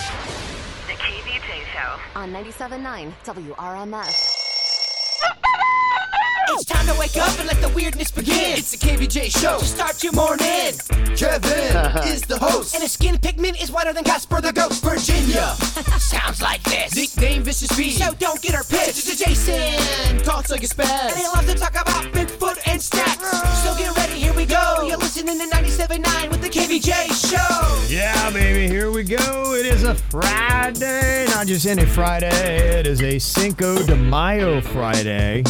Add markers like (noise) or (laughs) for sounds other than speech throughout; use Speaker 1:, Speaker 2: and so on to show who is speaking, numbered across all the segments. Speaker 1: The KB Tay Show.
Speaker 2: on 97.9 WRMS.
Speaker 3: It's time to wake up and let the weirdness begin. It's the KVJ show. To start your morning. (laughs) Kevin is the host. And his skin pigment is whiter than Casper the Ghost. (laughs) Virginia sounds like this. Nickname Vicious Beast. So don't get her pissed. It's Jason talks like a spaz. And they love to talk about Bigfoot and snacks. So get ready, here we go. You're listening to 97.9 with the KVJ show.
Speaker 4: Yeah, baby, here we go. It is a Friday, not just any Friday. It is a Cinco de Mayo Friday.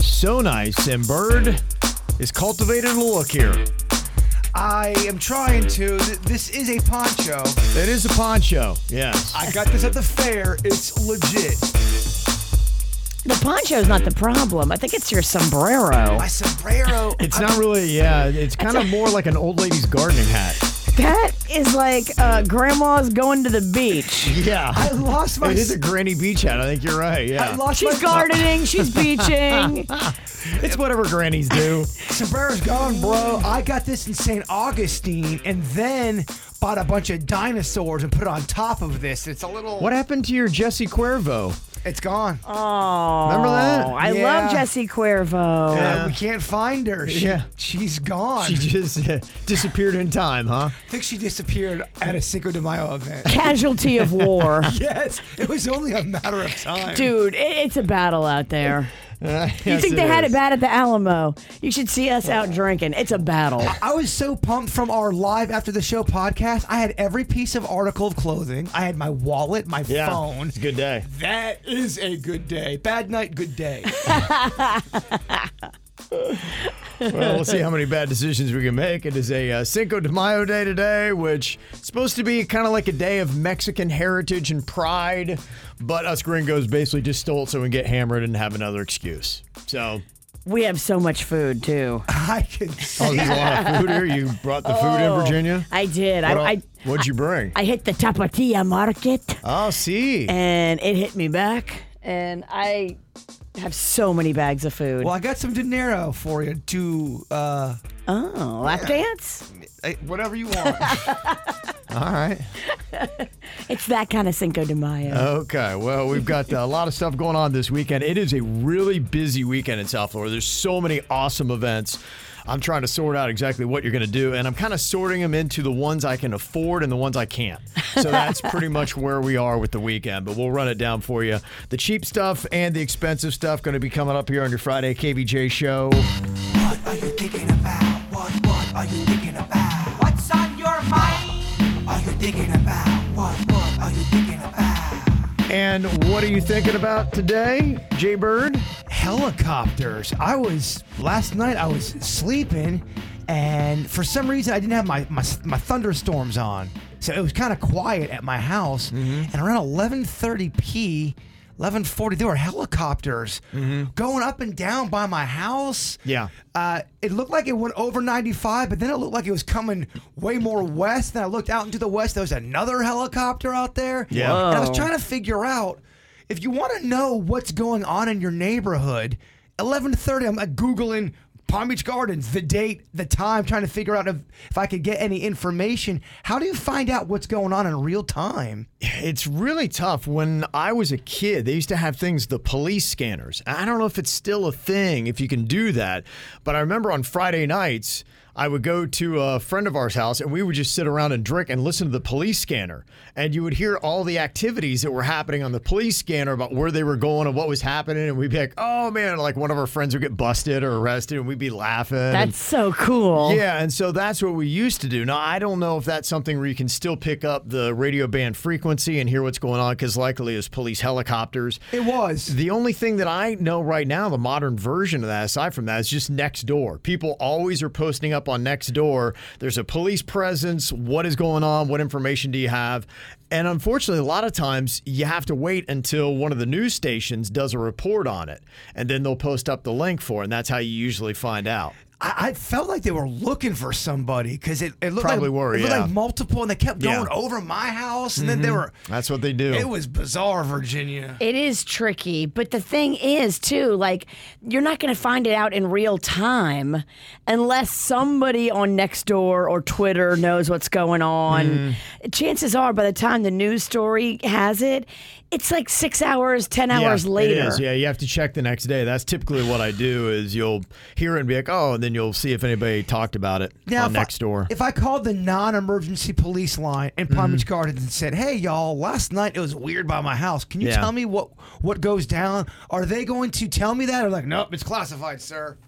Speaker 4: So nice, and Bird is cultivated a look here.
Speaker 5: I am trying to. Th- This is a poncho.
Speaker 4: It is a poncho, yes.
Speaker 5: I got this at the fair. It's legit.
Speaker 6: The poncho's not the problem. I think it's your sombrero.
Speaker 5: My sombrero.
Speaker 4: It's not really, yeah, it's kind of more like an old lady's gardening hat.
Speaker 6: That is like uh, grandma's going to the beach.
Speaker 4: (laughs) Yeah.
Speaker 5: I lost my.
Speaker 4: It is a granny beach hat. I think you're right,
Speaker 5: I
Speaker 4: yeah.
Speaker 5: lost
Speaker 6: She's
Speaker 5: my
Speaker 6: gardening.
Speaker 5: (laughs)
Speaker 6: She's beaching.
Speaker 4: It's whatever grannies do.
Speaker 5: sombrer's gone, bro. I got this in St. Augustine, and then bought a bunch of dinosaurs and put it on top of this. It's a little.
Speaker 4: What happened to your Jesse Cuervo?
Speaker 5: It's gone.
Speaker 4: Remember
Speaker 6: Oh,
Speaker 4: that?
Speaker 6: I
Speaker 5: Yeah.
Speaker 6: love Jesse Cuervo.
Speaker 5: Uh, we can't find her. She,
Speaker 4: Yeah.
Speaker 5: She's gone.
Speaker 4: She just uh, disappeared in time, huh?
Speaker 5: I think she disappeared at a Cinco de Mayo
Speaker 6: (laughs)
Speaker 5: event.
Speaker 6: Casualty of war.
Speaker 5: (laughs) yes, it was only a matter of time.
Speaker 6: Dude, it, it's a battle
Speaker 4: (laughs)
Speaker 6: out there. You
Speaker 4: Uh, Yes,
Speaker 6: think they had
Speaker 4: is.
Speaker 6: it bad at the Alamo? You should see us out drinking. It's a battle.
Speaker 5: I was so pumped from our live after the show podcast. I had every piece of article of clothing. I had my wallet, my
Speaker 4: Yeah,
Speaker 5: phone.
Speaker 4: It's a good day.
Speaker 5: That is a good day. Bad night,
Speaker 6: (laughs)
Speaker 5: good day.
Speaker 4: Well, we'll see how many bad decisions we can make. It is a uh, Cinco de Mayo day today, which is supposed to be kind of like a day of Mexican heritage and pride, but us gringos basically just stole it so we can get hammered and have another excuse. So,
Speaker 6: We have so much
Speaker 4: (laughs)
Speaker 6: food, too.
Speaker 5: I can
Speaker 4: oh,
Speaker 5: see.
Speaker 4: there's a lot (laughs) of food here. You brought the food in Virginia.
Speaker 6: Oh, I did.
Speaker 4: What
Speaker 6: I,
Speaker 4: el-
Speaker 6: I,
Speaker 4: what'd you bring?
Speaker 6: I hit the Tapatía market.
Speaker 4: oh, see,
Speaker 6: and it hit me back. And I have so many bags of food.
Speaker 5: Well, I got some dinero for you to uh,
Speaker 6: Oh, lap dance?
Speaker 5: eh, whatever you want.
Speaker 4: (laughs) all right.
Speaker 6: (laughs)
Speaker 4: Oh,
Speaker 6: It's that kind of Cinco de Mayo.
Speaker 4: Okay, well, we've got uh, a lot of stuff going on this weekend. It is a really busy weekend in South Florida. There's so many awesome events. I'm trying to sort out exactly what you're going to do, and I'm kind of sorting them into the ones I can afford and the ones I can't. So that's pretty much where we are with the weekend, but we'll run it down for you. The cheap stuff and the expensive stuff going to be coming up here on your Friday KVJ show.
Speaker 3: What are you thinking about? What what are you thinking about? What's on your mind? Are you thinking about? What what are you thinking about?
Speaker 4: And what are you thinking about today, Jay Bird?
Speaker 5: Helicopters. I was, last night, I was sleeping, and for some reason, I didn't have my, my, my thunderstorms on. So it was kind of quiet at my house,
Speaker 4: Mm-hmm.
Speaker 5: and around 11:30p, 11:40, there were helicopters going up and down by my house.
Speaker 4: Mm-hmm. Yeah.
Speaker 5: Uh, it looked like it went over 95, but then it looked like it was coming way more west. Then I looked out into the west. There was another helicopter out there.
Speaker 4: Yeah.
Speaker 5: And I was trying to figure out if you want to know what's going on in your neighborhood. 11:30, I'm like, googling Palm Beach Gardens, the date, the time, trying to figure out if, if I could get any information. How do you find out what's going on in real time?
Speaker 4: It's really tough. When I was a kid, they used to have things, the police scanners. I don't know if it's still a thing, if you can do that. But I remember on Friday nights, I would go to a friend of ours' house and we would just sit around and drink and listen to the police scanner. And you would hear all the activities that were happening on the police scanner about where they were going and what was happening. And we'd be like, oh man, like one of our friends would get busted or arrested and we'd be laughing. And-
Speaker 6: That's so cool.
Speaker 4: yeah, and so that's what we used to do. Now, I don't know if that's something where you can still pick up the radio band frequency and hear what's going on because likely it's police helicopters.
Speaker 5: It was.
Speaker 4: The only thing that I know right now, the modern version of that, aside from that, is just next door. People always are posting up up on next door. There's a police presence. What is going on? What information do you have? And unfortunately, a lot of times you have to wait until one of the news stations does a report on it, and then they'll post up the link for it, and that's how you usually find out.
Speaker 5: I, I felt like they were looking for somebody because it, it looked
Speaker 4: Probably
Speaker 5: like,
Speaker 4: were,
Speaker 5: it looked
Speaker 4: yeah.
Speaker 5: like multiple, and they kept
Speaker 4: Yeah. Mm-hmm.
Speaker 5: going over my house, and then they were.
Speaker 4: That's what they do.
Speaker 5: It was bizarre, Virginia.
Speaker 6: It is tricky, but the thing is, too, like you're not going to find it out in real time unless somebody on Nextdoor or Twitter knows what's going on.
Speaker 4: Hmm.
Speaker 6: Chances are, by the time the news story has it, it's like six hours, 10 hours
Speaker 4: yeah,
Speaker 6: later.
Speaker 4: It is. Yeah, you have to check the next day. That's typically what I do is you'll hear it and be like, oh, and then you'll see if anybody talked about it on
Speaker 5: if
Speaker 4: next
Speaker 5: I,
Speaker 4: door.
Speaker 5: If I called the non-emergency police line in Palm
Speaker 4: Mm-hmm.
Speaker 5: Beach Gardens and said, "Hey, y'all, last night it was weird by my house. Can you
Speaker 4: Yeah.
Speaker 5: tell me what what goes down?" Are they going to tell me that? Or like, nope, it's classified, sir.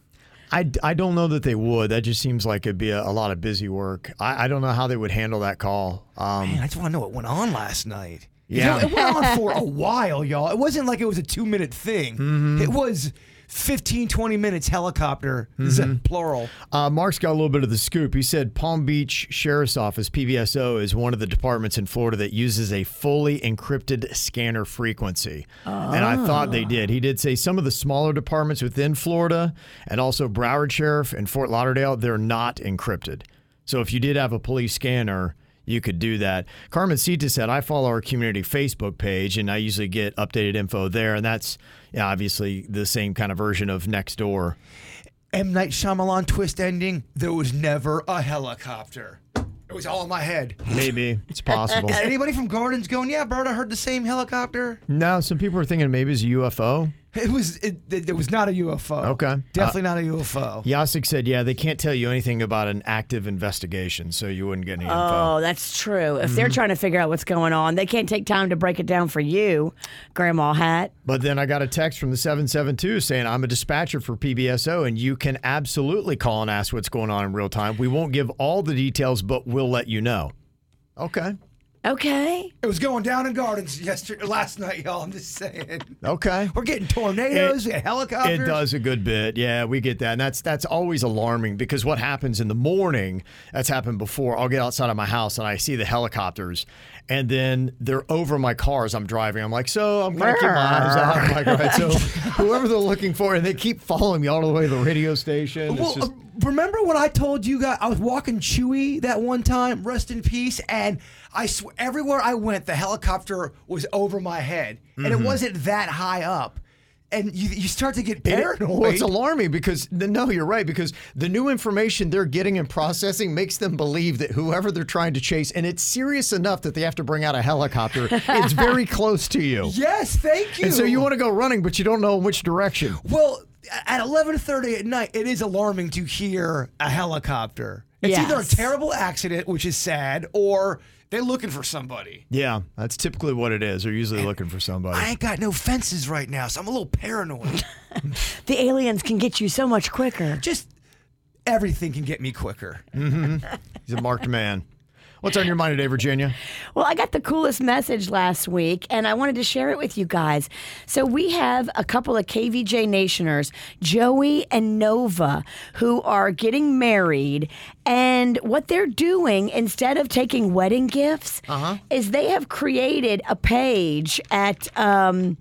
Speaker 4: I, I don't know that they would. That just seems like it'd be a, a lot of busy work. I, I don't know how they would handle that call. Um,
Speaker 5: Man, I just want to know what went on last night.
Speaker 4: Yeah.
Speaker 5: It, went on
Speaker 4: (laughs)
Speaker 5: for a while, y'all. It wasn't like it was a two minute thing.
Speaker 4: Mm-hmm.
Speaker 5: It was 15, 20 minutes helicopter, zip, plural.
Speaker 4: Uh, Mark's got a little bit of the scoop. He said Palm Beach Sheriff's Office, PBSO, is one of the departments in Florida that uses a fully encrypted scanner frequency. And I thought they did. He did say some of the smaller departments within Florida and also Broward Sheriff and Fort Lauderdale, they're not encrypted. So if you did have a police scanner, you could do that. Carmen Sita said, I follow our community Facebook page and I usually get updated info there. And that's yeah, obviously the same kind of version of Nextdoor.
Speaker 5: M. Night Shyamalan twist ending. There was never a helicopter. It was all in my head.
Speaker 4: Maybe it's
Speaker 5: (laughs)
Speaker 4: possible.
Speaker 5: Anybody from Gardens going, yeah, Bert, I heard the same helicopter?
Speaker 4: No, some people are thinking maybe it's a UFO.
Speaker 5: It was it, it, it was not a UFO.
Speaker 4: Okay. Uh,
Speaker 5: Definitely not a UFO.
Speaker 4: Yasik said, yeah, they can't tell you anything about an active investigation, so you wouldn't get any info.
Speaker 6: Oh, that's true. If they're trying to figure out what's going on, they can't take time to break it down for you, Grandma Hat.
Speaker 4: But then I got a text from the 772 saying, I'm a dispatcher for PBSO, and you can absolutely call and ask what's going on in real time. We won't give all the details, but we'll let you know. Okay.
Speaker 6: Okay.
Speaker 5: It was going down in Gardens yesterday, last night, y'all. I'm just saying.
Speaker 4: Okay.
Speaker 5: We're getting tornadoes, we got helicopters.
Speaker 4: It does a good bit. Yeah, we get that. And that's that's always alarming because what happens in the morning, that's happened before. I'll get outside of my house and I see the helicopters and then they're over my car as I'm driving. I'm like, so I'm gonna keep my eyes out. I'm like, all right,
Speaker 5: (laughs)
Speaker 4: so (laughs) whoever they're looking for, and they keep following me all the way to the radio station. It's
Speaker 5: Well,
Speaker 4: just
Speaker 5: uh, remember when I told you guys I was walking Chewy that one time, rest in peace, and I sw- everywhere I went, the helicopter was over my head, and
Speaker 4: Mm-hmm.
Speaker 5: it wasn't that high up, and you, you start to get
Speaker 4: It-
Speaker 5: paranoid.
Speaker 4: well, it's alarming because no, you're right because the new information they're getting and processing makes them believe that whoever they're trying to chase, and it's serious enough that they have to bring out a helicopter. it's
Speaker 5: (laughs)
Speaker 4: very close to you.
Speaker 5: yes, thank you.
Speaker 4: And so you want to go running, but you don't know in which direction.
Speaker 5: well at eleven thirty at night, it is alarming to hear a helicopter. It's either a
Speaker 6: Yes.
Speaker 5: terrible accident, which is sad, or they're looking for somebody.
Speaker 4: Yeah, that's typically what it is. They're usually looking for somebody.
Speaker 5: I ain't got no fences right now, so I'm a little paranoid.
Speaker 6: (laughs) The aliens can get you so much quicker.
Speaker 5: Just everything can get me quicker.
Speaker 4: Mm-hmm. He's a marked man. What's on your mind today, Virginia?
Speaker 6: Well, I got the coolest message last week, and I wanted to share it with you guys. So, we have a couple of KVJ Nationers, Joey and Nova, who are getting married. And what they're doing, instead of taking wedding gifts, is they have created a page at um,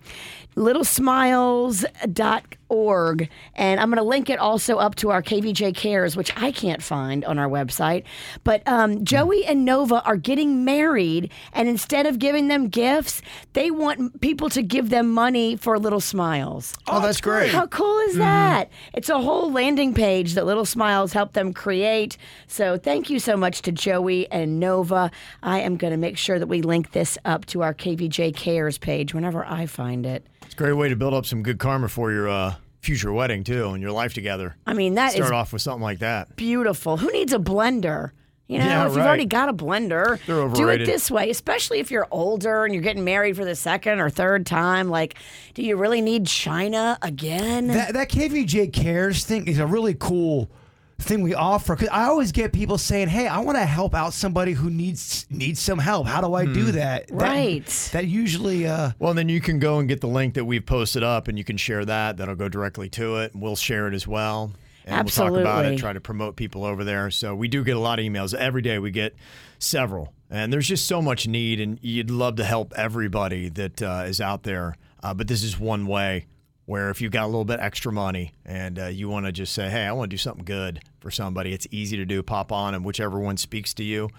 Speaker 6: littlesmiles.org. And I'm going to link it also up to our KVJ Cares, which I can't find on our website. But um, Joey and Nova are getting married, and instead of giving them gifts, they want people to give them money for Little Smiles.
Speaker 4: Oh, that's Mm-hmm. great.
Speaker 6: How cool is that? It's a whole landing page that Little Smiles helped them create. So thank you so much to Joey and Nova. I am going to make sure that we link this up to our KVJ Cares page whenever I find it.
Speaker 4: It's a great way to build up some good karma for your uh, future wedding, too, and your life together.
Speaker 6: I mean, that is
Speaker 4: Start off with something like that.
Speaker 6: beautiful. Who needs a blender? You know,
Speaker 4: Yeah,
Speaker 6: if you've
Speaker 4: right.
Speaker 6: already got a blender,
Speaker 4: They're
Speaker 6: do it
Speaker 4: overrated.
Speaker 6: this way, especially if you're older and you're getting married for the second or third time. Like, do you really need China again?
Speaker 5: That, that KVJ Cares thing is a really cool thing we offer because I always get people saying, "Hey, I want to help out somebody who needs needs some help. How do I
Speaker 4: Hmm.
Speaker 5: do that?" That-
Speaker 6: Right.
Speaker 5: That, usually, uh,
Speaker 4: Well, then you can go and get the link that we've posted up, and you can share that. That'll go directly to it, and we'll share it as well. and we'll talk about it,
Speaker 6: Absolutely.
Speaker 4: try to promote people over there. So we do get a lot of emails every day. We get several, and there's just so much need, and you'd love to help everybody that uh, is out there. Uh, but this is one way where if you've got a little bit extra money and uh, you want to just say, "Hey, I want to do something good for somebody," it's easy to do. Pop on, and whichever one speaks to you.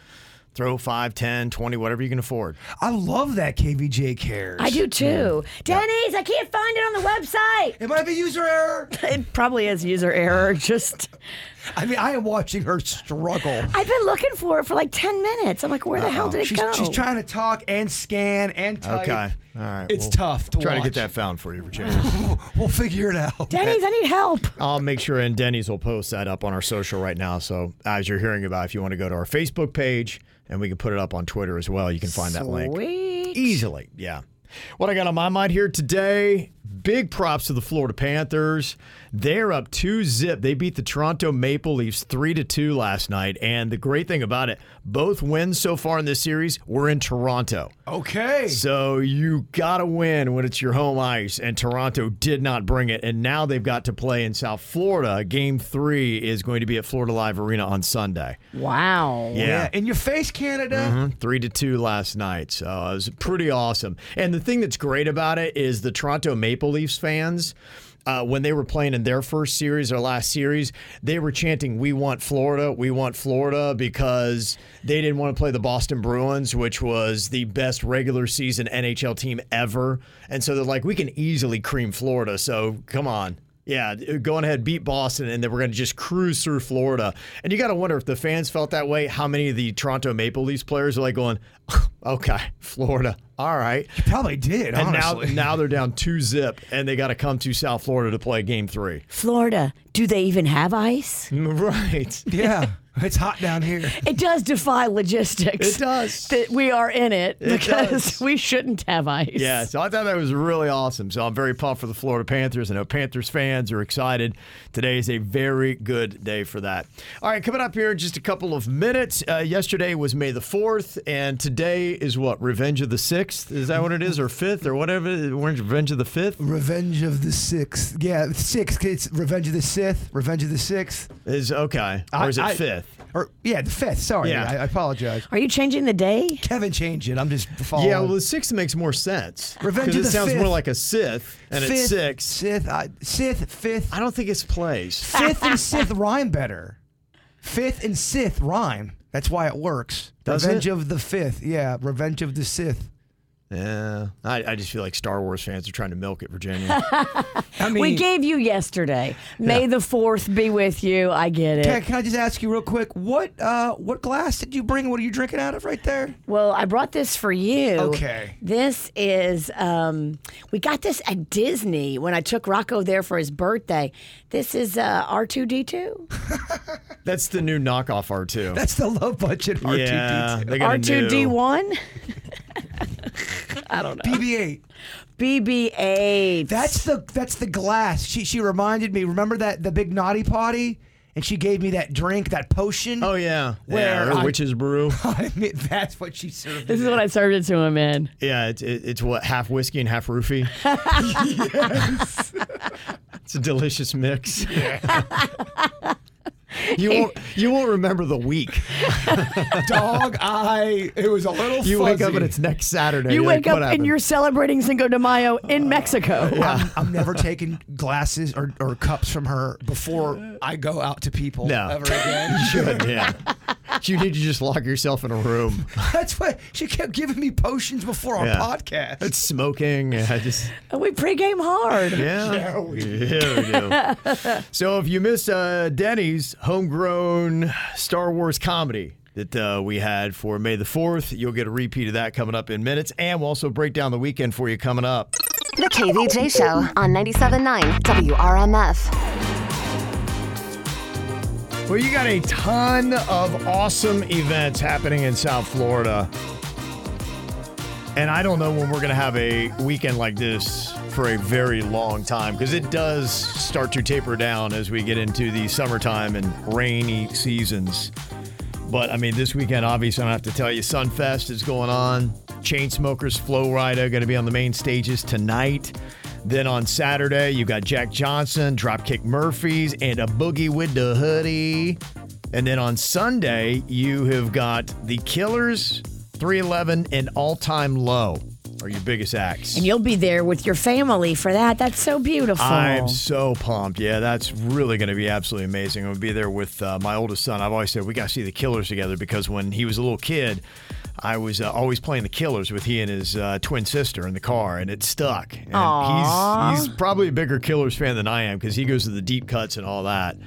Speaker 4: Throw 5, 10, 20, whatever you can afford.
Speaker 5: I love that KVJ cares.
Speaker 6: I do too. Denny's, I can't find it on the website.
Speaker 5: It might be user error.
Speaker 6: (laughs) It probably is user error. (laughs) Just,
Speaker 5: I mean, I am watching her struggle.
Speaker 6: I've been looking for it for like 10 minutes. I'm like, where the hell did it
Speaker 5: She's,
Speaker 6: go?
Speaker 5: she's trying to talk and scan and type.
Speaker 4: Okay. All right.
Speaker 5: It's
Speaker 4: we'll
Speaker 5: tough to
Speaker 4: Try to
Speaker 5: watch.
Speaker 4: get that found for you, Virginia.
Speaker 5: We'll figure it
Speaker 6: (gasps)
Speaker 5: out.
Speaker 6: Denny's, I need help.
Speaker 4: I'll make sure, and Denny's will post that up on our social right now. So as you're hearing about, if you want to go to our Facebook page, and we can put it up on Twitter as well, you can find that link
Speaker 6: Sweet.
Speaker 4: easily. Yeah. What I got on my mind here today, big props to the Florida Panthers. They're up two zip. They beat the Toronto Maple Leafs three to two last night. And the great thing about it, both wins so far in this series were in Toronto.
Speaker 5: Okay.
Speaker 4: So you got to win when it's your home ice, and Toronto did not bring it. And now they've got to play in South Florida. Game three is going to be at Florida Live Arena on Sunday.
Speaker 6: Wow.
Speaker 5: Yeah. In your face, Canada.
Speaker 4: Mm-hmm. Three to two last night. So it was pretty awesome. And the thing that's great about it is the Toronto Maple Leafs fans. Uh, when they were playing in their first series or last series, they were chanting, We want Florida, we want Florida, because they didn't want to play the Boston Bruins, which was the best regular season NHL team ever. And so they're like, We can easily cream Florida. So come on. Yeah, uh, go on ahead, beat Boston, and then we're going to just cruise through Florida. And you got to wonder if the fans felt that way, how many of the Toronto Maple Leafs players are like going, (laughs) okay, Florida, all right.
Speaker 5: You probably did,
Speaker 4: And now,
Speaker 5: honestly.
Speaker 4: now they're
Speaker 5: (laughs)
Speaker 4: down two zip, and they got to come to South Florida to play game three.
Speaker 6: Florida, do they even have ice?
Speaker 4: (laughs) Right.
Speaker 5: yeah.
Speaker 4: Mm-hmm.
Speaker 5: It's hot down here.
Speaker 6: It does defy logistics.
Speaker 4: It does.
Speaker 6: That we are in it, because
Speaker 4: does.
Speaker 6: we shouldn't have ice.
Speaker 4: Yeah, so I thought that was really awesome. So I'm very pumped for the Florida Panthers. I know Panthers fans are excited. Today is a very good day for that. All right, coming up here in just a couple of minutes. Uh, yesterday was May the 4th, and today is what? Revenge of the 6th? Is that what it is? Or 5th? Or whatever? Revenge of the 5th?
Speaker 5: Revenge of the Sixth. Yeah, Sixth. It's Revenge of the Sith. Revenge of the Sixth.
Speaker 4: Is okay. Or is it
Speaker 5: I- I-
Speaker 4: 5th?
Speaker 5: Or yeah, the Fifth. Sorry,
Speaker 4: Yeah.
Speaker 5: I, I apologize.
Speaker 6: Are you changing the day?
Speaker 5: Kevin changed it. I'm just following.
Speaker 4: Yeah, well, the 6th makes more sense.
Speaker 5: Revenge
Speaker 4: 'Cause
Speaker 5: of
Speaker 4: it
Speaker 5: the
Speaker 4: sounds more
Speaker 5: 5th.
Speaker 4: like a Sith, and
Speaker 5: Fifth,
Speaker 4: it's 6.
Speaker 5: Sith. I, Sith. Fifth.
Speaker 4: I don't think it's plays. (laughs)
Speaker 5: Fifth and Sith rhyme better. Fifth and Sith rhyme. That's why it works.
Speaker 4: Does
Speaker 5: Revenge
Speaker 4: it?
Speaker 5: of the Fifth. Yeah, Revenge of the Sith.
Speaker 4: Yeah. I, I just feel like Star Wars fans are trying to milk it,
Speaker 6: (laughs)
Speaker 4: Virginia.
Speaker 5: I mean,
Speaker 6: we gave you yesterday. May the 4th be with you. I get it.
Speaker 5: Can, can I just ask you real quick? What uh, what glass did you bring? What are you drinking out of right there?
Speaker 6: Well, I brought this for you.
Speaker 5: Okay.
Speaker 6: This is um, we got this at Disney when I took Rocco there for his birthday. This is uh, R2D2.
Speaker 4: That's the new knockoff R2.
Speaker 5: That's the low budget R2D2.
Speaker 4: yeah, they got a new-
Speaker 6: R2D1,
Speaker 5: BB-8.
Speaker 6: BB8.
Speaker 5: That's the that's the glass. She she reminded me. Remember that the big naughty potty, and she gave me that drink, that potion.
Speaker 4: Oh yeah,
Speaker 5: Where
Speaker 4: yeah, or
Speaker 5: I- (laughs)
Speaker 4: witch's (laughs) brew.
Speaker 5: I mean, that's what
Speaker 4: (laughs)
Speaker 5: she served.
Speaker 6: This is what I served it to him in.
Speaker 4: Yeah, it's it, it's what half whiskey and half
Speaker 6: (laughs)
Speaker 4: roofie. it's a delicious mix. you won't you won't remember the (laughs) week.
Speaker 5: Dog eye. It was a little.
Speaker 4: (laughs) You wake up
Speaker 5: fuzzy.
Speaker 4: and (laughs) it's next (laughs) Saturday.
Speaker 6: You
Speaker 4: You're
Speaker 6: wake
Speaker 4: like, "What
Speaker 6: up and
Speaker 4: happened?" Uh,
Speaker 6: you're celebrating Cinco de Mayo in
Speaker 4: oh,
Speaker 6: Mexico.
Speaker 5: I'm, I'm never taking glasses or, or cups from her before I go out to people
Speaker 4: No.
Speaker 5: ever again.
Speaker 4: You (laughs) should, yeah. You need to just lock yourself in a room.
Speaker 5: That's why she kept giving me potions before our
Speaker 4: Yeah.
Speaker 5: podcast.
Speaker 4: It's smoking. I
Speaker 6: (laughs)
Speaker 4: just
Speaker 6: We pregame
Speaker 4: (laughs)
Speaker 6: hard.
Speaker 4: Yeah. we, do. (laughs) so if you miss uh, Denny's homegrown Star Wars comedy that uh, we had for May the 4th, you'll get a repeat of that coming up in minutes. And we'll also break down the weekend for you coming up.
Speaker 2: The KVJ Show on 97.9 WRMF.
Speaker 4: Well, you got a ton of awesome events happening in South Florida. And I don't know when we're going to have a weekend like this for a very long time because it does start to taper down as we get into the summertime and rainy seasons. But I mean, this weekend, obviously, I don't have to tell you, Sunfest is going on. Chainsmokers, Flow Rida going to be on the main stages tonight. Then on Saturday, you got Jack Johnson, Dropkick Murphys, and a boogie with the hoodie. And then on Sunday, you have got the Killers, 311, and All Time Low are your biggest acts.
Speaker 6: And you'll be there with your family for that. That's so beautiful.
Speaker 4: I'm so pumped. Yeah, that's really going to be absolutely amazing. I'm going to be there with uh, my oldest son. I've always said we got to see the Killers together because when he was a little kid, I was uh, always playing the Killers with he and his uh, twin sister in the car, and it stuck. And he's, he's probably a bigger Killers fan than I am because he goes to the deep cuts and all that.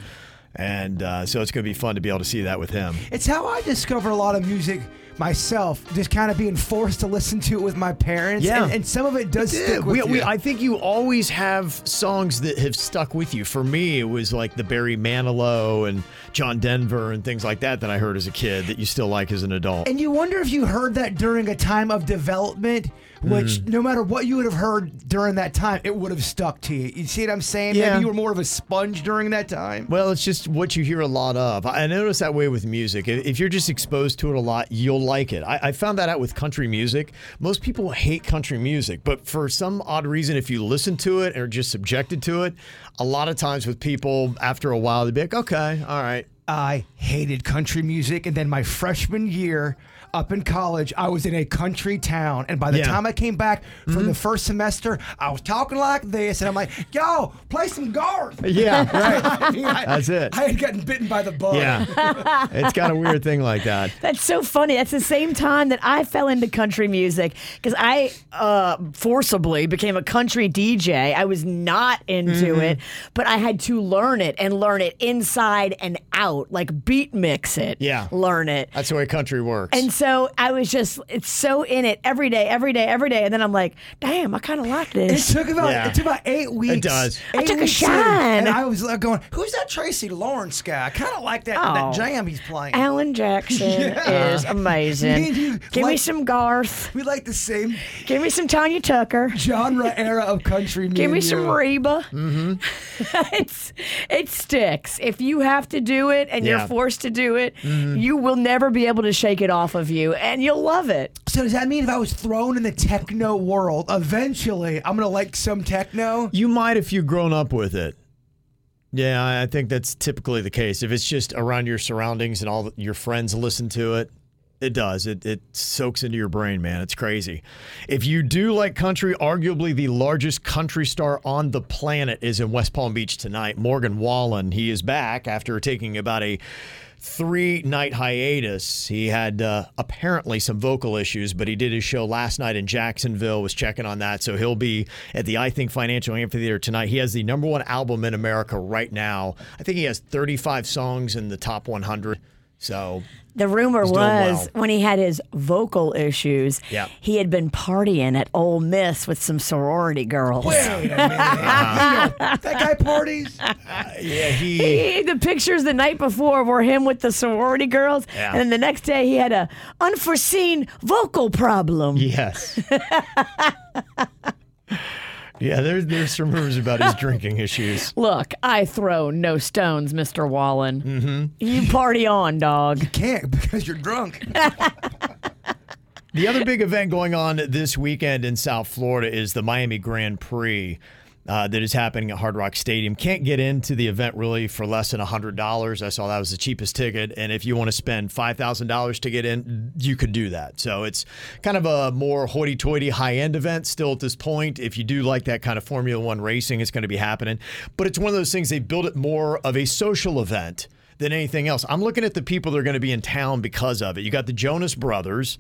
Speaker 4: And uh, so it's going to be fun to be able to see that with him.
Speaker 5: It's how I discovered a lot of music myself, just kind of being forced to listen to it with my parents.
Speaker 4: Yeah.
Speaker 5: And, and some of it does
Speaker 4: Yeah,
Speaker 5: stick with
Speaker 4: we,
Speaker 5: you.
Speaker 4: we, I think you always have songs that have stuck with you. For me, it was like the Barry Manilow and John Denver and things like that that I heard as a kid that you still like as an adult.
Speaker 5: and you wonder if you heard that during a time of development, which
Speaker 4: Mm.
Speaker 5: no matter what you would have heard during that time, it would have stuck to you. You see what I'm saying?
Speaker 4: Yeah.
Speaker 5: Maybe you were more of a sponge during that time.
Speaker 4: Well, it's just what you hear a lot of. I I notice that way with music. If if you're just exposed to it a lot, you'll like it. I, I found that out with country music. Most people hate country music, but for some odd reason, if you listen to it and are just subjected to it, a lot of times with people, after a while, they'd be like, okay, all right.
Speaker 5: I hated country music. And then my freshman year up in college, I was in a country town. And by the
Speaker 4: Yeah. Mm-hmm.
Speaker 5: time I came back from the first semester, I was talking like this. And I'm like, yo, play some Garth. (laughs)
Speaker 4: Yeah, right.
Speaker 5: I mean, I-
Speaker 4: That's it.
Speaker 5: I had gotten bitten by the
Speaker 6: (laughs)
Speaker 5: bug.
Speaker 4: Yeah. it's got a weird thing like that.
Speaker 6: That's so funny. That's the same time that I fell into country music because I uh, forcibly became a country DJ. I was not into
Speaker 5: Mm-hmm.
Speaker 6: it, but I had to learn it and learn it inside and out, like beat mix it.
Speaker 4: Yeah.
Speaker 6: Learn it.
Speaker 4: That's the way country works.
Speaker 6: And so I was just, it's so in it every day, every day, every day. And then I'm like, damn, I kind of like
Speaker 5: It
Speaker 6: this.
Speaker 5: took about
Speaker 4: Yeah.
Speaker 5: it took about eight weeks.
Speaker 4: does.
Speaker 6: I
Speaker 5: Eight
Speaker 6: took a
Speaker 5: weeks in,
Speaker 6: shine.
Speaker 5: and I was like going, "Who's that Tracy Lawrence guy? I kind of like that,
Speaker 6: Oh.
Speaker 5: that jam he's playing. (laughs)
Speaker 6: Alan Jackson is
Speaker 5: Me
Speaker 6: amazing.
Speaker 5: and you
Speaker 6: Give me
Speaker 5: like-
Speaker 6: some Garth.
Speaker 5: We like the same
Speaker 6: Give me some Tanya Tucker.
Speaker 5: genre era of country music.
Speaker 6: Give me some Reba.
Speaker 5: Mm-hmm.
Speaker 6: (laughs) it's it sticks. If you have to do it and
Speaker 4: Yeah. Mm-hmm.
Speaker 6: you're forced to do it, you will never be able to shake it off of you, and you'll love it.
Speaker 5: So does that mean if I was thrown in the techno world, eventually I'm gonna like some techno?
Speaker 4: you might if you've grown up with it. Yeah, I- I think that's typically the case. If it's just around your surroundings and all that your friends listen to it, it does. It, it soaks into your brain, man. It's crazy. If you do like country, arguably the largest country star on the planet is in West Palm Beach tonight. Morgan Wallen, he is back after taking about a three night hiatus. He had uh, apparently some vocal issues, but he did his show last night in Jacksonville, was checking on that. So he'll be at the I Think Financial Amphitheater tonight. He has the number one album in America right now. I think he has 35 songs in the top 100. So
Speaker 6: The rumor was
Speaker 4: doing well.
Speaker 6: when he had his vocal issues,
Speaker 4: Yeah.
Speaker 6: he had been partying at Ole Miss with some sorority girls.
Speaker 5: Wait
Speaker 6: (laughs)
Speaker 5: a minute.
Speaker 4: Uh-huh.
Speaker 5: that guy parties.
Speaker 4: Uh, yeah, he.
Speaker 6: He- the pictures the night before were him with the sorority girls,
Speaker 4: Yeah.
Speaker 6: and then the next day he had a unforeseen vocal problem.
Speaker 4: Yes. yeah, there's there's some rumors about his drinking issues.
Speaker 6: Look, I throw no stones, Mr. Wallen.
Speaker 4: Mm-hmm.
Speaker 6: You party on, dog.
Speaker 5: Can't because you're drunk.
Speaker 4: The other big event going on this weekend in South Florida is the Miami Grand Prix. Uh, that is happening at Hard Rock Stadium. Can't get into the event really for less than $100. I saw that was the cheapest ticket. And if you want to spend $5,000 to get in, you could do that. So it's kind of a more hoity toity high end event still at this point. If you do like that kind of Formula One racing, it's going to be happening. But it's one of those things they build it more of a social event than anything else. I'm looking at the people that are going to be in town because of it. You got the Jonas Brothers.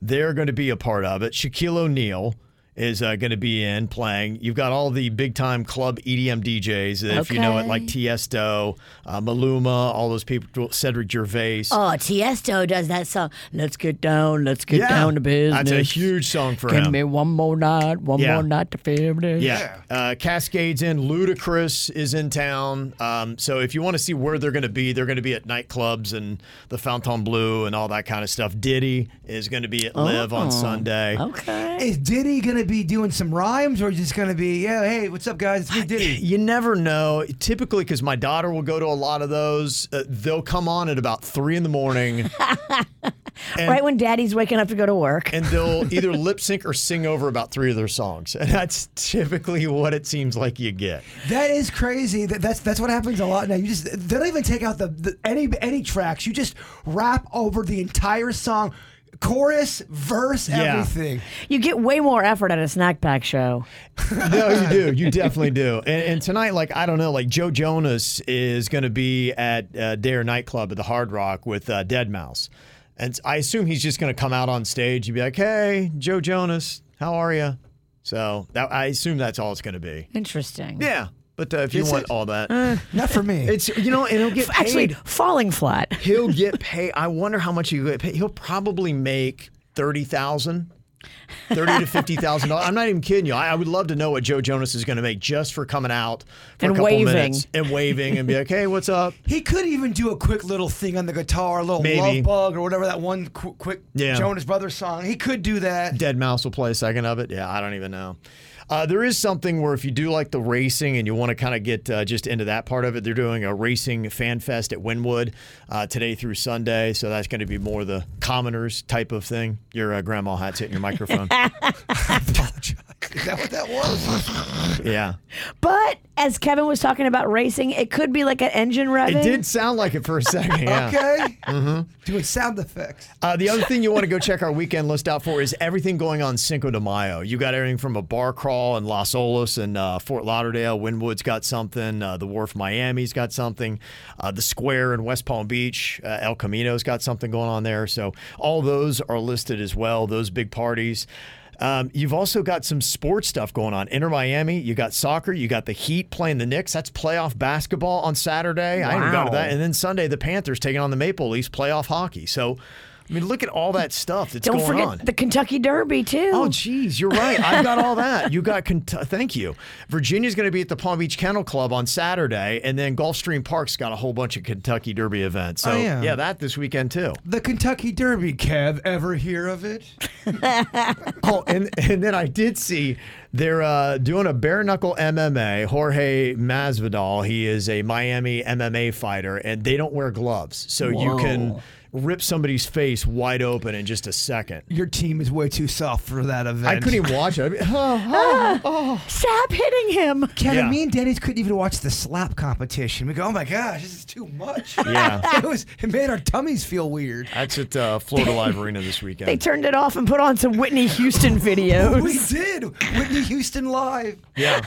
Speaker 4: They're going to be a part of it. Shaquille O'Neal is uh, going to be in playing. You've got all the big time club E EDM DJs, if you know it,
Speaker 6: Okay.
Speaker 4: like Tiesto, uh, Maluma, all those people, Cedric Gervais.
Speaker 6: Oh, Tiesto does that song. Let's get down, let's get
Speaker 4: Yeah.
Speaker 6: down to
Speaker 4: That's
Speaker 6: business.
Speaker 4: a huge song for
Speaker 6: Give
Speaker 4: him.
Speaker 6: me one more night, one
Speaker 4: Yeah.
Speaker 6: more night to feel this.
Speaker 4: Yeah. Uh, Cascades in. Ludacris is in town. Um, so if you want to see where they're going to be, they're going to be at nightclubs and the Fontainebleau and all that kind of stuff. Diddy is going to be at Live on Sunday.
Speaker 6: Oh, Okay.
Speaker 5: Is Diddy gonna to be doing some rhymes, or just going to be, yeah, hey, what's up, guys? It's me, Diddy.
Speaker 4: (laughs) You never know. Typically, because my daughter will go to a lot of those, uh, they'll come on at about three in the morning, and-
Speaker 6: right when daddy's waking up to go to work.
Speaker 4: and they'll either lip sync or sing over about three of their songs. And that's typically what it seems like you get.
Speaker 5: That is crazy. That, that's that's what happens a lot now. You just they don't even take out the, the any any tracks. You just rap over the entire song, chorus, verse,
Speaker 4: Yeah.
Speaker 5: everything.
Speaker 6: You get way more effort at a snack
Speaker 4: (laughs)
Speaker 6: pack show.
Speaker 4: no, you do. You definitely do. And, and tonight, like I don't know, like Joe Jonas is going to be at uh, Day or Nightclub at the Hard Rock with uh, Dead Mouse, and I assume he's just going to come out on stage and be like, "Hey, Joe Jonas, how are you?" So that, I assume that's all it's going to be.
Speaker 6: Interesting.
Speaker 4: Yeah, but uh, if you want all that,
Speaker 5: Not for me.
Speaker 4: it's you know, and he'll get
Speaker 6: Uh. (laughs) Actually,
Speaker 4: paid.
Speaker 6: falling flat.
Speaker 4: (laughs) He'll get paid. I wonder how much he get paid. He'll probably make thirty thousand. Thirty to fifty thousand dollars. I'm not even kidding you. I, I would love to know what Joe Jonas is going to make just for coming out for
Speaker 6: And
Speaker 4: a couple
Speaker 6: waving.
Speaker 4: minutes and waving and be like, "Hey, what's up?"
Speaker 5: (laughs) He could even do a quick little thing on the guitar, a little
Speaker 4: Maybe.
Speaker 5: love bug or whatever that one qu- quick
Speaker 4: Yeah.
Speaker 5: Jonas Brothers song. He could do that.
Speaker 4: Dead Mouse will play a second of it. Yeah, I don't even know. Uh, there is something where if you do like the racing and you want to kind of get uh, just into that part of it, they're doing a racing fan fest at Wynwood uh, today through Sunday. So that's going to be more the commoners type of thing. Your uh, grandma hat's hitting your microphone. (laughs)
Speaker 5: Is that what that was? (laughs)
Speaker 4: yeah.
Speaker 6: But as Kevin was talking about racing, it could be like an engine revving.
Speaker 4: It did sound like it for a second. Yeah. Mm-hmm.
Speaker 5: Okay. Doing sound effects.
Speaker 4: Uh, the other thing you want to go check our weekend list out for is everything going on Cinco de Mayo. You got everything from a bar crawl in Los Olas and uh, Fort Lauderdale. Wynwood's got something. Uh, the Wharf Miami's got something. Uh, the Square in West Palm Beach. Uh, El Camino's got something going on there. So all those are listed as well. Those big parties. Um, you've also got some sports stuff going on. Inter Miami, you got soccer, you got the Heat playing the Knicks. That's playoff basketball on Saturday. I haven't got to
Speaker 6: Wow.
Speaker 4: that. And then Sunday, the Panthers taking on the Maple Leafs playoff hockey. So, I mean, look at all that stuff that's
Speaker 6: Don't
Speaker 4: going
Speaker 6: forget
Speaker 4: on.
Speaker 6: the Kentucky Derby too.
Speaker 4: Oh, geez, you're right. I've got all that. You got, Kent- thank you. Virginia's going to be at the Palm Beach Kennel Club on Saturday, and then Gulfstream Park's got a whole bunch of Kentucky Derby events. So,
Speaker 5: Oh, yeah.
Speaker 4: yeah, that this weekend, too.
Speaker 5: The Kentucky Derby, Kev. Ever hear of it?
Speaker 4: Oh, and and then I did see they're uh, doing a bare knuckle MMA. Jorge Masvidal, he is a Miami MMA fighter, and they don't wear gloves, so you can rip somebody's face wide open in just a second.
Speaker 5: Your team is way too soft for that event.
Speaker 4: I couldn't even watch
Speaker 5: (laughs)
Speaker 4: it. oh, I mean,
Speaker 6: Stop Ah, hitting him.
Speaker 5: Kevin,
Speaker 4: oh. Yeah.
Speaker 5: me and Denny's couldn't even watch the slap competition. We go, oh my gosh, this is too much.
Speaker 4: (laughs) Yeah.
Speaker 5: it was. It made our tummies feel weird.
Speaker 4: that's at uh, Florida Live Arena this
Speaker 6: They
Speaker 4: weekend.
Speaker 6: turned it off and put on some
Speaker 4: (laughs)
Speaker 6: Whitney Houston
Speaker 5: We
Speaker 6: videos.
Speaker 5: did. Whitney Houston live.
Speaker 4: yeah.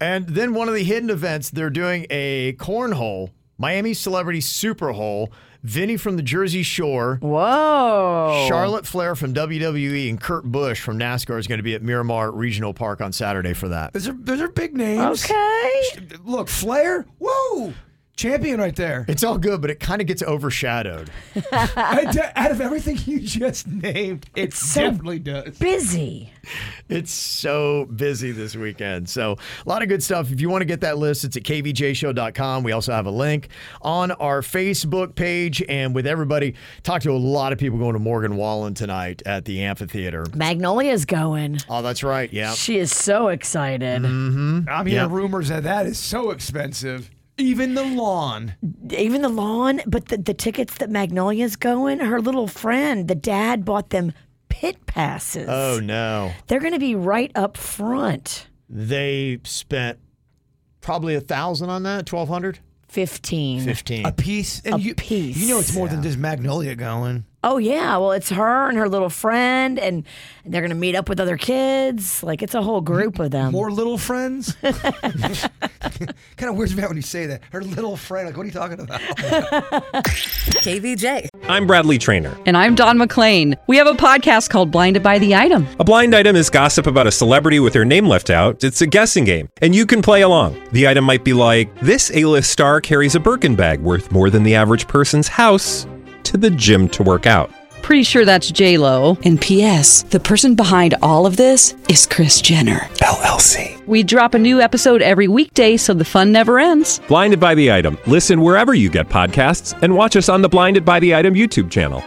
Speaker 4: And then one of the hidden events, they're doing a cornhole, Miami Celebrity Super Hole. Vinny from the Jersey Shore.
Speaker 6: Whoa.
Speaker 4: Charlotte Flair from WWE and Kurt Busch from NASCAR is going to be at Miramar Regional Park on Saturday for that.
Speaker 5: Those are those are big names.
Speaker 6: Okay.
Speaker 5: Look, Flair.
Speaker 6: (laughs)
Speaker 5: Whoa, champion right there.
Speaker 4: It's all good, but it kind of gets overshadowed.
Speaker 5: I de- out of everything you just named, it definitely does.
Speaker 6: Busy.
Speaker 4: It's so busy this weekend. So, a lot of good stuff. If you want to get that list, it's at kvjshow.com. We also have a link on our Facebook page. And with everybody, talked to a lot of people going to Morgan Wallen tonight at the amphitheater.
Speaker 6: Magnolia's going.
Speaker 4: Oh, that's right. Yeah. Mm-hmm.
Speaker 6: She is so excited.
Speaker 5: I'm
Speaker 4: Yeah.
Speaker 5: hearing rumors that that is so expensive. Even the lawn.
Speaker 6: Even the lawn, but the, the tickets that Magnolia's going, her little friend, the dad bought them pit passes.
Speaker 4: Oh, no.
Speaker 6: They're going to be right up front.
Speaker 4: They spent probably a thousand on that, 1200
Speaker 6: 15.
Speaker 4: 15.
Speaker 5: A piece. And
Speaker 6: A
Speaker 5: you,
Speaker 6: piece.
Speaker 5: You know it's more than just Magnolia going.
Speaker 6: Oh yeah, well it's her and her little friend and they're going to meet up with other kids. Like it's a whole group of them.
Speaker 5: More
Speaker 6: (laughs)
Speaker 5: little friends? kind of weirds me out when you say that. Her little friend. Like, what are you talking about?
Speaker 6: (laughs)
Speaker 7: KVJ.
Speaker 8: I'm Bradley Trainer.
Speaker 9: And I'm Don McClain. We have a podcast called Blinded by the Item.
Speaker 8: A blind item is gossip about a celebrity with their name left out. It's a guessing game, and you can play along. The item might be like this: A-list star carries a Birkin bag worth more than the average person's house to the gym to work out.
Speaker 9: Pretty sure that's J Lo. And P.S. The person behind all of this is Chris Jenner LLC. We drop a new episode every weekday, so the fun
Speaker 8: (laughs)
Speaker 9: never ends.
Speaker 8: Blinded by the item. Listen wherever you get podcasts, and watch us on the Blinded by the Item YouTube channel.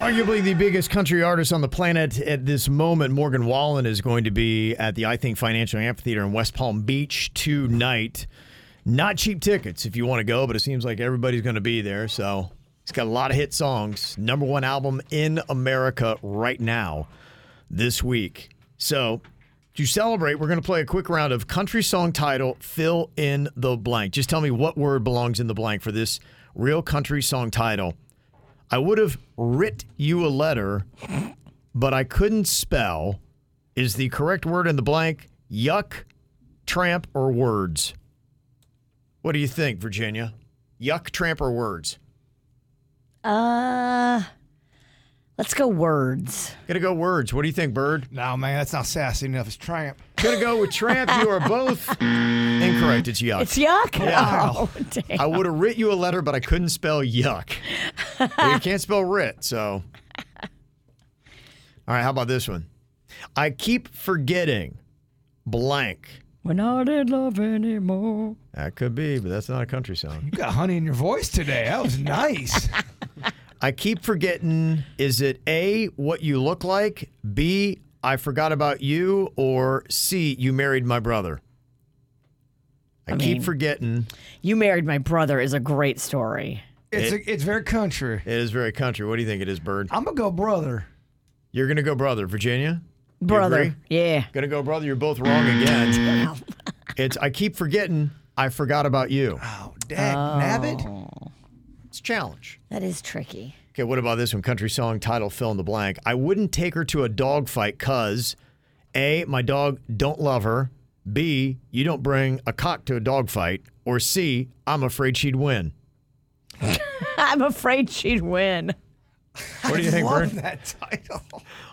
Speaker 4: Arguably the biggest country artist on the planet at this moment, Morgan Wallen, is going to be at the I Think Financial Amphitheater in West Palm Beach tonight. Not cheap tickets if you want to go, but it seems like everybody's going to be there. So he's got a lot of hit songs. Number one album in America right now this week. So to celebrate, we're going to play a quick round of country song title fill in the blank. Just tell me what word belongs in the blank for this real country song title. I would have writ you a letter, but I couldn't spell. Is the correct word in the blank yuck, tramp, or words? What do you think, Virginia? Yuck, tramp, or words?
Speaker 6: Uh, let's go words.
Speaker 4: Gonna go words. What do you think, Bird?
Speaker 5: No, man, that's not sassy enough. It's tramp.
Speaker 4: Gonna go with tramp. You are
Speaker 6: (laughs)
Speaker 4: both incorrect. It's (laughs) yuck.
Speaker 6: It's yuck.
Speaker 4: Yeah.
Speaker 5: (laughs)
Speaker 6: Oh, damn.
Speaker 4: I would have writ you a letter, but I couldn't spell yuck. well, you can't spell writ, so. All right, how about this one? I keep forgetting blank.
Speaker 6: We're not in love anymore.
Speaker 4: That could be, but that's not a country song.
Speaker 5: You got honey in your voice today. That was nice.
Speaker 4: (laughs) I keep forgetting is it A, what you look like, B, I forgot about you, or C, you married my brother? I, keep
Speaker 6: mean-
Speaker 4: forgetting.
Speaker 6: You married my brother is a great story.
Speaker 5: it's a, it's very country.
Speaker 4: It is very country. What do you think it is, Bird?
Speaker 5: I'm gonna go brother.
Speaker 4: You're going to go brother, Virginia? agree?
Speaker 6: Brother. Yeah.
Speaker 4: Gonna go, brother. You're both wrong again. it's I keep forgetting. I forgot about you.
Speaker 5: Oh, dag nabbit.
Speaker 4: It's a challenge.
Speaker 6: That is tricky.
Speaker 4: Okay, what about this one? Country song title fill in the blank. I wouldn't take her to a dog fight cause A, my dog don't love her. B, you don't bring a cock to a dog fight. Or C, I'm afraid she'd win.
Speaker 6: (laughs) I'm afraid she'd win.
Speaker 4: What do you think,
Speaker 5: Love
Speaker 4: Vern?
Speaker 5: that title.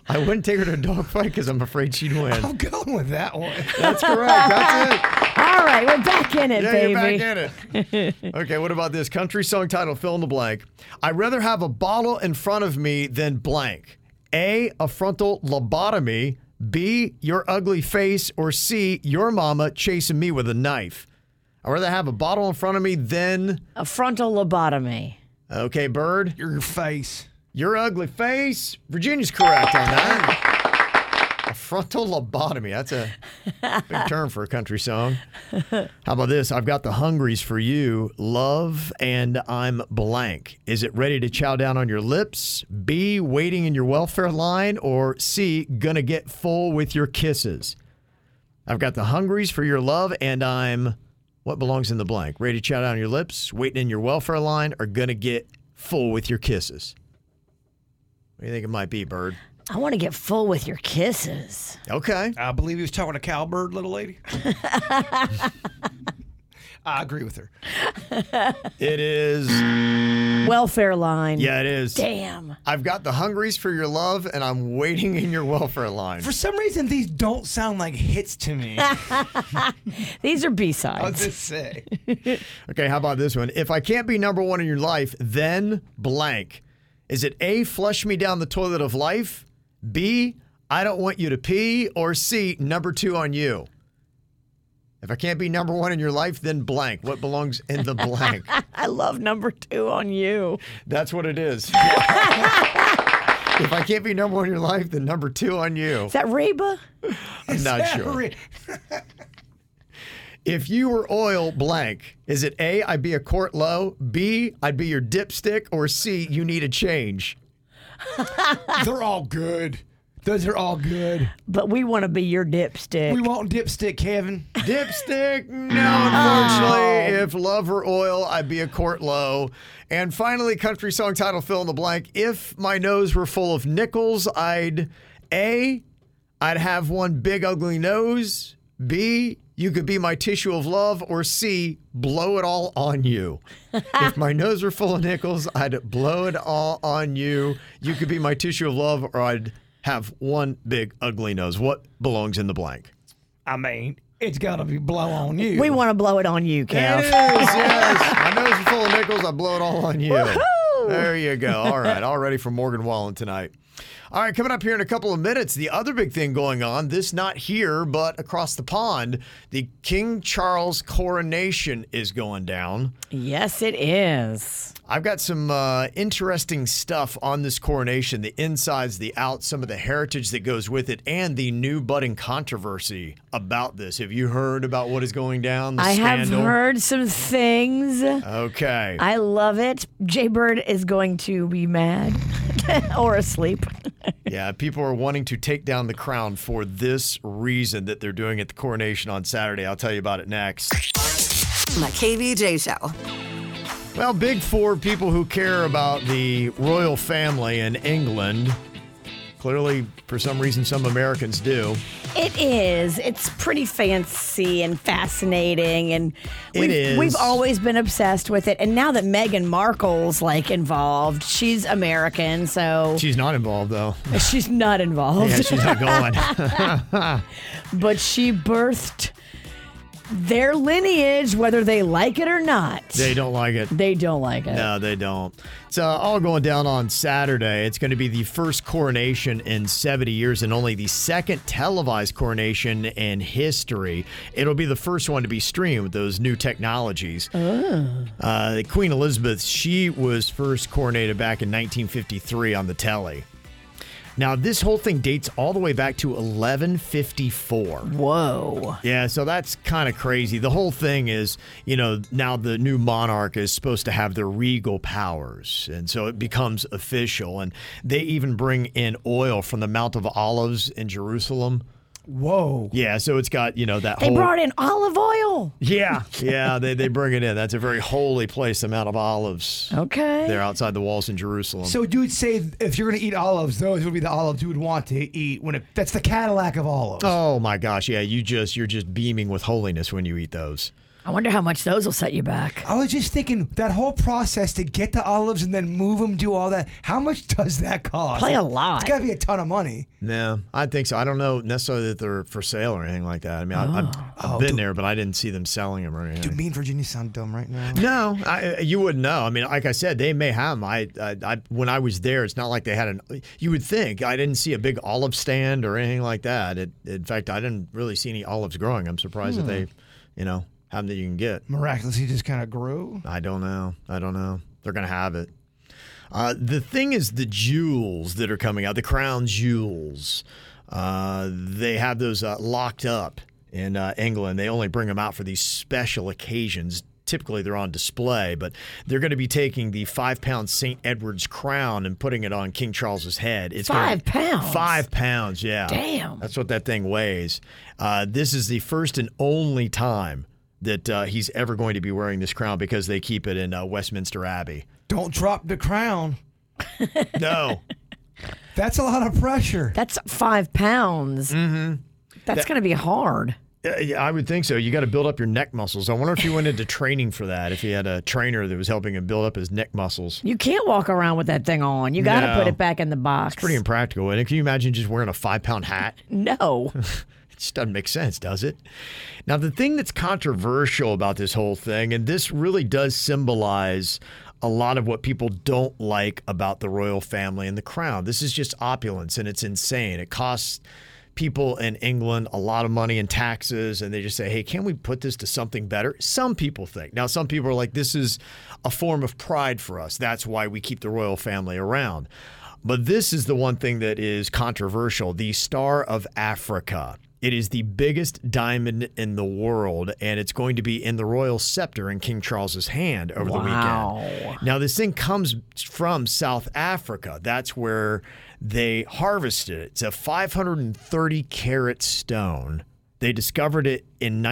Speaker 4: I wouldn't take her to a dog fight because I'm afraid she'd win.
Speaker 5: I'm going with that one. (laughs)
Speaker 4: That's correct. That's it.
Speaker 6: All right, we're back in it,
Speaker 4: Yeah,
Speaker 6: baby.
Speaker 4: you're back in
Speaker 6: (laughs)
Speaker 4: it. okay, what about this country song title? Fill in the blank. I'd rather have a bottle in front of me than blank. A. A frontal lobotomy. B. Your ugly face. Or C. Your mama chasing me with a knife. I'd rather have a bottle in front of me than.
Speaker 6: A frontal lobotomy.
Speaker 4: Okay, Bird.
Speaker 5: Your face.
Speaker 4: Your ugly face. Virginia's correct on that.
Speaker 6: (laughs)
Speaker 4: A frontal lobotomy. That's a big term for a country song. How about this? I've got the hungries for you. Love and I'm blank. Is it ready to chow down on your lips? B, waiting in your welfare line? Or C, gonna get full with your kisses? I've got the hungries for your love and I'm what belongs in the blank? Ready to chow down on your lips? Waiting in your welfare line? Or gonna get full with your kisses? What do you think it might be, Bird?
Speaker 6: I want to get full with your (laughs) kisses.
Speaker 4: Okay.
Speaker 5: I believe he was talking to cowbird, little lady.
Speaker 6: (laughs)
Speaker 5: I agree
Speaker 4: (laughs)
Speaker 5: with her.
Speaker 4: It is.
Speaker 6: Welfare line.
Speaker 4: Yeah, it is.
Speaker 6: Damn.
Speaker 4: I've got the hungries for your love, and I'm waiting in your welfare line.
Speaker 5: For some reason, these don't sound like hits to me. I'll
Speaker 6: (laughs) These are B sides.
Speaker 5: just say.
Speaker 4: Okay, how about this one? If I can't be number one in your life, then blank. Is it A, flush me down the toilet of life? B, I don't want you to pee? Or C, number two on you? If I can't be number one in your life, then blank. What belongs in the blank?
Speaker 6: (laughs) I love number two on you.
Speaker 4: That's what it
Speaker 6: (laughs)
Speaker 4: is. if I can't be number one in your life, then number two on you.
Speaker 6: Is that Reba?
Speaker 4: I'm not sure. (laughs) If you were oil blank, is it A, I'd be a court low, B, I'd be your dipstick, or C, you need a change?
Speaker 5: (laughs) They're all good. Those are all good.
Speaker 6: But we want to be your dipstick.
Speaker 5: We want dipstick, Kevin.
Speaker 4: Dipstick? No, unfortunately.
Speaker 6: Oh.
Speaker 4: If love were oil, I'd be a court low. And finally, country song title fill in the blank. If my nose were full of nickels, I'd A, I'd have one big ugly nose, B, you could be my tissue of love, or C, blow it all on
Speaker 6: (laughs)
Speaker 4: you. if my nose were full of nickels, I'd blow it all on you. You could be my tissue of love, or I'd have one big ugly nose. What belongs in the blank?
Speaker 5: I mean, it's gotta be blow on you.
Speaker 6: We want to blow it on you,
Speaker 4: It is,
Speaker 6: Kev.
Speaker 5: (laughs)
Speaker 4: yes. My nose
Speaker 6: (laughs)
Speaker 4: is full of nickels. I blow it all on you. There you go. All right. All ready for Morgan Wallen tonight. All right, coming up here in a couple of minutes, the other big thing going on, this not here, but across the pond, the King Charles coronation is going down.
Speaker 6: Yes, it is.
Speaker 4: I've got some uh, interesting stuff on this coronation the insides, the outs, some of the heritage that goes with it, and the new budding controversy about this. Have you heard about what is going down? The
Speaker 6: I have
Speaker 4: scandal?
Speaker 6: heard some things.
Speaker 4: Okay.
Speaker 6: I love it. Jay Bird is going to be mad (laughs) or asleep.
Speaker 4: Yeah, people are wanting to take down the crown for this reason that they're doing at the coronation on Saturday. I'll tell you about it next.
Speaker 7: My KVJ show.
Speaker 4: Well, big for people who care about the royal family in England. Clearly, for some reason, some Americans do.
Speaker 6: It is. It's pretty fancy and fascinating, and
Speaker 4: It
Speaker 6: we've,
Speaker 4: is.
Speaker 6: we've always been obsessed with it. And now that Meghan Markle's like involved, she's American, so
Speaker 4: She's not involved, though.
Speaker 6: she's not involved.
Speaker 4: Yeah, she's not going.
Speaker 6: (laughs) but she birthed their lineage, whether they like it or not.
Speaker 4: they don't like it.
Speaker 6: They don't like it.
Speaker 4: No, they don't. It's uh, all going down on Saturday. It's going to be the first coronation in 70 years and only the second televised coronation in history. It'll be the first one to be streamed with those new technologies.
Speaker 6: Oh.
Speaker 4: Uh, Queen Elizabeth, she was first coronated back in 1953 on the telly. Now, this whole thing dates all the way back to 1154.
Speaker 6: Whoa.
Speaker 4: Yeah, so that's kind of crazy. The whole thing is, you know, now the new monarch is supposed to have their regal powers. And so it becomes official. And they even bring in oil from the Mount of Olives in Jerusalem.
Speaker 5: Whoa.
Speaker 4: Yeah, so it's got, you know, that
Speaker 6: They
Speaker 4: whole.
Speaker 6: brought in olive oil.
Speaker 4: (laughs) yeah, yeah, they, they bring it in. That's a very holy place, the Mount of Olives.
Speaker 6: Okay.
Speaker 4: They're outside the walls in Jerusalem.
Speaker 5: So, dude, say if you're gonna eat olives, those would be the olives you would want to eat when it. That's the Cadillac of olives.
Speaker 4: oh my gosh, yeah, you just, you're just beaming with holiness when you eat those.
Speaker 6: I wonder how much those will set you back.
Speaker 5: I was just thinking that whole process to get the olives and then move them, do all that. How much does that cost?
Speaker 6: Play a lot.
Speaker 5: It's got to be a ton of money.
Speaker 4: No, I think so. I don't know necessarily that they're for sale or anything like that. I mean, I, I've,
Speaker 6: Oh.
Speaker 4: I've been there, but I didn't see them selling them or
Speaker 5: Dude,
Speaker 4: anything.
Speaker 5: me and Virginia sound dumb right now.
Speaker 4: No, I, you wouldn't know. I mean, like I said, they may have them. I, I, I, when I was there, it's not like they had an. You would think I didn't see a big olive stand or anything like that. It, in fact, I didn't really see any olives growing. I'm surprised
Speaker 6: Hmm.
Speaker 4: that they, you know, have them that you can get.
Speaker 5: Miraculously, just kind of grew.
Speaker 4: I don't know. I don't know. They're going to have it. Uh, the thing is, the jewels that are coming out, the crown jewels, uh, they have those uh, locked up in uh, England. They only bring them out for these special occasions. Typically, they're on display, but they're going to be taking the five pound St. Edward's crown and putting it on King Charles's head. It's gonna-
Speaker 6: Five pounds?
Speaker 4: Five pounds, yeah.
Speaker 6: Damn.
Speaker 4: That's what that thing weighs. Uh, this is the first and only time that uh, he's ever going to be wearing this crown because they keep it in uh, Westminster Abbey.
Speaker 5: Don't drop the crown.
Speaker 4: No.
Speaker 5: (laughs) That's a lot of pressure.
Speaker 6: That's five pounds. Mm-hmm. That's going to be hard.
Speaker 4: Yeah, yeah, I would think so. You got to build up your neck muscles. I wonder if he went into training for that, if he had a trainer that was helping him build up his neck muscles.
Speaker 6: You can't walk around with that thing on. You got to
Speaker 4: No.
Speaker 6: put it back in the box.
Speaker 4: Pretty impractical. And can you imagine just wearing a five pound hat?
Speaker 6: (laughs) no.
Speaker 4: (laughs) It just doesn't make sense, does it? Now, the thing that's controversial about this whole thing, and this really does symbolize a lot of what people don't like about the royal family and the crown. This is just opulence, and it's insane. It costs people in England a lot of money in taxes, and they just say, hey, can we put this to something better? Some people think. Now, some people are like, this is a form of pride for us. That's why we keep the royal family around. But this is the one thing that is controversial the Star of Africa. It is the biggest diamond in the world, and it's going to be in the royal scepter in King Charles's hand over the weekend. Now, this thing comes from South Africa. That's where they harvested it. It's a 530 carat stone. They discovered it in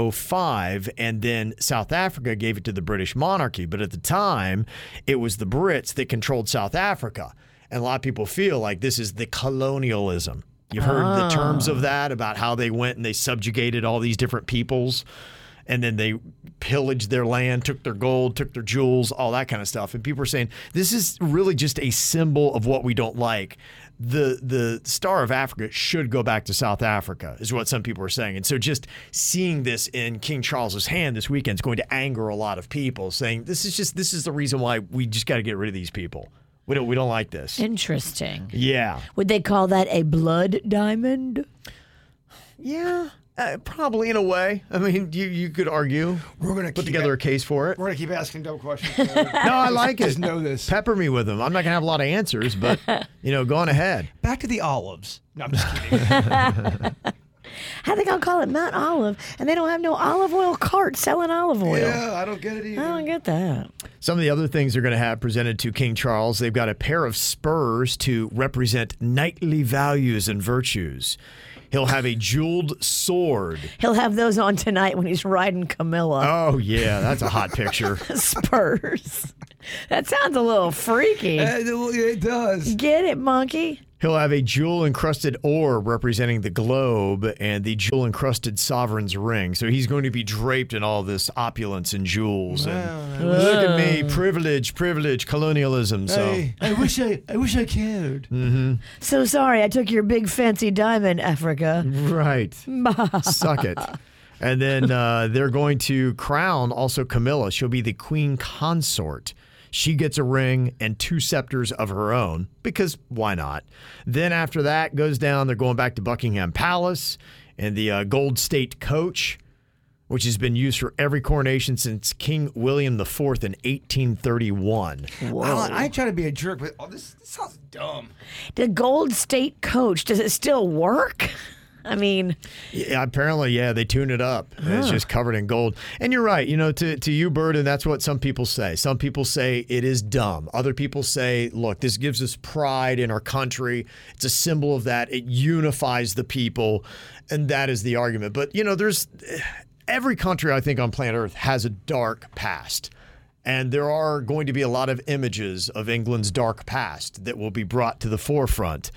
Speaker 4: 1905, and then South Africa gave it to the British monarchy. But at the time, it was the Brits that controlled South Africa. And a lot of people feel like this is the colonialism. You've heard the terms of that about how they went and they subjugated all these different peoples, and then they pillaged their land, took their gold, took their jewels, all that kind of stuff. And people are saying this is really just a symbol of what we don't like the the star of Africa should go back to South Africa is what some people are saying, and so just seeing this in King Charles's hand this weekend is going to anger a lot of people, saying this is just this is the reason why we just got to get rid of these people. We don't, we don't like this.
Speaker 6: Interesting.
Speaker 4: Yeah.
Speaker 6: Would they call that a blood diamond?
Speaker 4: Yeah. Uh, probably in a way. I mean, you, you could argue. We're going to put together a case for it.
Speaker 10: We're gonna keep asking dumb questions. (laughs)
Speaker 4: (laughs) No, I like it.
Speaker 10: Just know this.
Speaker 4: (laughs) Pepper me with them. I'm not going to have a lot of answers, (laughs) but, you know, go on (laughs) ahead.
Speaker 5: Back to the olives. No, I'm just kidding.
Speaker 10: (laughs)
Speaker 6: How they gonna call it Mount Olive and they don't have no olive oil cart selling olive oil?
Speaker 10: yeah, I don't get it
Speaker 6: I
Speaker 10: either.
Speaker 6: don't get that.
Speaker 4: Some of the other things they're going to have presented to King Charles, they've got a pair of spurs to represent knightly values and virtues. He'll have a jeweled (laughs) sword.
Speaker 6: He'll have those on tonight when he's riding Camilla.
Speaker 4: Oh, yeah, that's a hot (laughs) picture.
Speaker 6: (laughs) Spurs. that sounds a little freaky.
Speaker 10: Uh, It, it does.
Speaker 6: Get it, monkey?
Speaker 4: He'll have a jewel encrusted orb representing the globe and the jewel encrusted sovereign's ring. So he's going to be draped in all this opulence and jewels. And look at me, privilege, privilege, colonialism. So mm-hmm.
Speaker 10: Hey, I wish I, I wish I cared.
Speaker 6: So sorry, I took your big fancy diamond, Africa. (laughs)
Speaker 4: Right. Suck it. And then uh, they're going to crown also Camilla. She'll be the queen consort. She gets a ring and two scepters of her own because why not? Then after that goes down, they're going back to Buckingham Palace and the uh, Gold State Coach, which has been used for every coronation since King William IV in 1831.
Speaker 10: Alan, I ain't trying to be a jerk, but oh, this, this sounds dumb.
Speaker 6: The Gold State Coach, does it still work? I mean,
Speaker 4: Yeah, apparently, yeah, they tune it up. And It's just covered in gold. And you're right. You know, to, to you, Bird, and that's what some people say. Some people say it is dumb. Other people say, look, this gives us pride in our country. It's a symbol of that. It unifies the people. And that is the argument. But, you know, there's eh, every country, I think, on planet Earth has a dark past. And there are going to be a lot of images of England's dark past that will be brought to the forefront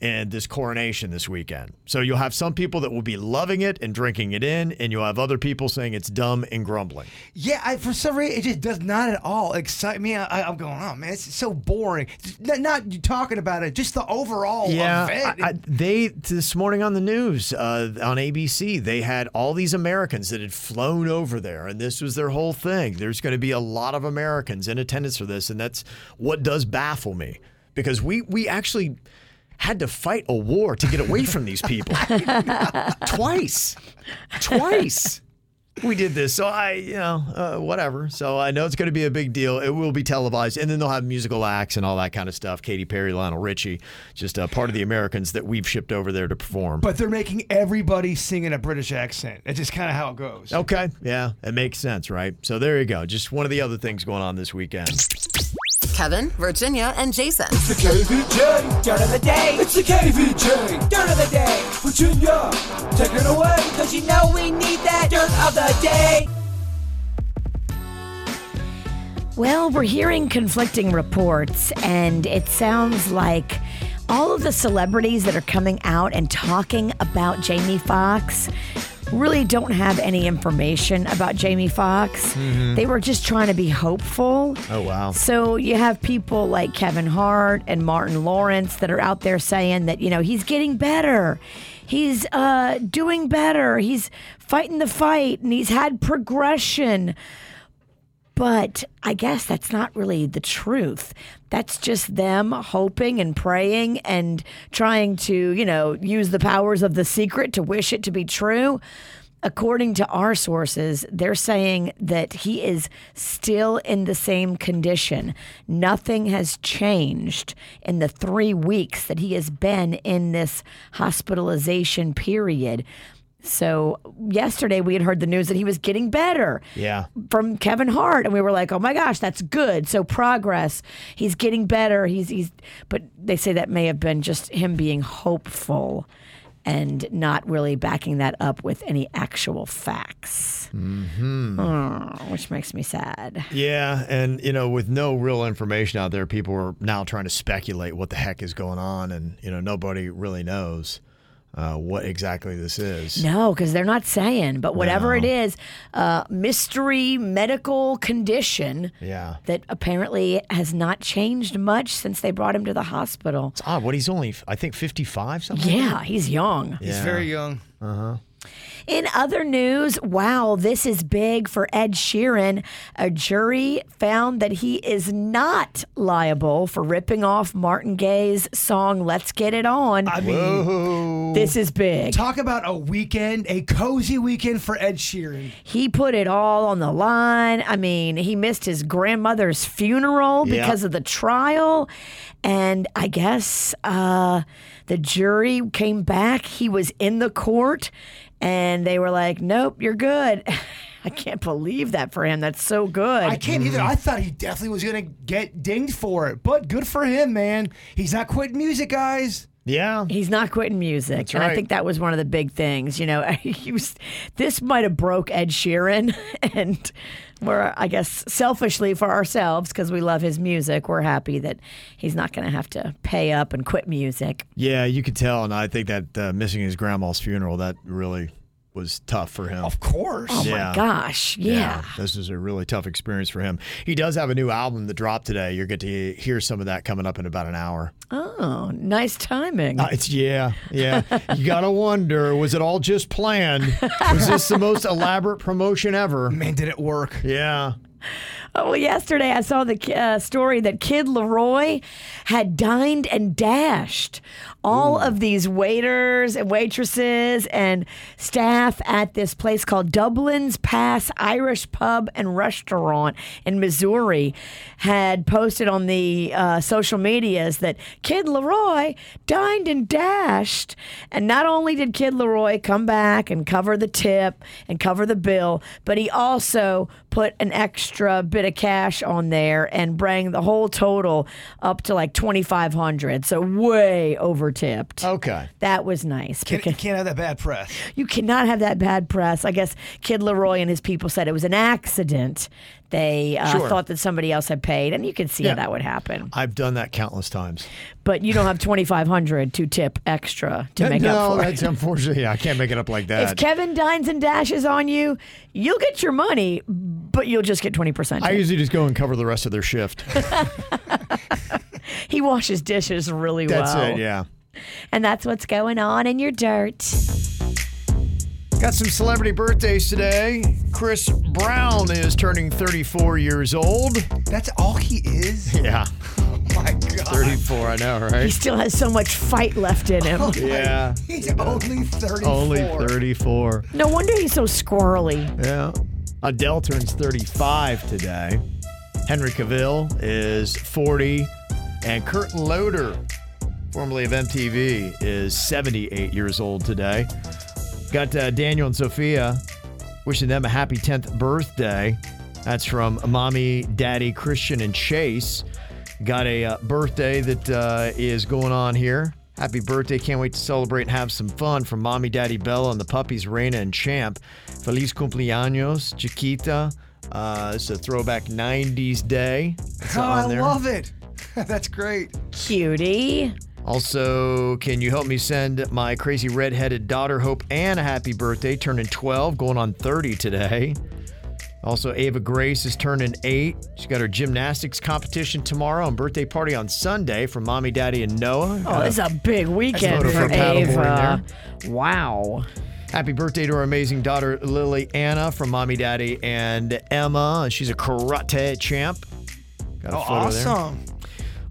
Speaker 4: in this coronation this weekend. So you'll have some people that will be loving it and drinking it in, and you'll have other people saying it's dumb and grumbling.
Speaker 10: Yeah, I, for some reason, it just does not at all excite me. I, I'm going, oh man, this is so boring. Not, not you talking about it, just the overall event.
Speaker 4: I, I, they this morning on the news uh, on ABC, they had all these Americans that had flown over there, and this was their whole thing. There's going to be a lot of Americans in attendance for this, and that's what does baffle me because we we actually had to fight a war to get away from these people (laughs) twice, twice. We did this, so I, you know, uh, whatever. So I know it's going to be a big deal. It will be televised, and then they'll have musical acts and all that kind of stuff. Katy Perry, Lionel Richie, just uh, part of the Americans that we've shipped over there to perform.
Speaker 10: but they're making everybody sing in a British accent. That's just kind of how it goes.
Speaker 4: okay, yeah, it makes sense, right? So there you go. Just one of the other things going on this weekend.
Speaker 7: Kevin, Virginia, and Jason.
Speaker 3: It's the KVJ. Dirt of the day. It's the KVJ. Dirt of the day. Virginia, take it away. Cause you know we need that dirt of the day.
Speaker 6: Well, we're hearing conflicting reports, and it sounds like all of the celebrities that are coming out and talking about Jamie Foxx really don't have any information about Jamie Foxx. They were just trying to be hopeful.
Speaker 4: Oh, wow.
Speaker 6: So you have people like Kevin Hart and Martin Lawrence that are out there saying that, you know, he's getting better. He's uh, doing better. He's fighting the fight and he's had progression. But I guess that's not really the truth. That's just them hoping and praying and trying to, you know, use the powers of the secret to wish it to be true. According to our sources, they're saying that he is still in the same condition. Nothing has changed in the three weeks that he has been in this hospitalization period. So, yesterday we had heard the news that he was getting better
Speaker 4: Yeah.
Speaker 6: from Kevin Hart, and we were like, "Oh my gosh, that's good." So progress. He's getting better. He's he's. But they say that may have been just him being hopeful, and not really backing that up with any actual facts.
Speaker 4: Mm-hmm. Hmm.
Speaker 6: Mm, which makes me sad.
Speaker 4: Yeah, and you know, with no real information out there, people are now trying to speculate what the heck is going on, and you know, nobody really knows uh, what exactly this is.
Speaker 6: No, because they're not saying. But whatever it is, uh, mystery medical condition
Speaker 4: Yeah.
Speaker 6: that apparently has not changed much since they brought him to the hospital.
Speaker 4: It's odd. What he's only, I think, fifty-five something.
Speaker 6: Yeah, he's young.
Speaker 10: He's
Speaker 4: Yeah.
Speaker 10: very young.
Speaker 4: Uh huh.
Speaker 6: In other news, wow, this is big for Ed Sheeran. A jury found that he is not liable for ripping off Martin Gaye's song Let's Get It On. I
Speaker 10: mean,
Speaker 6: this is big.
Speaker 10: Talk about a weekend, a cozy weekend for Ed Sheeran.
Speaker 6: He put it all on the line. I mean, he missed his grandmother's funeral
Speaker 10: Yeah.
Speaker 6: because of the trial. And I guess uh, the jury came back. He was in the court and they were like, nope, you're good. (laughs) I can't believe that for him. That's so good.
Speaker 10: I can't either. I thought he definitely was gonna get dinged for it, but good for him, man. He's not quitting music, (laughs) guys.
Speaker 4: Yeah.
Speaker 6: He's not quitting music.
Speaker 10: That's
Speaker 6: and I
Speaker 10: right.
Speaker 6: think that was one of the big things. You know, (laughs) he was, this might have broke Ed Sheeran. (laughs) And we're, I guess, selfishly for ourselves, because we love his music, we're happy that he's not going to have to pay up and quit music.
Speaker 4: Yeah, you could tell, and I think that uh, missing his grandma's funeral that really was tough for him. Of
Speaker 10: course.
Speaker 6: Oh my gosh, yeah.
Speaker 4: This is a really tough experience for him. He does have a new album that dropped today. You're going to hear some of that coming up in about an hour.
Speaker 6: Oh, nice timing. (laughs)
Speaker 4: Uh, it's yeah, yeah. You gotta wonder, was it all just planned? Was this the most elaborate promotion ever? Man,
Speaker 10: did it work?
Speaker 4: Yeah.
Speaker 6: Oh, (laughs) well, yesterday I saw the ki- uh, story that Kid Leroy had dined and dashed all of these waiters and waitresses and staff at this place called Dublin's Pass Irish Pub and Restaurant in Missouri had posted on the uh, social medias that Kid Leroy dined and dashed. And not only did Kid Leroy come back and cover the tip and cover the bill, but he also put an extra bit of cash on there and bring the whole total up to like 2500 So way over tipped.
Speaker 4: Okay.
Speaker 6: That was nice.
Speaker 10: Can't,
Speaker 6: because-
Speaker 10: can't have that bad press.
Speaker 6: you cannot have that bad press. I guess Kid Leroy and his people said it was an accident. They uh,
Speaker 4: Sure.
Speaker 6: thought that somebody else had paid, and you could see
Speaker 4: Yeah.
Speaker 6: how that would happen.
Speaker 4: I've done that countless times.
Speaker 6: But you don't have twenty five hundred to tip extra to make
Speaker 4: no,
Speaker 6: up for
Speaker 4: that's
Speaker 6: it.
Speaker 4: unfortunately. Yeah, I can't make it up like that.
Speaker 6: (laughs) If Kevin dines and dashes on you, you'll get your money, but you'll just get twenty percent.
Speaker 4: I usually just go and cover the rest of their shift.
Speaker 6: He washes dishes really
Speaker 4: That's
Speaker 6: well.
Speaker 4: it. Yeah.
Speaker 6: And that's what's going on in your dirt.
Speaker 4: Got some celebrity birthdays today. Chris Brown is turning 34 years old.
Speaker 10: That's all he is?
Speaker 4: (laughs) Yeah. Oh
Speaker 10: My God.
Speaker 4: 34, I know, right?
Speaker 6: He still has so much fight left
Speaker 4: (laughs)
Speaker 6: in him.
Speaker 4: Yeah.
Speaker 10: He's only 34.
Speaker 4: Only 34.
Speaker 6: No wonder he's so squirrely.
Speaker 4: Yeah. Adele turns 35 today. Henry Cavill is 40. And Kurt Loder, formerly of MTV, is 78 years old today. Got uh, Daniel and Sophia wishing them a happy 10th birthday. That's from Mommy, Daddy, Christian, and Chase. Got a uh, birthday that uh, is going on here. Happy birthday. Can't wait to celebrate and have some fun from Mommy, Daddy, Bella, and the puppies, Reina and Champ. Feliz cumpleaños, Chiquita. Uh, it's a throwback 90s day. It's
Speaker 10: Oh,
Speaker 4: on
Speaker 10: I
Speaker 4: there.
Speaker 10: love it. (laughs) That's great.
Speaker 6: Cutie.
Speaker 4: Also, can you help me send my crazy redheaded daughter Hope Ann a happy birthday? Turning 12, going on 30 today. Also, Ava Grace is turning eight. She's got her gymnastics competition tomorrow and birthday party on Sunday from Mommy, Daddy, and Noah.
Speaker 6: Oh, it's a big weekend
Speaker 4: photo
Speaker 6: for
Speaker 4: for paddleboarding
Speaker 6: Ava. Wow.
Speaker 4: Happy birthday to our amazing daughter Lily Anna from Mommy, Daddy, and Emma. She's a karate champ. Got a
Speaker 10: Oh,
Speaker 4: photo there.
Speaker 10: awesome.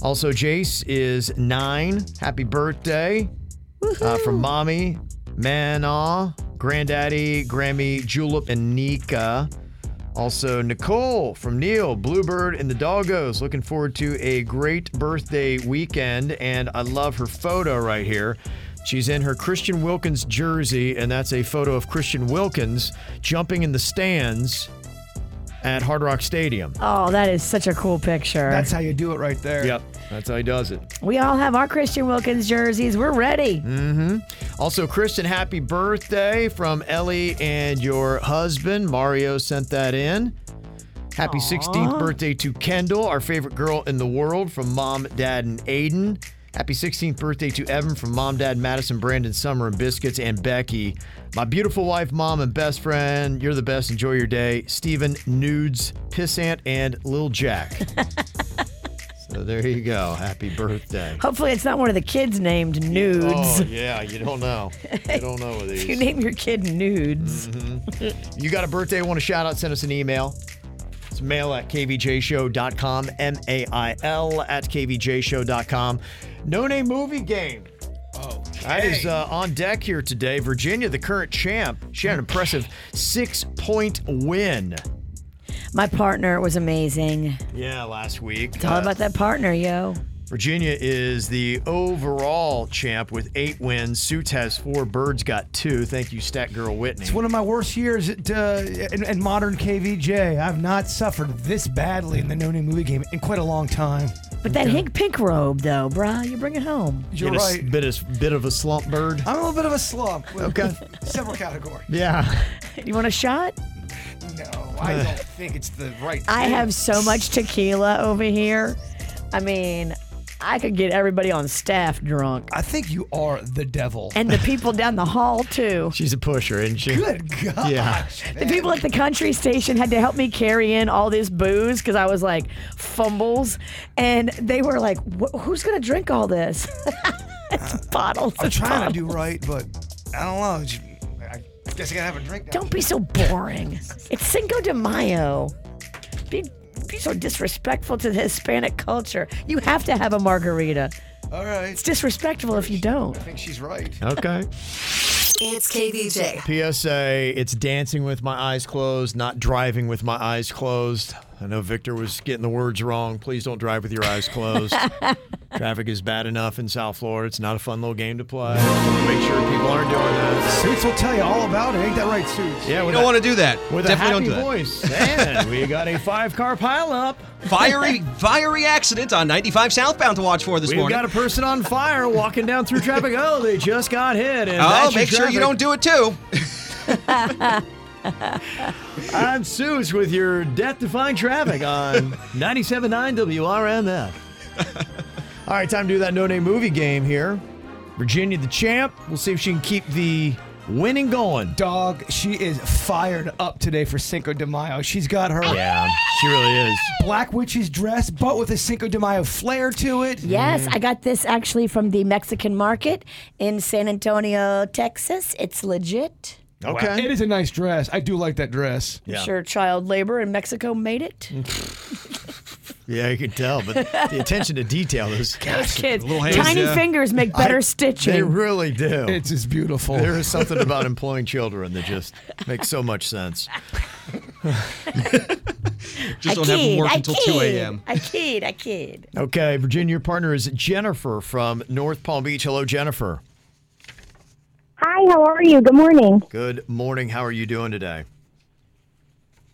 Speaker 4: Also, Jace is nine. Happy birthday uh, from mommy, Manaw, granddaddy, Grammy, Julep, and Nika. Also, Nicole from Neil, Bluebird, and the Doggos. Looking forward to a great birthday weekend. And I love her photo right here. She's in her Christian Wilkins jersey, and that's a photo of Christian Wilkins jumping in the stands at Hard Rock Stadium.
Speaker 6: Oh, that is such a cool picture.
Speaker 4: That's
Speaker 10: how you do it right there.
Speaker 4: Yep, that's how he does it.
Speaker 6: We all have our Christian Wilkins jerseys. We're ready.
Speaker 4: Mm-hmm. Also, Kristen, happy birthday from Ellie and your husband. Mario sent that in. Happy 16th birthday to Kendall, our favorite girl in the world, from Mom, Dad, and Aiden. Happy 16th birthday to Evan from Mom, Dad, Madison, Brandon, Summer, and Biscuits, and Becky. My beautiful wife, mom, and best friend. You're the best. Enjoy (laughs) your day. Stephen, Nudes, Pissant, and Lil Jack. so So there you go. Happy birthday.
Speaker 6: Hopefully, it's not one of the kids named Nudes.
Speaker 4: Oh yeah, you don't know. Mm. You don't know with these.
Speaker 6: (laughs)
Speaker 4: Mm-hmm.
Speaker 6: If you name your kid Nudes.
Speaker 4: You got a birthday, want a shout out, send us an email. It's mail at kvjshow.com, M A I L at kvjshow.com. No name movie game. Oh, that is uh, on deck here today. Virginia, the current champ, she had an impressive six point win.
Speaker 6: My partner was amazing.
Speaker 4: Yeah, last week.
Speaker 6: It's all
Speaker 4: Uh,
Speaker 6: about that partner, yo.
Speaker 4: Virginia is the overall champ with eight wins. Suits has four, Birds got two. Thank you, Stat Girl Whitney.
Speaker 10: It's one of my worst years at, uh, in, in modern KVJ. I've not suffered this badly in the no name movie game in quite a long time.
Speaker 6: But that Hank Pink robe, though, bruh, you bring it home.
Speaker 10: You're
Speaker 4: In a s-
Speaker 10: right.
Speaker 4: bit, of, bit of a slump bird.
Speaker 10: I'm a little bit of a
Speaker 4: (laughs)
Speaker 10: slump. With
Speaker 4: Okay.
Speaker 10: Several categories.
Speaker 4: Yeah.
Speaker 6: You want a shot?
Speaker 10: No, Oh, I don't think it's the right.
Speaker 6: I
Speaker 10: thing.
Speaker 6: have so much tequila over here. I mean, I could get everybody on staff drunk.
Speaker 10: I think you are the devil.
Speaker 6: And the people down the hall, too.
Speaker 4: She's a pusher, isn't she?
Speaker 10: Good God.
Speaker 4: Yeah.
Speaker 6: The people at the country station had to help me carry in all this booze because I was like fumbles, and they were like, "Wh- "Who's gonna drink all this?" (laughs) it's bottles.
Speaker 10: Uh, I'm
Speaker 6: and
Speaker 10: trying to do
Speaker 6: bottles.
Speaker 10: right, but I don't know. J- I guess I gotta have a drink now.
Speaker 6: Don't be so boring. It's Cinco de Mayo. Be, be so disrespectful to the Hispanic culture. You have to have a margarita.
Speaker 10: All right.
Speaker 6: It's disrespectful if you don't.
Speaker 10: I think she's right.
Speaker 4: Okay.
Speaker 7: It's KVJ.
Speaker 4: PSA, it's dancing with my eyes closed, not driving with my eyes closed. I know Victor was getting the words wrong. Please don't drive with your eyes closed. Traffic is bad enough in South Florida. It's not a fun little game to play. Make sure people aren't doing that.
Speaker 10: Suits will tell you all about it. Ain't that right, Suits?
Speaker 4: Yeah,
Speaker 11: You
Speaker 4: with
Speaker 11: don't
Speaker 4: a-
Speaker 11: want to do that.
Speaker 4: With
Speaker 11: Definitely
Speaker 4: a happy
Speaker 11: don't do (laughs)
Speaker 4: voice. And we got a five car pileup.
Speaker 11: that. Fiery, fiery accident on 95 southbound to watch for this
Speaker 4: We've
Speaker 11: morning.
Speaker 4: got a person on fire walking down through traffic. Oh, they just got hit. And
Speaker 11: oh,
Speaker 4: that's your
Speaker 11: make sure you
Speaker 4: traffic.
Speaker 11: don't do it too.
Speaker 4: (laughs)
Speaker 12: Ah.
Speaker 4: I'm Seuss with your Death Defying Traffic
Speaker 6: (laughs)
Speaker 4: on 97.9 WRMF. All right, time to do that no name movie game here. Virginia the champ. We'll see if she can keep the winning going.
Speaker 10: Dog, she is fired up today for Cinco de Mayo. She's got her
Speaker 4: Yeah, she really is.
Speaker 10: black witch's dress, but with a Cinco de Mayo flair to it.
Speaker 6: Yes,
Speaker 4: Mm.
Speaker 6: I got this actually from the Mexican market in San Antonio, Texas. It's legit.
Speaker 4: Okay.
Speaker 10: Wow, It is a nice dress. I do like that dress.
Speaker 4: Yeah. Mm.
Speaker 6: Sure, child labor in Mexico made it.
Speaker 4: Yeah, you can tell, but the attention to detail
Speaker 6: (laughs)
Speaker 4: is
Speaker 6: Those kids,
Speaker 11: little hands,
Speaker 6: tiny
Speaker 11: yeah.
Speaker 6: fingers make better
Speaker 4: (laughs) They
Speaker 6: stitching.
Speaker 4: really do.
Speaker 10: It's just beautiful.
Speaker 4: there is something about employing children that just makes so much
Speaker 6: (laughs)
Speaker 4: sense.
Speaker 6: I
Speaker 11: Just don't have them
Speaker 6: kid,
Speaker 11: work
Speaker 6: I
Speaker 11: until
Speaker 6: kid,
Speaker 11: 2 a.m.
Speaker 6: I kid, I kid.
Speaker 4: Okay, Virginia, your partner is Jennifer from North Palm Beach. Hello, Jennifer.
Speaker 13: Hi, how are you? Good morning.
Speaker 4: Good morning. How are you doing today?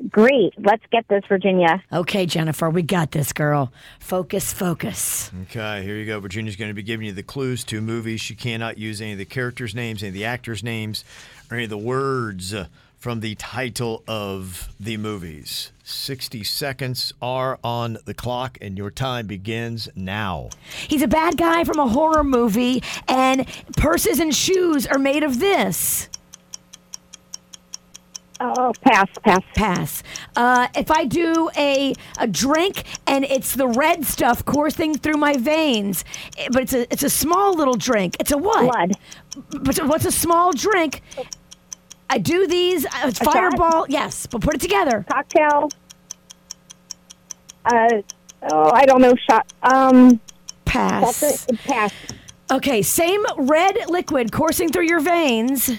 Speaker 13: Great. Let's get this, Virginia.
Speaker 6: Okay, Jennifer, we got this, girl. Focus, focus.
Speaker 4: Okay, here you go. Virginia's going to be giving you the clues to movies. She cannot use any of the characters' names, any of the actors' names, or any of the words uh, from the title of the movies. 60 seconds are on the clock, and your time begins now.
Speaker 6: He's a bad guy from a horror movie, and purses and shoes are made of this.
Speaker 13: Oh, pass, pass.
Speaker 6: Pass. Uh, if I do a a drink and it's the red stuff coursing through my veins, eh, but it's a it's a small little drink. It's a what?
Speaker 13: Blood.
Speaker 6: But what's a small drink? I do these. Uh, it's
Speaker 13: shot?
Speaker 6: fireball. Yes, but put it together.
Speaker 13: Cocktail. Uh, oh, I don't know. Shot. Um,
Speaker 6: Pass.
Speaker 13: that's it. Pass.
Speaker 6: Okay, same red liquid coursing through your veins.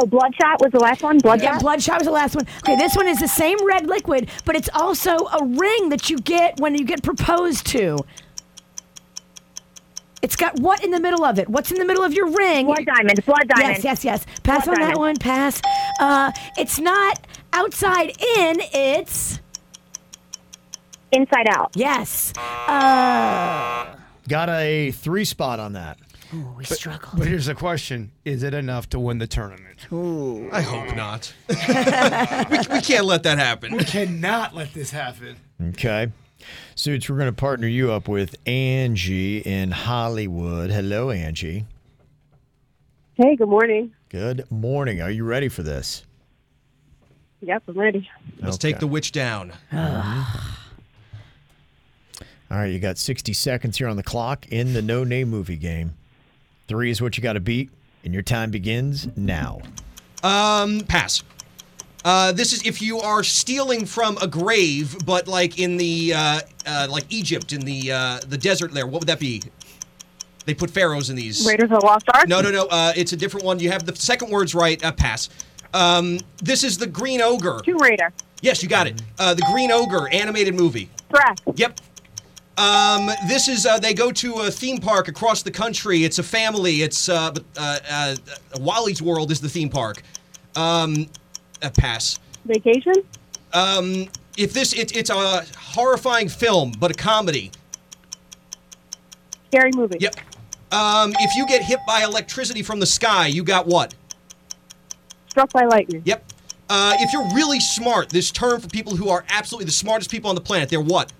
Speaker 13: Oh, bloodshot was the last one. Bloodshot.
Speaker 6: Yeah, bloodshot was the last one. Okay, this one is the same red liquid, but it's also a ring that you get when you get proposed to. It's got what in the middle of it? What's in the middle of your ring?
Speaker 13: blood diamond. Blood diamond.
Speaker 6: Yes, yes, yes. Pass
Speaker 13: Blood
Speaker 6: on that
Speaker 13: diamond.
Speaker 6: one. Pass. Uh, it's not outside in. It's
Speaker 13: Inside out.
Speaker 6: yes. Uh,
Speaker 4: Got a three spot on that.
Speaker 6: ooh, we struggled.
Speaker 10: But here's the question Is it enough to win the tournament?
Speaker 11: I hope
Speaker 10: (laughs)
Speaker 11: not. we, we can't let that happen.
Speaker 10: Cannot let this happen.
Speaker 4: Okay. Suits, we're going to partner you up with Angie in Hollywood. Hello, Angie.
Speaker 13: Hey, good morning.
Speaker 4: Good morning. Are you ready for this?
Speaker 13: Yep, I'm ready.
Speaker 11: Let's take the witch down.
Speaker 4: All right, you got 60 seconds here on the clock in the no name movie game. Three is what you got to beat, and your time begins now.
Speaker 12: Um, pass. Uh, this is if you are stealing from a grave, but like in the uh, uh, like Egypt in the uh, the desert there. What would that be? They put pharaohs in these.
Speaker 14: Raiders of the Lost Ark?
Speaker 12: No, no, no. Uh, it's a different one. You have the second words right. Uh, pass. Um, this is the Green Ogre.
Speaker 14: Tomb Raider.
Speaker 12: Yes, you got it. Uh, the Green Ogre animated movie.
Speaker 14: Breath.
Speaker 12: Yep. Um, this is uh, they go to a theme park across the country. It's a family. It's uh, but, uh, uh, Wally's World is the theme park. Um, uh, pass.
Speaker 14: Vacation?
Speaker 12: Um, if this it, it's a horrifying film, but a comedy.
Speaker 14: Scary movie.
Speaker 12: Yep. Um, if you get hit by electricity from the sky, you got what?
Speaker 14: Struck by lightning.
Speaker 12: Yep. Uh, if you're really smart, this term for people who are absolutely the smartest people on the planet, they're what?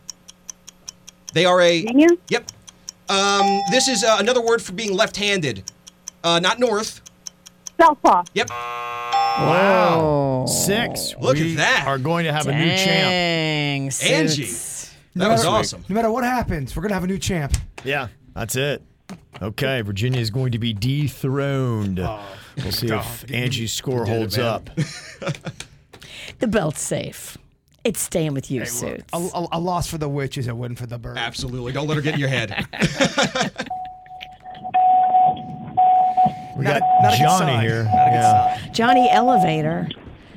Speaker 12: They are a. Yep. Um, this is uh, another word for being left-handed. Uh, not north.
Speaker 14: Southpaw.
Speaker 12: Yep.
Speaker 4: Wow. Six.
Speaker 12: Look
Speaker 4: we
Speaker 12: at that.
Speaker 4: Are going to have a new champ.
Speaker 5: six.
Speaker 12: Angie. That was awesome.
Speaker 5: No matter what happens, we're gonna have a new champ.
Speaker 4: Yeah, that's it. Okay, Virginia is going to be dethroned.
Speaker 5: Oh,
Speaker 4: we'll see if Angie's score holds up.
Speaker 6: The belt's safe. It's staying with you, Sue.
Speaker 5: A, a- a loss for the witch is a win for the bird.
Speaker 12: Absolutely. Don't let her get in your
Speaker 5: (laughs)
Speaker 12: head.
Speaker 4: We
Speaker 5: Not-
Speaker 4: got
Speaker 5: not a good
Speaker 4: Johnny
Speaker 5: sign.
Speaker 4: here.
Speaker 5: Not a good
Speaker 4: Yeah.
Speaker 6: Johnny Elevator.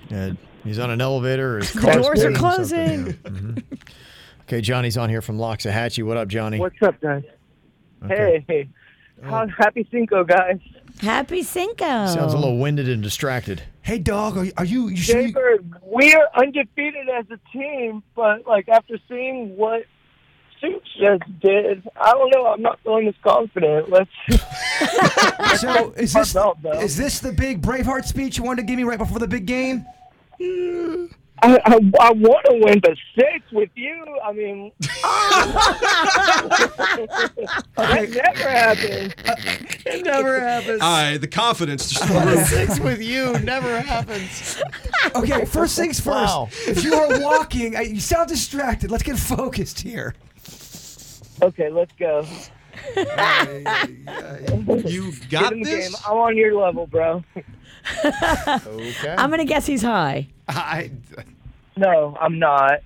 Speaker 4: Yeah, He's on an elevator. Or his
Speaker 6: The
Speaker 4: car's
Speaker 6: doors are
Speaker 4: moving or something.
Speaker 6: closing. (laughs)
Speaker 4: Okay, Johnny's on here from Loxahatchee. What up, Johnny?
Speaker 3: What's up, guys? Hey, how, happy Cinco, guys.
Speaker 6: Happy Cinco.
Speaker 4: Sounds a little winded and distracted.
Speaker 5: Hey, dog, are, are you? you sure you-
Speaker 3: Jaybird, we're undefeated as a team, but like after seeing what Suits just did, I don't know. I'm not feeling as confident. Let's. (laughs)
Speaker 5: (laughs) so is this
Speaker 3: though.
Speaker 5: is this the big Braveheart speech you wanted to give me right before the big game?
Speaker 3: I, I, I want to win, but six with you, I
Speaker 5: (laughs)
Speaker 3: mean, that never happens.
Speaker 5: (laughs) It never happens.
Speaker 12: I the confidence just through the
Speaker 4: (laughs)
Speaker 12: roof.
Speaker 4: Six with (laughs) you never happens.
Speaker 5: Okay, first things first.
Speaker 4: Wow.
Speaker 5: If you are walking, I- you sound distracted. Let's get focused here.
Speaker 3: Okay, let's go.
Speaker 12: You
Speaker 3: Get in the game. I'm on your level, bro.
Speaker 4: okay.
Speaker 6: I'm gonna guess he's high.
Speaker 5: I,
Speaker 3: No, I'm not.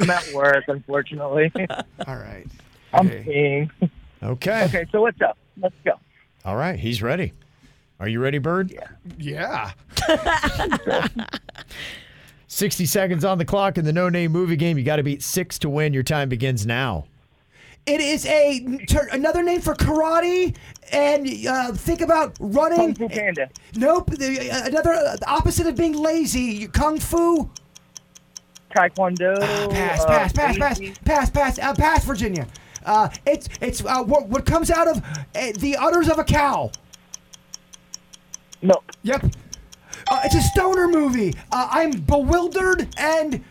Speaker 3: I'm at work, unfortunately.
Speaker 5: all right.
Speaker 3: I'm seeing.
Speaker 4: Okay.
Speaker 3: Okay, so what's up? Let's go.
Speaker 4: All right, he's ready. Are you ready, Bird? Yeah.
Speaker 6: (laughs)
Speaker 5: Yeah.
Speaker 4: 60 seconds on the clock in the no name movie game. You got to beat six to win. Your time begins now.
Speaker 5: It is a tur- another name for karate, and uh, think about running.
Speaker 3: Kung Fu Panda.
Speaker 5: Nope, the, uh, another uh, the opposite of being lazy. Kung Fu. Ah,
Speaker 3: Taekwondo.
Speaker 5: Pass,
Speaker 3: uh,
Speaker 5: pass, pass, pass,
Speaker 3: Aichi.
Speaker 5: pass, pass, uh, pass, Virginia. Uh, it's it's uh, what, what comes out of uh, the udders of a cow.
Speaker 3: Milk.
Speaker 5: Yep. Uh, it's a stoner movie. Uh, I'm bewildered and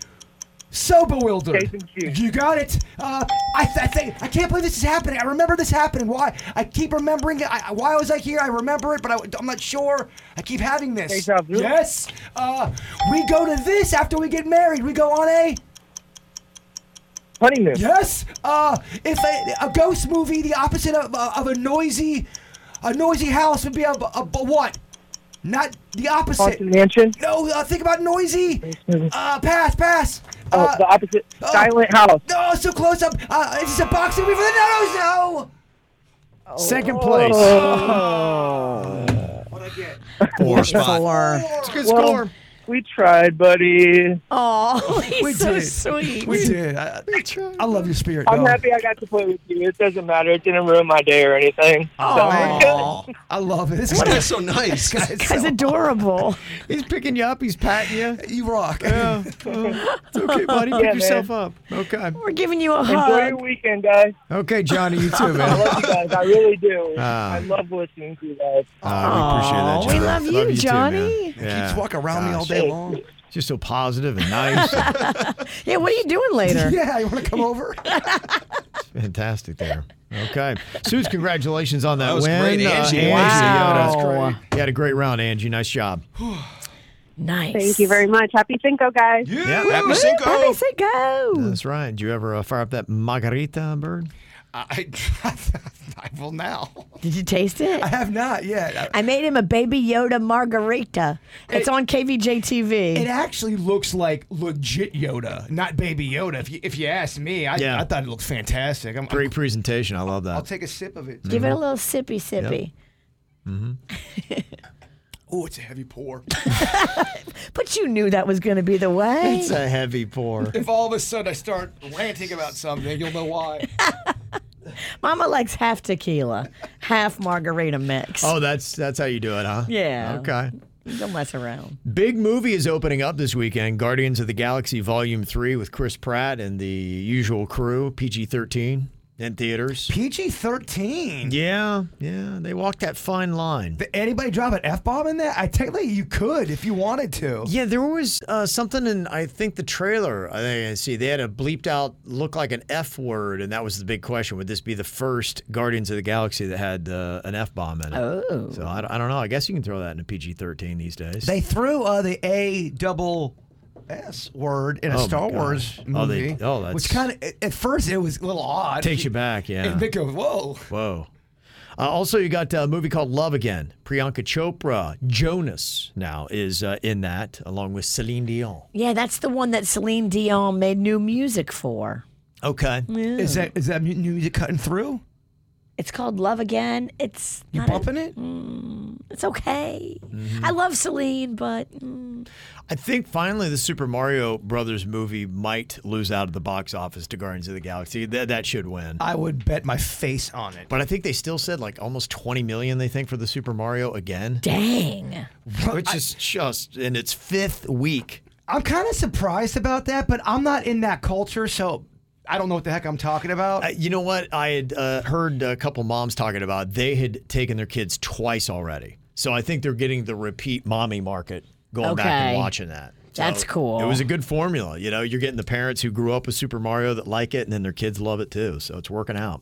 Speaker 5: so bewildered.
Speaker 3: Jason Hughes.
Speaker 5: You got it. Uh, I, th- I think I can't believe this is happening. I remember this happening. Why? I keep remembering it. I, I- why was I here? I remember it, but I, am not sure. I keep having this.
Speaker 3: Deja vu.
Speaker 5: Yes. Uh, we go to this after we get married. We go on a.
Speaker 3: Honeymoon.
Speaker 5: Yes. Uh, if a, a ghost movie, the opposite of, uh, of a noisy, a noisy house would be a, a, a what? Not the opposite.
Speaker 3: Haunted Mansion.
Speaker 5: No, uh, think about noisy. Uh, pass, pass.
Speaker 3: Oh,
Speaker 5: Uh,
Speaker 3: the opposite.
Speaker 5: uh,
Speaker 3: Silent House.
Speaker 5: No, so close up. Uh, is this a boxing movie for the no, no,
Speaker 3: Oh.
Speaker 4: Second place. Four spot.
Speaker 6: Oh. Four.
Speaker 4: (laughs) It's a good
Speaker 3: Well,
Speaker 4: score.
Speaker 3: We tried, buddy.
Speaker 6: Oh, (laughs) he's
Speaker 5: We
Speaker 6: so
Speaker 5: did.
Speaker 6: sweet.
Speaker 5: We did. I, I love your spirit.
Speaker 3: I'm
Speaker 5: dog.
Speaker 3: happy I got to play with you. It doesn't matter. It didn't ruin my day or anything. So we're good. (laughs)
Speaker 5: Aw. I love it. This
Speaker 12: Why is
Speaker 5: guy-
Speaker 12: that so nice?
Speaker 5: this guy's
Speaker 6: That's
Speaker 5: so-
Speaker 6: adorable.
Speaker 5: (laughs)
Speaker 4: He's picking you up. He's patting you.
Speaker 5: you rock. (laughs)
Speaker 4: Yeah. it's okay, buddy. Pick
Speaker 3: (laughs) Yeah,
Speaker 4: yourself
Speaker 3: man.
Speaker 4: up. Okay.
Speaker 6: We're giving you a
Speaker 3: Enjoy your
Speaker 6: hug.
Speaker 3: weekend, guys.
Speaker 4: Okay, Johnny. You too,
Speaker 3: (laughs) I
Speaker 4: man.
Speaker 3: love you guys. I really do.
Speaker 4: Ah.
Speaker 3: I love listening to
Speaker 13: (laughs)
Speaker 3: you guys.
Speaker 4: Uh, we appreciate that,
Speaker 6: Aw,
Speaker 4: Johnny.
Speaker 6: Oh, we love you,
Speaker 4: too,
Speaker 6: Johnny.
Speaker 4: man. yeah.
Speaker 5: Just walk around me all day long.
Speaker 4: Just so positive and nice.
Speaker 6: (laughs) Yeah, what are you doing later?
Speaker 5: (laughs) Yeah, you want to come over?
Speaker 4: Fantastic there. Okay. Suits, congratulations on that,
Speaker 12: That was
Speaker 4: win. Uh,
Speaker 12: great, Angie.
Speaker 4: Angie, yeah, that's
Speaker 6: Wow.
Speaker 4: great. You had a great round, Angie. Nice job.
Speaker 6: Nice.
Speaker 13: Thank you very much. Happy Cinco, guys.
Speaker 4: Happy Cinco.
Speaker 6: Happy Cinco.
Speaker 4: That's right. Did you ever uh, fire up that margarita bird?
Speaker 10: I, (laughs) I will now.
Speaker 6: Did you taste it? I
Speaker 10: have not yet.
Speaker 6: I made him a Baby Yoda margarita. It's
Speaker 10: It-
Speaker 6: on KVJ TV.
Speaker 10: It actually looks like legit Yoda, not Baby Yoda. If you, if you ask me, I,
Speaker 4: Yeah.
Speaker 10: I thought it looked fantastic. I'm,
Speaker 4: Great presentation. I love that.
Speaker 10: I'll take a sip of it. Mm-hmm.
Speaker 6: Give it a little sippy sippy.
Speaker 10: Oh, it's a heavy pour.
Speaker 6: But you knew that was going to be the way.
Speaker 4: It's a heavy pour.
Speaker 10: if all of a sudden I start ranting about something, you'll know why.
Speaker 6: Mama likes half tequila, half margarita mix.
Speaker 4: Oh, that's that's how you do it, huh?
Speaker 6: Yeah.
Speaker 4: Okay.
Speaker 6: Don't mess around.
Speaker 4: Big movie is opening up this weekend Guardians of the Galaxy Volume 3 with Chris Pratt and the usual crew, PG 13, in theaters.
Speaker 10: PG 13?
Speaker 4: Yeah, yeah. They walked that fine line.
Speaker 10: Did anybody drop an F bomb in there? I technically you could if you wanted to.
Speaker 4: Yeah, there was uh, something in, I think, the trailer. I think I see they had a bleeped out look like an F word, and that was the big question. Would this be the first Guardians of the Galaxy that had uh, an F bomb in it?
Speaker 6: Oh.
Speaker 4: So I, don't- I don't know. I guess you can throw that in a PG 13 these days.
Speaker 10: They threw uh, the A double S word in a
Speaker 4: Oh, my
Speaker 10: Star
Speaker 4: God.
Speaker 10: Wars
Speaker 4: Oh,
Speaker 10: movie.
Speaker 4: they- oh, that's-
Speaker 10: which kind of at first it was a little odd.
Speaker 4: Takes you back, yeah.
Speaker 10: And they go, whoa.
Speaker 4: Whoa. Uh, also, you got uh, a movie called Love Again. Priyanka Chopra, Jonas now is uh, in that, along with Celine Dion.
Speaker 6: Yeah, that's the one that Celine Dion made new music for.
Speaker 4: Okay.
Speaker 10: Is that is that mu- music cutting through?
Speaker 6: It's called Love Again. It's
Speaker 10: You
Speaker 6: not a- Mm,
Speaker 10: bumping it?
Speaker 6: it's okay.
Speaker 4: Mm-hmm.
Speaker 6: I love Celine, but mm,
Speaker 4: I think finally the Super Mario Brothers movie might lose out of the box office to Guardians of the Galaxy. Th- that should win.
Speaker 10: I would bet my face on it.
Speaker 4: But I think they still said like almost 20 million, they think, for the Super Mario again.
Speaker 6: dang.
Speaker 4: Which is just in its fifth week.
Speaker 10: I'm kind of surprised about that, but I'm not in that culture, so I don't know what the heck I'm talking about.
Speaker 4: Uh, you know what? I had uh, heard a couple moms talking about they had taken their kids twice already. So I think they're getting the repeat mommy market going back and
Speaker 6: Okay.
Speaker 4: watching that. So
Speaker 6: That's cool.
Speaker 4: It was a good formula. You know, you're getting the parents who grew up with Super Mario that like it, and then their kids love it too. So it's working out.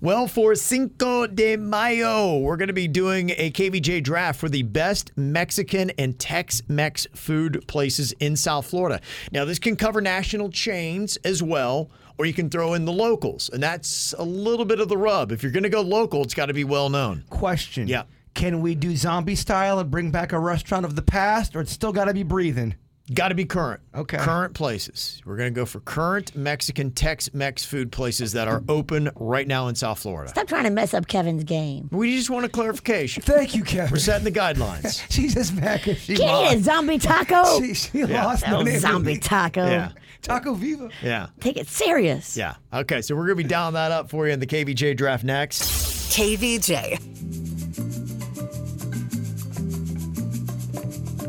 Speaker 4: Well, for Cinco de Mayo, we're going to be doing a KVJ draft for the best Mexican and Tex Mex food places in South Florida. Now, this can cover national chains as well, or you can throw in the locals. And that's a little bit of the rub. If you're going to go local, it's got to be well known.
Speaker 10: Question.
Speaker 4: Yeah.
Speaker 10: Can we do zombie style and bring back a restaurant of the past, or it's still got to be breathing?
Speaker 4: Got to be current.
Speaker 10: Okay.
Speaker 4: Current places. We're going to go for current Mexican Tex Mex food places that are open right now in South Florida.
Speaker 6: Stop trying to mess up Kevin's game.
Speaker 4: We just want a clarification.
Speaker 10: Thank you, Kevin.
Speaker 4: We're setting the
Speaker 10: (laughs)
Speaker 4: guidelines.
Speaker 10: Jesus, Mac, if she
Speaker 6: Get it,
Speaker 10: lost.
Speaker 6: zombie taco.
Speaker 10: She, she
Speaker 4: Yeah.
Speaker 10: lost
Speaker 6: That
Speaker 10: the
Speaker 6: was
Speaker 10: name.
Speaker 6: zombie taco.
Speaker 4: Yeah.
Speaker 10: Taco Viva.
Speaker 4: Yeah.
Speaker 6: Take it serious.
Speaker 4: Yeah. Okay. So we're going to be dialing that up for you in the KVJ draft next.
Speaker 7: KVJ.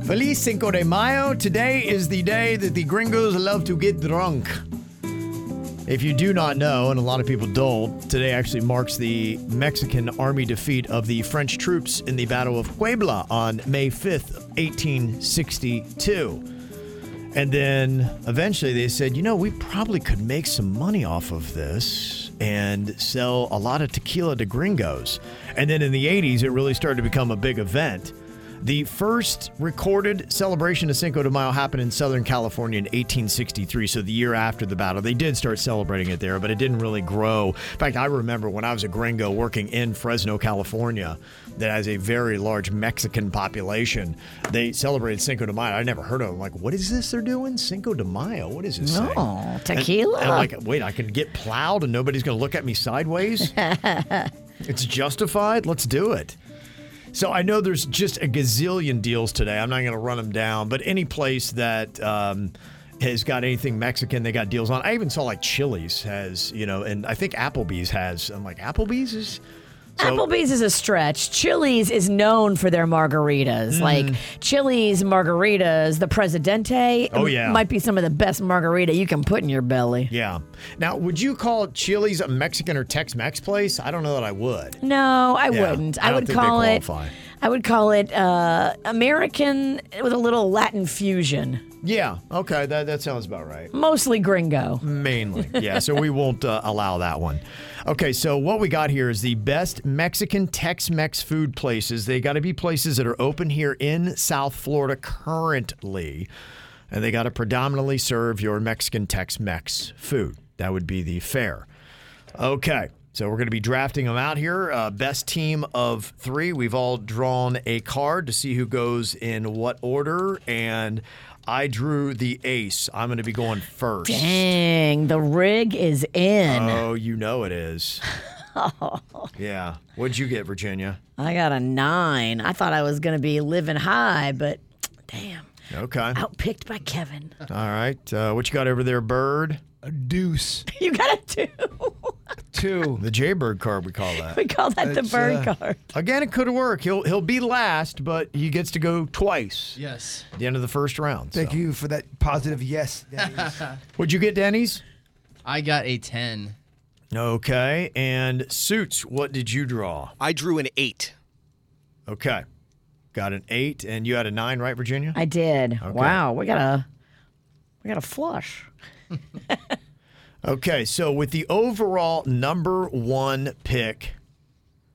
Speaker 4: Feliz Cinco de Mayo. Today is the day that the gringos love to get drunk. If you do not know, and a lot of people don't, today actually marks the Mexican army defeat of the French troops in the Battle of Puebla on May 5th, 1862. And then eventually they said, you know, we probably could make some money off of this and sell a lot of tequila to gringos. And then in the 80s, it really started to become a big event. The first recorded celebration of Cinco de Mayo happened in Southern California in 1863, so the year after the battle. They did start celebrating it there, but it didn't really grow. In fact, I remember when I was a gringo working in Fresno, California, that has a very large Mexican population. They celebrated Cinco de Mayo. I never heard of them. Like, what is this they're doing? Cinco de Mayo? What is this?
Speaker 6: No,
Speaker 4: thing?
Speaker 6: tequila.
Speaker 4: And, and like, wait, I can get plowed and nobody's going to look at me sideways? it's justified. Let's do it. So I know there's just a gazillion deals today. I'm not going to run them down, but any place that um, has got anything Mexican, they got deals on. I even saw like Chili's has, you know, and I think Applebee's has. I'm like, Applebee's is.
Speaker 6: Applebee's is a stretch. Chili's is known for their margaritas.
Speaker 4: Mm.
Speaker 6: Like Chili's margaritas, the Presidente
Speaker 4: Oh, yeah.
Speaker 6: might be some of the best margarita you can put in your belly.
Speaker 4: Yeah. Now, would you call Chili's a Mexican or Tex Mex place? I don't know that I would.
Speaker 6: No, I
Speaker 4: Yeah,
Speaker 6: wouldn't.
Speaker 4: I
Speaker 6: I,
Speaker 4: don't
Speaker 6: would
Speaker 4: think they
Speaker 6: call it.
Speaker 4: qualify.
Speaker 6: I would call it uh, American with a little Latin fusion,
Speaker 4: Yeah. Okay. That, that sounds about right.
Speaker 6: mostly gringo.
Speaker 4: Mainly. Yeah. So we won't uh, allow that one. Okay. So what we got here is the best Mexican Tex Mex food places. They got to be places that are open here in South Florida currently, and they got to predominantly serve your Mexican Tex Mex food. That would be the fair. Okay. So we're going to be drafting them out here. Uh, best team of three. We've all drawn a card to see who goes in what order. And I drew the ace. I'm going to be going first.
Speaker 6: Dang, the rig is in.
Speaker 4: Oh, you know it
Speaker 6: (laughs)
Speaker 4: is.
Speaker 6: Oh.
Speaker 4: Yeah. What'd you get, Virginia?
Speaker 6: I got a nine. I thought I was going to be living high, but
Speaker 4: Okay.
Speaker 6: outpicked by Kevin.
Speaker 4: All right. Uh, what you got over there, Bird? A deuce.
Speaker 6: (laughs) You got a two. (laughs)
Speaker 4: Two. The Jaybird card, we call that.
Speaker 6: We call that the
Speaker 4: It's,
Speaker 6: bird
Speaker 4: uh,
Speaker 6: card.
Speaker 4: Again, it could work. He'll he'll be last, but he gets to go twice.
Speaker 10: Yes.
Speaker 4: At the end of the first round.
Speaker 10: Thank you for that positive yes.
Speaker 4: What'd you get, Denny's?
Speaker 15: I got a 10.
Speaker 4: Okay. And Suits, what did you draw? I drew an eight. Okay. Got an eight, and you had a nine, right, Virginia?
Speaker 6: I did.
Speaker 4: Okay.
Speaker 6: Wow, we got a we got a flush.
Speaker 4: Okay, so with the overall number one pick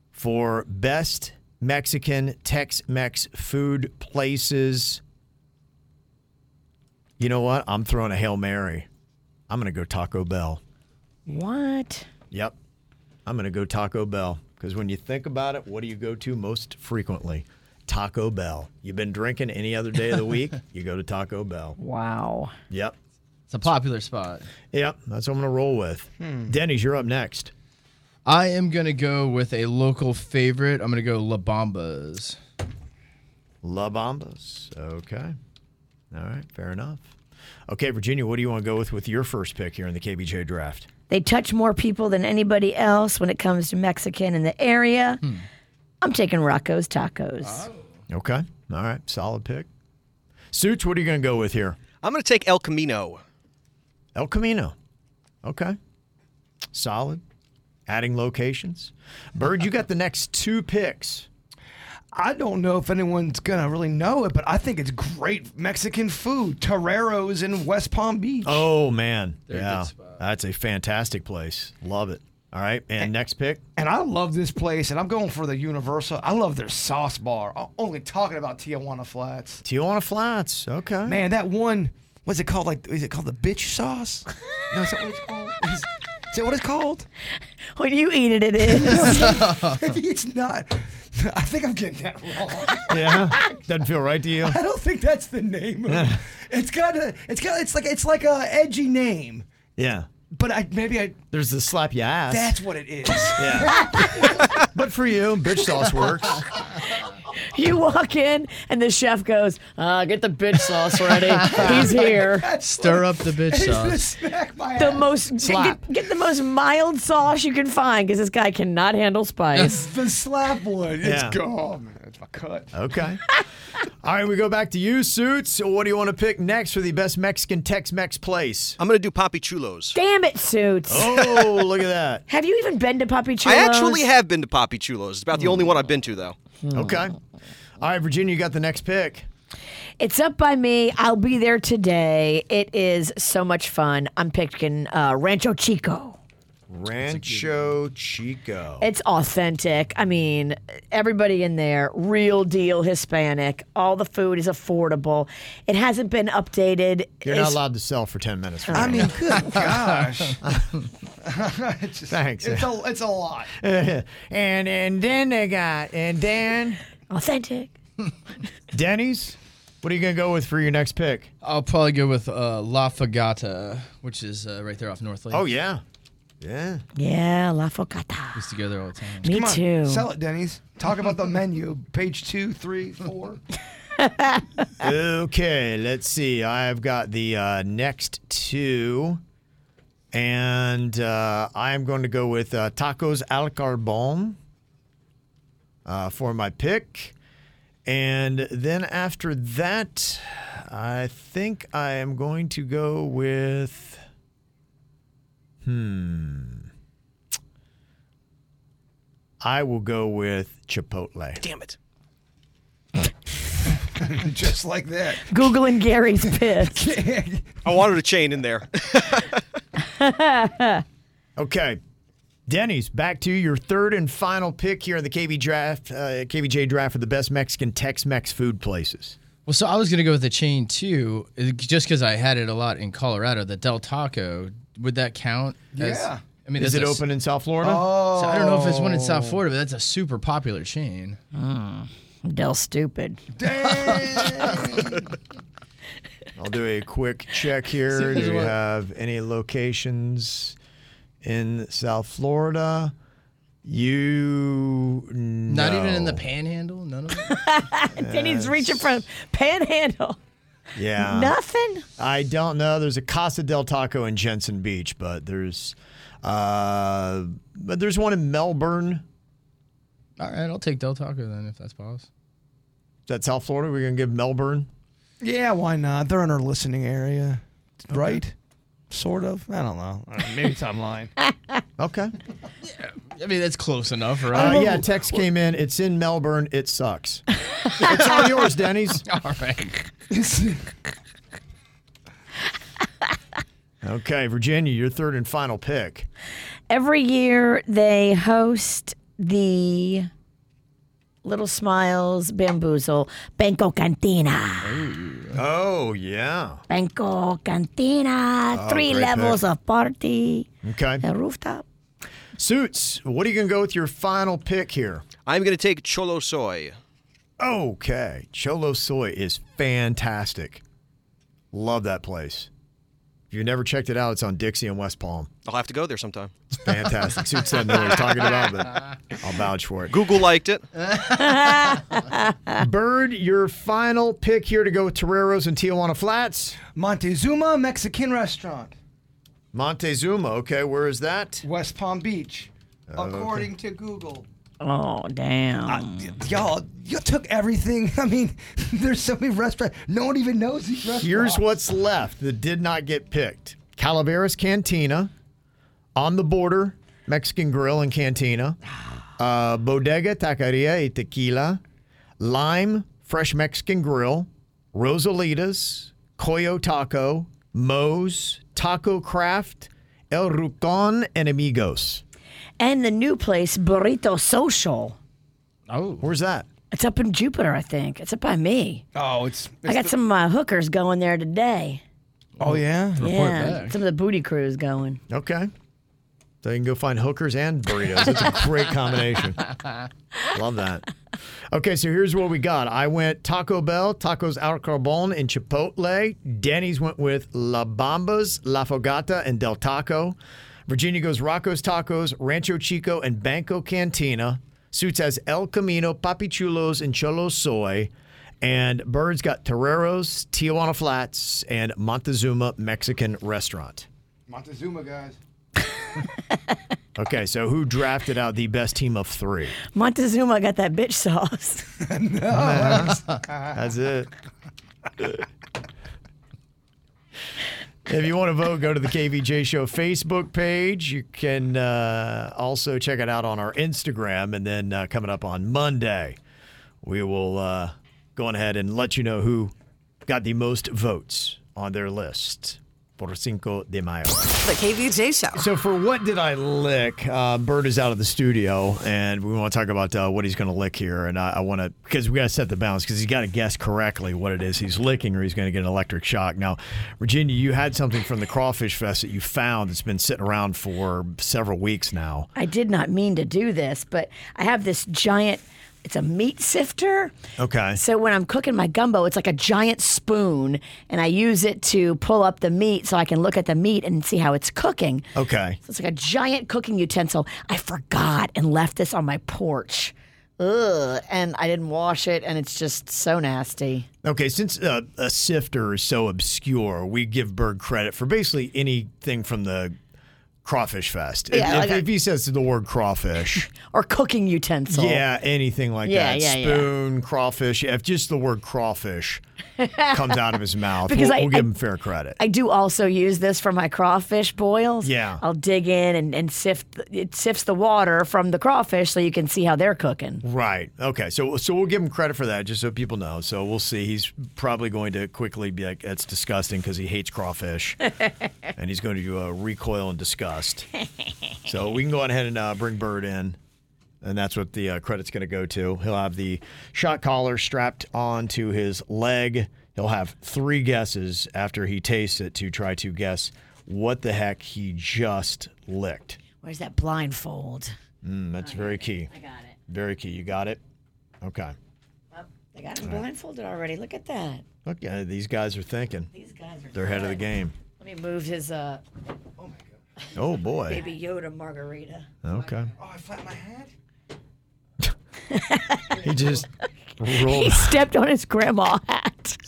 Speaker 4: for best Mexican Tex Mex food places, you know what? I'm throwing a Hail Mary. I'm going to go Taco Bell.
Speaker 6: What?
Speaker 4: Yep. I'm going to go Taco Bell because when you think about it, what do you go to most frequently? Taco Bell. You've been drinking any other day of the
Speaker 15: (laughs)
Speaker 4: week, you go to Taco Bell.
Speaker 6: (laughs) Wow.
Speaker 4: Yep.
Speaker 15: It's a popular spot.
Speaker 4: Yep. That's what I'm going to roll with.
Speaker 15: Hmm.
Speaker 4: Denny's, you're up next.
Speaker 15: I am going to go with a local favorite. I'm going to go La Bombas.
Speaker 4: La Bombas. Okay. All right. Fair enough. Okay, Virginia, what do you want to go with with your first pick here in the KBJ draft?
Speaker 6: They touch more people than anybody else when it comes to Mexican in the area. I'm taking Rocco's Tacos.
Speaker 4: Okay. All right. Solid pick. Suits, what are you going to go with here?
Speaker 16: I'm going to take El Camino.
Speaker 4: El Camino. Okay. Solid. Adding locations. Bird, you got the next two picks.
Speaker 10: I don't know if anyone's gonna really know it, but I think it's great Mexican food. Toreros in West Palm Beach.
Speaker 4: Oh, man.
Speaker 10: They're a good
Speaker 4: yeah. That's a fantastic place. Love it. All right. And, next pick?
Speaker 10: And I love this place, and I'm going for the Universal. I love their sauce bar. Oh. O- Only talking about Tijuana Flats.
Speaker 4: Tijuana Flats. Okay.
Speaker 10: Man, that one. What's it called? Like, is it called the bitch sauce? no, is that what it's called? Is, is that what it's
Speaker 6: (laughs)
Speaker 10: called?
Speaker 6: When you eat it, it is.
Speaker 10: Maybe (laughs) it's not. I think I'm getting that wrong.
Speaker 4: Yeah. Doesn't feel right to you?
Speaker 10: I don't think that's the name. Of
Speaker 4: (laughs)
Speaker 10: it. It's got a. It's got. It's like. It's like a edgy name.
Speaker 4: Yeah.
Speaker 10: But I maybe I.
Speaker 4: There's the slap your ass.
Speaker 10: That's what it is.
Speaker 4: (laughs) Yeah. but for you, bitch sauce works.
Speaker 6: You walk in and the chef goes, uh, "Get the bitch sauce
Speaker 15: (laughs)
Speaker 6: ready. He's here."
Speaker 15: Stir up the bitch sauce.
Speaker 6: The most
Speaker 15: Slap.
Speaker 6: get, get the most mild sauce you can find because this guy cannot handle spice.
Speaker 10: the slap one. (laughs)
Speaker 4: Yeah.
Speaker 10: It's gone. Man, it's my cut.
Speaker 4: Okay. All right, we go back to you, Suits. What do you want to pick next for the best Mexican Tex Mex place?
Speaker 16: I'm going to do Papichulos.
Speaker 6: Damn it, suits.
Speaker 4: (laughs) Oh, look at that.
Speaker 6: (laughs) Have you even been to Puppy Chulos?
Speaker 16: I actually have been to Papichulos. It's about the only one I've been to, though.
Speaker 4: Hmm. Okay. All right, Virginia, you got the next pick.
Speaker 6: It's up by me. I'll be there today. It is so much fun. I'm picking uh, Rancho Chico.
Speaker 4: (laughs) Rancho Chico.
Speaker 6: It's authentic. I mean, everybody in there, real deal Hispanic. All the food is affordable. It hasn't been updated.
Speaker 4: You're not
Speaker 6: It's-
Speaker 4: allowed to sell for 10 minutes.
Speaker 6: I
Speaker 4: Virginia.
Speaker 6: mean, good
Speaker 10: gosh.
Speaker 4: It's just- (laughs) Thanks.
Speaker 10: It's a. It's a lot.
Speaker 4: (laughs) and and then they got and then
Speaker 6: authentic.
Speaker 4: Denny's. What are you gonna go with for your next pick?
Speaker 15: I'll probably go with uh, La Fagata, which is uh, right there off North Lake.
Speaker 4: Oh yeah, yeah.
Speaker 6: Yeah, La Focata.
Speaker 15: Used to go there all the time.
Speaker 10: Come on, Sell it, Denny's. Talk about the
Speaker 6: (laughs)
Speaker 10: menu. Page two, three, four.
Speaker 4: okay, let's see. I've got the uh, next two, and uh, I'm going to go with uh, tacos al carbon uh, for my pick. And then after that, I think I am going to go with. Hmm. I will go with Chipotle.
Speaker 16: Damn it.
Speaker 10: Just like that. (laughs)
Speaker 6: Googling Gary's piss.
Speaker 16: I wanted a chain in there. (laughs)
Speaker 6: (laughs)
Speaker 10: (laughs)
Speaker 4: Okay. Denny's, back to your third and final pick here in the KB draft, uh, KBJ draft for the best Mexican Tex-Mex food places.
Speaker 15: Well, so I was going to go with a chain too, uh, just because I had it a lot in Colorado. The Del Taco, would that count? as-
Speaker 4: Yeah.
Speaker 15: I mean,
Speaker 4: Is
Speaker 15: that's
Speaker 4: it
Speaker 15: a s-
Speaker 4: open in South Florida? Oh.
Speaker 15: So I don't know if it's one in South Florida, but that's a super popular chain.
Speaker 6: Hmm. Del Stupid.
Speaker 4: (laughs) I'll do a quick check
Speaker 15: See
Speaker 4: here.
Speaker 15: if
Speaker 4: Do
Speaker 15: there's
Speaker 4: we
Speaker 15: one-
Speaker 4: have any locations in South Florida? You
Speaker 15: (laughs) Not even in the
Speaker 4: no.
Speaker 15: panhandle. None of
Speaker 6: (laughs)
Speaker 15: them.
Speaker 6: Denny's reaching for a panhandle.
Speaker 4: yeah
Speaker 6: Nothing.
Speaker 4: I don't know. There's a Casa del Taco in Jensen Beach, but there's uh, but there's one in Melbourne.
Speaker 15: All right, I'll take Del Taco then if that's possible.
Speaker 4: Is that South Florida? We're gonna give Melbourne.
Speaker 10: Yeah, why not? They're in our listening area, right? Sort of. I don't know. Maybe it's
Speaker 6: (laughs)
Speaker 10: online.
Speaker 4: okay.
Speaker 15: I mean, that's close enough, right?
Speaker 4: Uh, yeah, text came in. It's in Melbourne. It sucks. it's all yours, Denny's.
Speaker 15: (laughs) All right.
Speaker 4: Okay, Virginia, your third and final pick.
Speaker 6: Every year they host the Little Smiles Bamboozle Banco Cantina.
Speaker 4: Oh yeah.
Speaker 6: Banco Cantina.
Speaker 4: Oh,
Speaker 6: Three
Speaker 4: great
Speaker 6: levels
Speaker 4: pick.
Speaker 6: of party.
Speaker 4: Okay.
Speaker 6: A rooftop.
Speaker 4: Suits. What are you gonna go with your final pick here?
Speaker 16: I'm going to take Cholo Soy.
Speaker 4: Okay. Cholo Soy is fantastic. Love that place. If you've never checked it out, it's on Dixie and West Palm.
Speaker 16: I'll have to go there sometime.
Speaker 4: It's fantastic. Suits said no, we're talking about, but I'll vouch
Speaker 12: (laughs)
Speaker 4: for it.
Speaker 16: Google liked it.
Speaker 4: Bird, your final pick here to go with Toreros and Tijuana Flats.
Speaker 10: Montezuma Mexican restaurant,
Speaker 4: Montezuma. Okay, where is that? Oh,
Speaker 10: West Palm Beach,
Speaker 4: Okay.
Speaker 10: according to Google.
Speaker 6: Oh, damn.
Speaker 10: Y'all, you took everything. (laughs) I mean, there's so many restaurants. No one even knows these restaurants.
Speaker 4: Here's what's left that did not get picked Calaveras Cantina, On the Border, Mexican Grill and Cantina, uh, Bodega, Taqueria y Tequila, Lime, Fresh Mexican Grill, Rosalita's, Coyo Taco, Moe's, Taco Craft, El Rucon, and Amigos.
Speaker 6: And the new place, Burrito Social.
Speaker 15: Oh.
Speaker 4: Where's that?
Speaker 6: It's up in Jupiter, I think. It's up by me.
Speaker 10: Oh, it's.
Speaker 6: I got some uh, hookers going there today.
Speaker 10: Oh yeah.
Speaker 6: yeah, some of the booty crews going.
Speaker 4: Okay. So you can go find hookers and burritos. That's a great combination. Love that. Okay, so here's what we got. I went Taco Bell, Tacos Al Carbon, and Chipotle. Denny's went with La Bamba's, La Fogata, and Del Taco. Virginia goes Rocco's Tacos, Rancho Chico, and Banco Cantina. Suits has El Camino, Papichulos, and Cholo Soy. And Bird's got Toreros, Tijuana Flats, and Montezuma Mexican Restaurant.
Speaker 10: Montezuma guys.
Speaker 4: Okay, so who drafted out the best team of (laughs) three?
Speaker 6: Montezuma got that
Speaker 4: (laughs)
Speaker 6: bitch sauce.
Speaker 4: That's it. if you want to vote, go to the KVJ Show Facebook page. You can uh, also check it out on our Instagram. And then uh, coming up on Monday, we will uh, go on ahead and let you know who got the most votes on their list for Cinco de Mayo.
Speaker 7: The KVJ Show.
Speaker 4: So for what did I lick? Uh, Bird is out of the studio, and we want to talk about uh, what he's going to lick here. And I, I want to because we got to set the balance because he's got to guess correctly what it is he's licking, or he's going to get an electric shock. Now, Virginia, you had something from the crawfish fest that you found that's been sitting around for several weeks now.
Speaker 6: I did not mean to do this, but I have this giant. It's a meat sifter.
Speaker 4: Okay.
Speaker 6: So when I'm cooking my gumbo, it's like a giant spoon, and I use it to pull up the meat so I can look at the meat and see how it's cooking.
Speaker 4: Okay.
Speaker 6: So it's like a giant cooking utensil. I forgot and left this on my porch. Ugh, and I didn't wash it, and it's just so nasty.
Speaker 4: Okay, since uh, a sifter is so obscure, we give Berg credit for basically anything from the Crawfish Fest.
Speaker 6: Yeah,
Speaker 4: if,
Speaker 6: like
Speaker 4: if-
Speaker 6: a-
Speaker 4: if he says the word
Speaker 6: (laughs)
Speaker 4: crawfish,
Speaker 6: or cooking utensil.
Speaker 4: yeah, anything like
Speaker 6: Yeah,
Speaker 4: that.
Speaker 6: yeah, yeah.
Speaker 4: Spoon, crawfish. If just the word crawfish
Speaker 6: (laughs)
Speaker 4: comes out of his mouth,
Speaker 6: Because
Speaker 4: we'll,
Speaker 6: I-
Speaker 4: we'll give
Speaker 6: I-
Speaker 4: him fair credit.
Speaker 6: I do also use this for my crawfish boils.
Speaker 4: Yeah.
Speaker 6: I'll dig in and, and sift it sifts the water from the crawfish so you can see how they're cooking.
Speaker 4: Right. Okay. So so we'll give him credit for that, just so people know. So we'll see. He's probably going to quickly be like, "That's disgusting," because he hates crawfish, and he's going to uh, recoil in disgust. so we can go on ahead and uh, bring Bird in, and that's what the uh, credit's going to go to. He'll have the shot collar strapped onto his leg. He'll have three guesses after he tastes it to try to guess what the heck he just licked.
Speaker 6: Where's that blindfold?
Speaker 4: Mm, that's very key. I got it. Very key. You got it. Okay.
Speaker 6: They got him blindfolded already. Look at that.
Speaker 4: Look, yeah, these guys are thinking. These
Speaker 6: guys are
Speaker 4: They're ahead of the game.
Speaker 6: Let me move his uh
Speaker 4: Oh boy.
Speaker 6: baby Yoda margarita.
Speaker 4: (laughs) Okay.
Speaker 5: Oh, I flat my head.
Speaker 4: He just
Speaker 6: (laughs) He
Speaker 4: rolled. (laughs)
Speaker 6: stepped on his grandma hat. (laughs)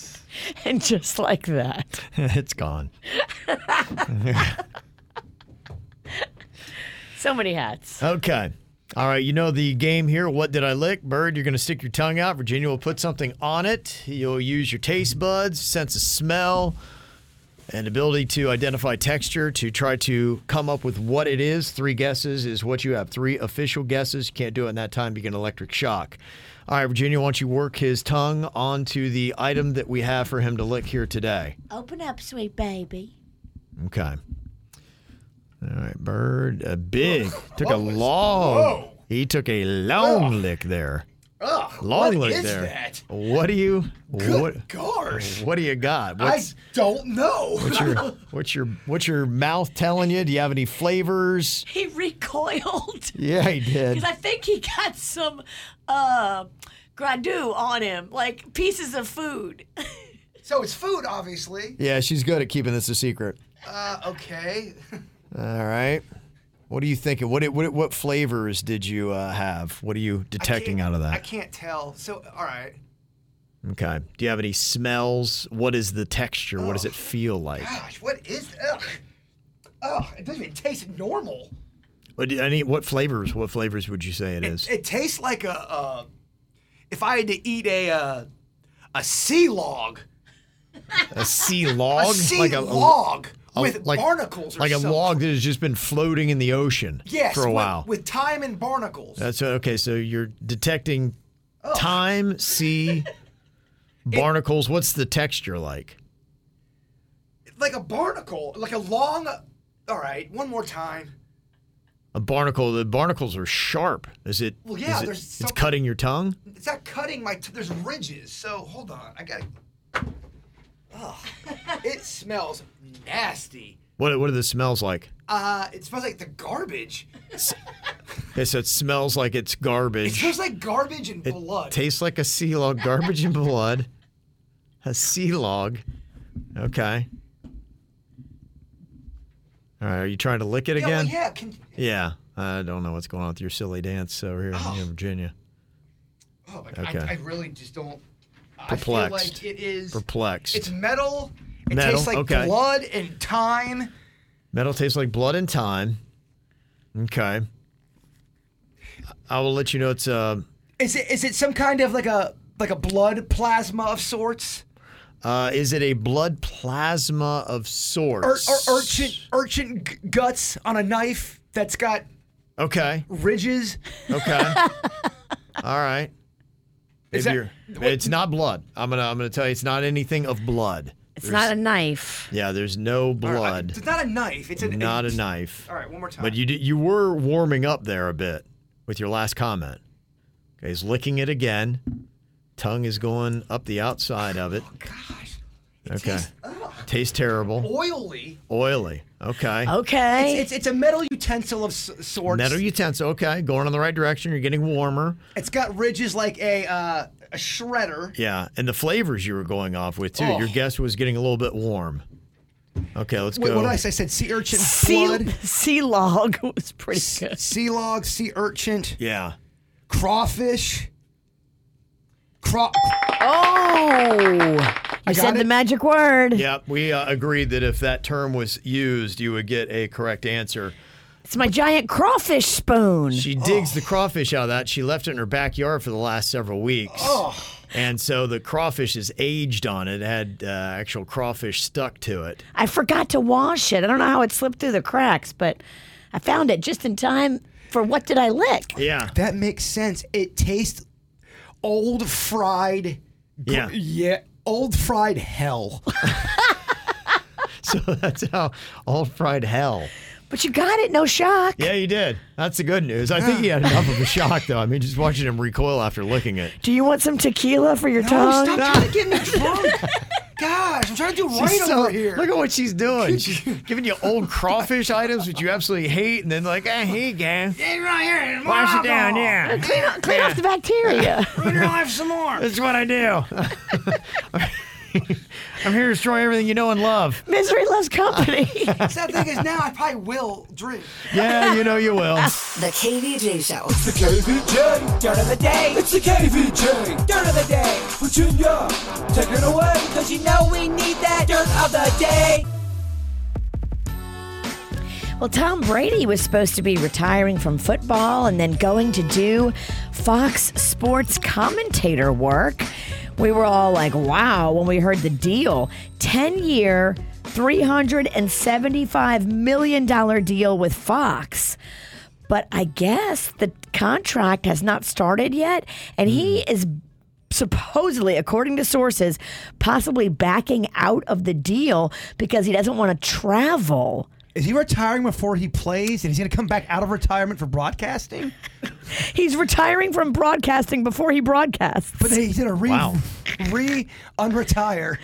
Speaker 6: And just like that.
Speaker 4: it's (laughs) gone.
Speaker 6: So many hats.
Speaker 4: okay. All right. You know the game here. What did I lick? Bird, you're going to stick your tongue out. Virginia will put something on it. You'll use your taste buds, sense of smell, and ability to identify texture to try to come up with what it is. Three guesses is what you have. Three official guesses. You can't do it in that time. You get an electric shock. All right, Virginia, why don't you work his tongue onto the item that we have for him to lick here today?
Speaker 6: Open up, sweet baby.
Speaker 4: Okay. All right, bird. A big took a long. He took a long lick there.
Speaker 5: Ugh,
Speaker 4: long
Speaker 5: what
Speaker 4: lick
Speaker 5: is
Speaker 4: there.
Speaker 5: that?
Speaker 4: What do you?
Speaker 5: Good
Speaker 4: what,
Speaker 5: gosh.
Speaker 4: What do you got? What's
Speaker 5: I don't know.
Speaker 4: what's
Speaker 5: (laughs)
Speaker 4: your
Speaker 10: (laughs)
Speaker 4: what's your what's your mouth telling you? Do you have any flavors?
Speaker 6: He recoiled.
Speaker 4: Yeah, he did.
Speaker 6: Because I think he got some uh, gradu on him, like pieces of food.
Speaker 5: so it's food, obviously.
Speaker 4: Yeah, she's good at keeping this a secret.
Speaker 5: Uh, okay.
Speaker 4: All right. What are you thinking? What what what flavors did you uh, have? What are you detecting out of
Speaker 5: I
Speaker 4: that?
Speaker 5: can't tell. So, all right.
Speaker 4: Okay. Do you have any smells? What is the texture?
Speaker 5: Oh.
Speaker 4: What does it feel like?
Speaker 5: Gosh, what is? Ugh. Ugh, it doesn't even taste normal.
Speaker 4: What, do- any, what flavors? What flavors would you say it
Speaker 5: (laughs)
Speaker 4: is?
Speaker 5: It tastes like a. Uh, if I had to eat a uh, a sea log,
Speaker 4: a sea log,
Speaker 5: a sea log with
Speaker 4: like-
Speaker 5: barnacles, or
Speaker 4: like
Speaker 5: something.
Speaker 4: a log that has just been floating in the ocean
Speaker 5: Yes,
Speaker 4: for a
Speaker 5: with-
Speaker 4: while.
Speaker 5: with time and barnacles.
Speaker 4: That's what, okay. So you're detecting time,
Speaker 5: (laughs)
Speaker 4: sea, barnacles. What's the texture like?
Speaker 5: like a barnacle, like a long. All right, one more time.
Speaker 4: A barnacle. The barnacles are sharp. Is it?
Speaker 5: Well, yeah,
Speaker 4: is it-
Speaker 5: there's
Speaker 4: it's
Speaker 5: something-
Speaker 4: cutting your tongue.
Speaker 5: It's not cutting my. T- there's ridges, so hold on. I gotta. Ugh. it smells nasty.
Speaker 4: What what are the smells like?
Speaker 5: Uh, it smells like the garbage.
Speaker 4: Okay, so it smells like it's
Speaker 5: It
Speaker 4: garbage.
Speaker 5: smells like garbage and
Speaker 4: It
Speaker 5: blood.
Speaker 4: tastes like a sea log, garbage and blood. A sea log. Okay. All right, are you trying to lick it
Speaker 5: yeah, well,
Speaker 4: again?
Speaker 5: yeah. Can,
Speaker 4: Yeah, I don't know what's going on with your silly dance over here in Virginia.
Speaker 5: oh my
Speaker 4: Okay.
Speaker 5: God, I, I really just don't. I feel
Speaker 4: Perplexed.
Speaker 5: like it is.
Speaker 4: Perplexed.
Speaker 5: It's metal. It
Speaker 4: Metal,
Speaker 5: tastes like
Speaker 4: okay.
Speaker 5: blood and time.
Speaker 4: Metal tastes like blood and time. Okay. I will let you know it's uh,
Speaker 5: Is it? Is it some kind of like a like a blood plasma of sorts?
Speaker 4: uh is it a blood plasma of
Speaker 5: Ur-
Speaker 4: sorts?
Speaker 5: ur- urchin urchin g- guts on a knife that's got
Speaker 4: okay.
Speaker 5: ridges.
Speaker 4: Okay.
Speaker 5: (laughs)
Speaker 4: All right. Maybe
Speaker 5: Is that-
Speaker 4: you're- it's not blood. I'm gonna I'm gonna tell you it's not anything of blood.
Speaker 6: It's
Speaker 4: There's-
Speaker 6: not a knife.
Speaker 4: Yeah, there's no blood.
Speaker 5: It's not a knife. It's an,
Speaker 4: not a knife.
Speaker 5: All right, one more time.
Speaker 4: But you did, you were warming up there a bit with your last comment. Okay, he's licking it again. Tongue is going up the outside of it. Oh gosh. Okay. Tastes, terrible.
Speaker 5: oily.
Speaker 4: Oily. Okay.
Speaker 5: It's, it's, it's a metal utensil of s- sorts.
Speaker 4: Metal utensil. Okay, going in the right direction. You're getting warmer.
Speaker 5: It's got ridges like a uh, a shredder.
Speaker 4: Yeah, and the flavors you were going off with too.
Speaker 5: Oh.
Speaker 4: Your guess was getting a little bit warm. Okay, let's
Speaker 5: Wait,
Speaker 4: go.
Speaker 5: what did I say? I said sea urchin blood.
Speaker 6: sea log (laughs) was pretty good.
Speaker 5: Sea log, sea urchin,
Speaker 4: Yeah.
Speaker 5: crawfish. Craw.
Speaker 6: Oh! You
Speaker 5: got
Speaker 6: said the
Speaker 5: it?
Speaker 6: magic word.
Speaker 4: Yep, we uh, agreed that if that term was used, you would get a correct answer.
Speaker 6: It's my giant crawfish spoon.
Speaker 4: She digs
Speaker 5: Oh.
Speaker 4: the crawfish out of that. She left it in her backyard for the last several weeks.
Speaker 5: Oh.
Speaker 4: And so the crawfish is aged on it. It had uh, actual crawfish stuck to it.
Speaker 6: I forgot to wash it. I don't know how it slipped through the cracks, but I found it just in time for what did I lick?
Speaker 4: Yeah.
Speaker 10: That makes sense. It tastes old fried. gr-
Speaker 4: Yeah.
Speaker 10: Yeah. Old fried hell.
Speaker 4: (laughs) So that's how all fried hell.
Speaker 6: But you got it, no shock.
Speaker 4: Yeah, you did. That's the good news. I think he had enough of a shock, though. I mean, just watching him recoil after licking it.
Speaker 6: Do you want some tequila for your tongue?
Speaker 10: stop
Speaker 6: (laughs)
Speaker 10: trying to get me drunk. Gosh, I'm trying to do right
Speaker 4: She's so-
Speaker 3: (laughs)
Speaker 10: over here.
Speaker 4: Look at what she's doing. She's giving you old crawfish items, which you absolutely hate, and then like, eh, here you go.
Speaker 10: Hey, right here. more
Speaker 4: Wash it down,
Speaker 10: alcohol.
Speaker 4: yeah.
Speaker 6: Clean, up, clean off
Speaker 4: (laughs)
Speaker 6: the bacteria.
Speaker 10: Ruin your life some more.
Speaker 4: That's what I do. (laughs) I'm here to destroy everything you know and love.
Speaker 6: Misery loves company.
Speaker 10: Sad thing
Speaker 4: (laughs)
Speaker 10: is now I probably will drink.
Speaker 4: Yeah,
Speaker 3: (laughs)
Speaker 4: you know you will.
Speaker 7: The KVJ Show.
Speaker 3: It's the KVJ. Dirt of the day. It's the KVJ. Dirt of the day. Virginia, take it away. Cause you know we need that dirt of the day.
Speaker 6: Well, Tom Brady was supposed to be retiring from football and then going to do Fox Sports commentator work. We were all like, wow, when we heard the deal 10 year, $375 million deal with Fox. But I guess the contract has not started yet, and he is supposedly, according to sources, possibly backing out of the deal because he doesn't want to travel.
Speaker 10: Is he retiring before he plays and he's going to come back out of retirement for broadcasting?
Speaker 6: He's retiring from broadcasting before he broadcasts.
Speaker 10: But then he's going to re,
Speaker 6: Wow.
Speaker 10: re unretire.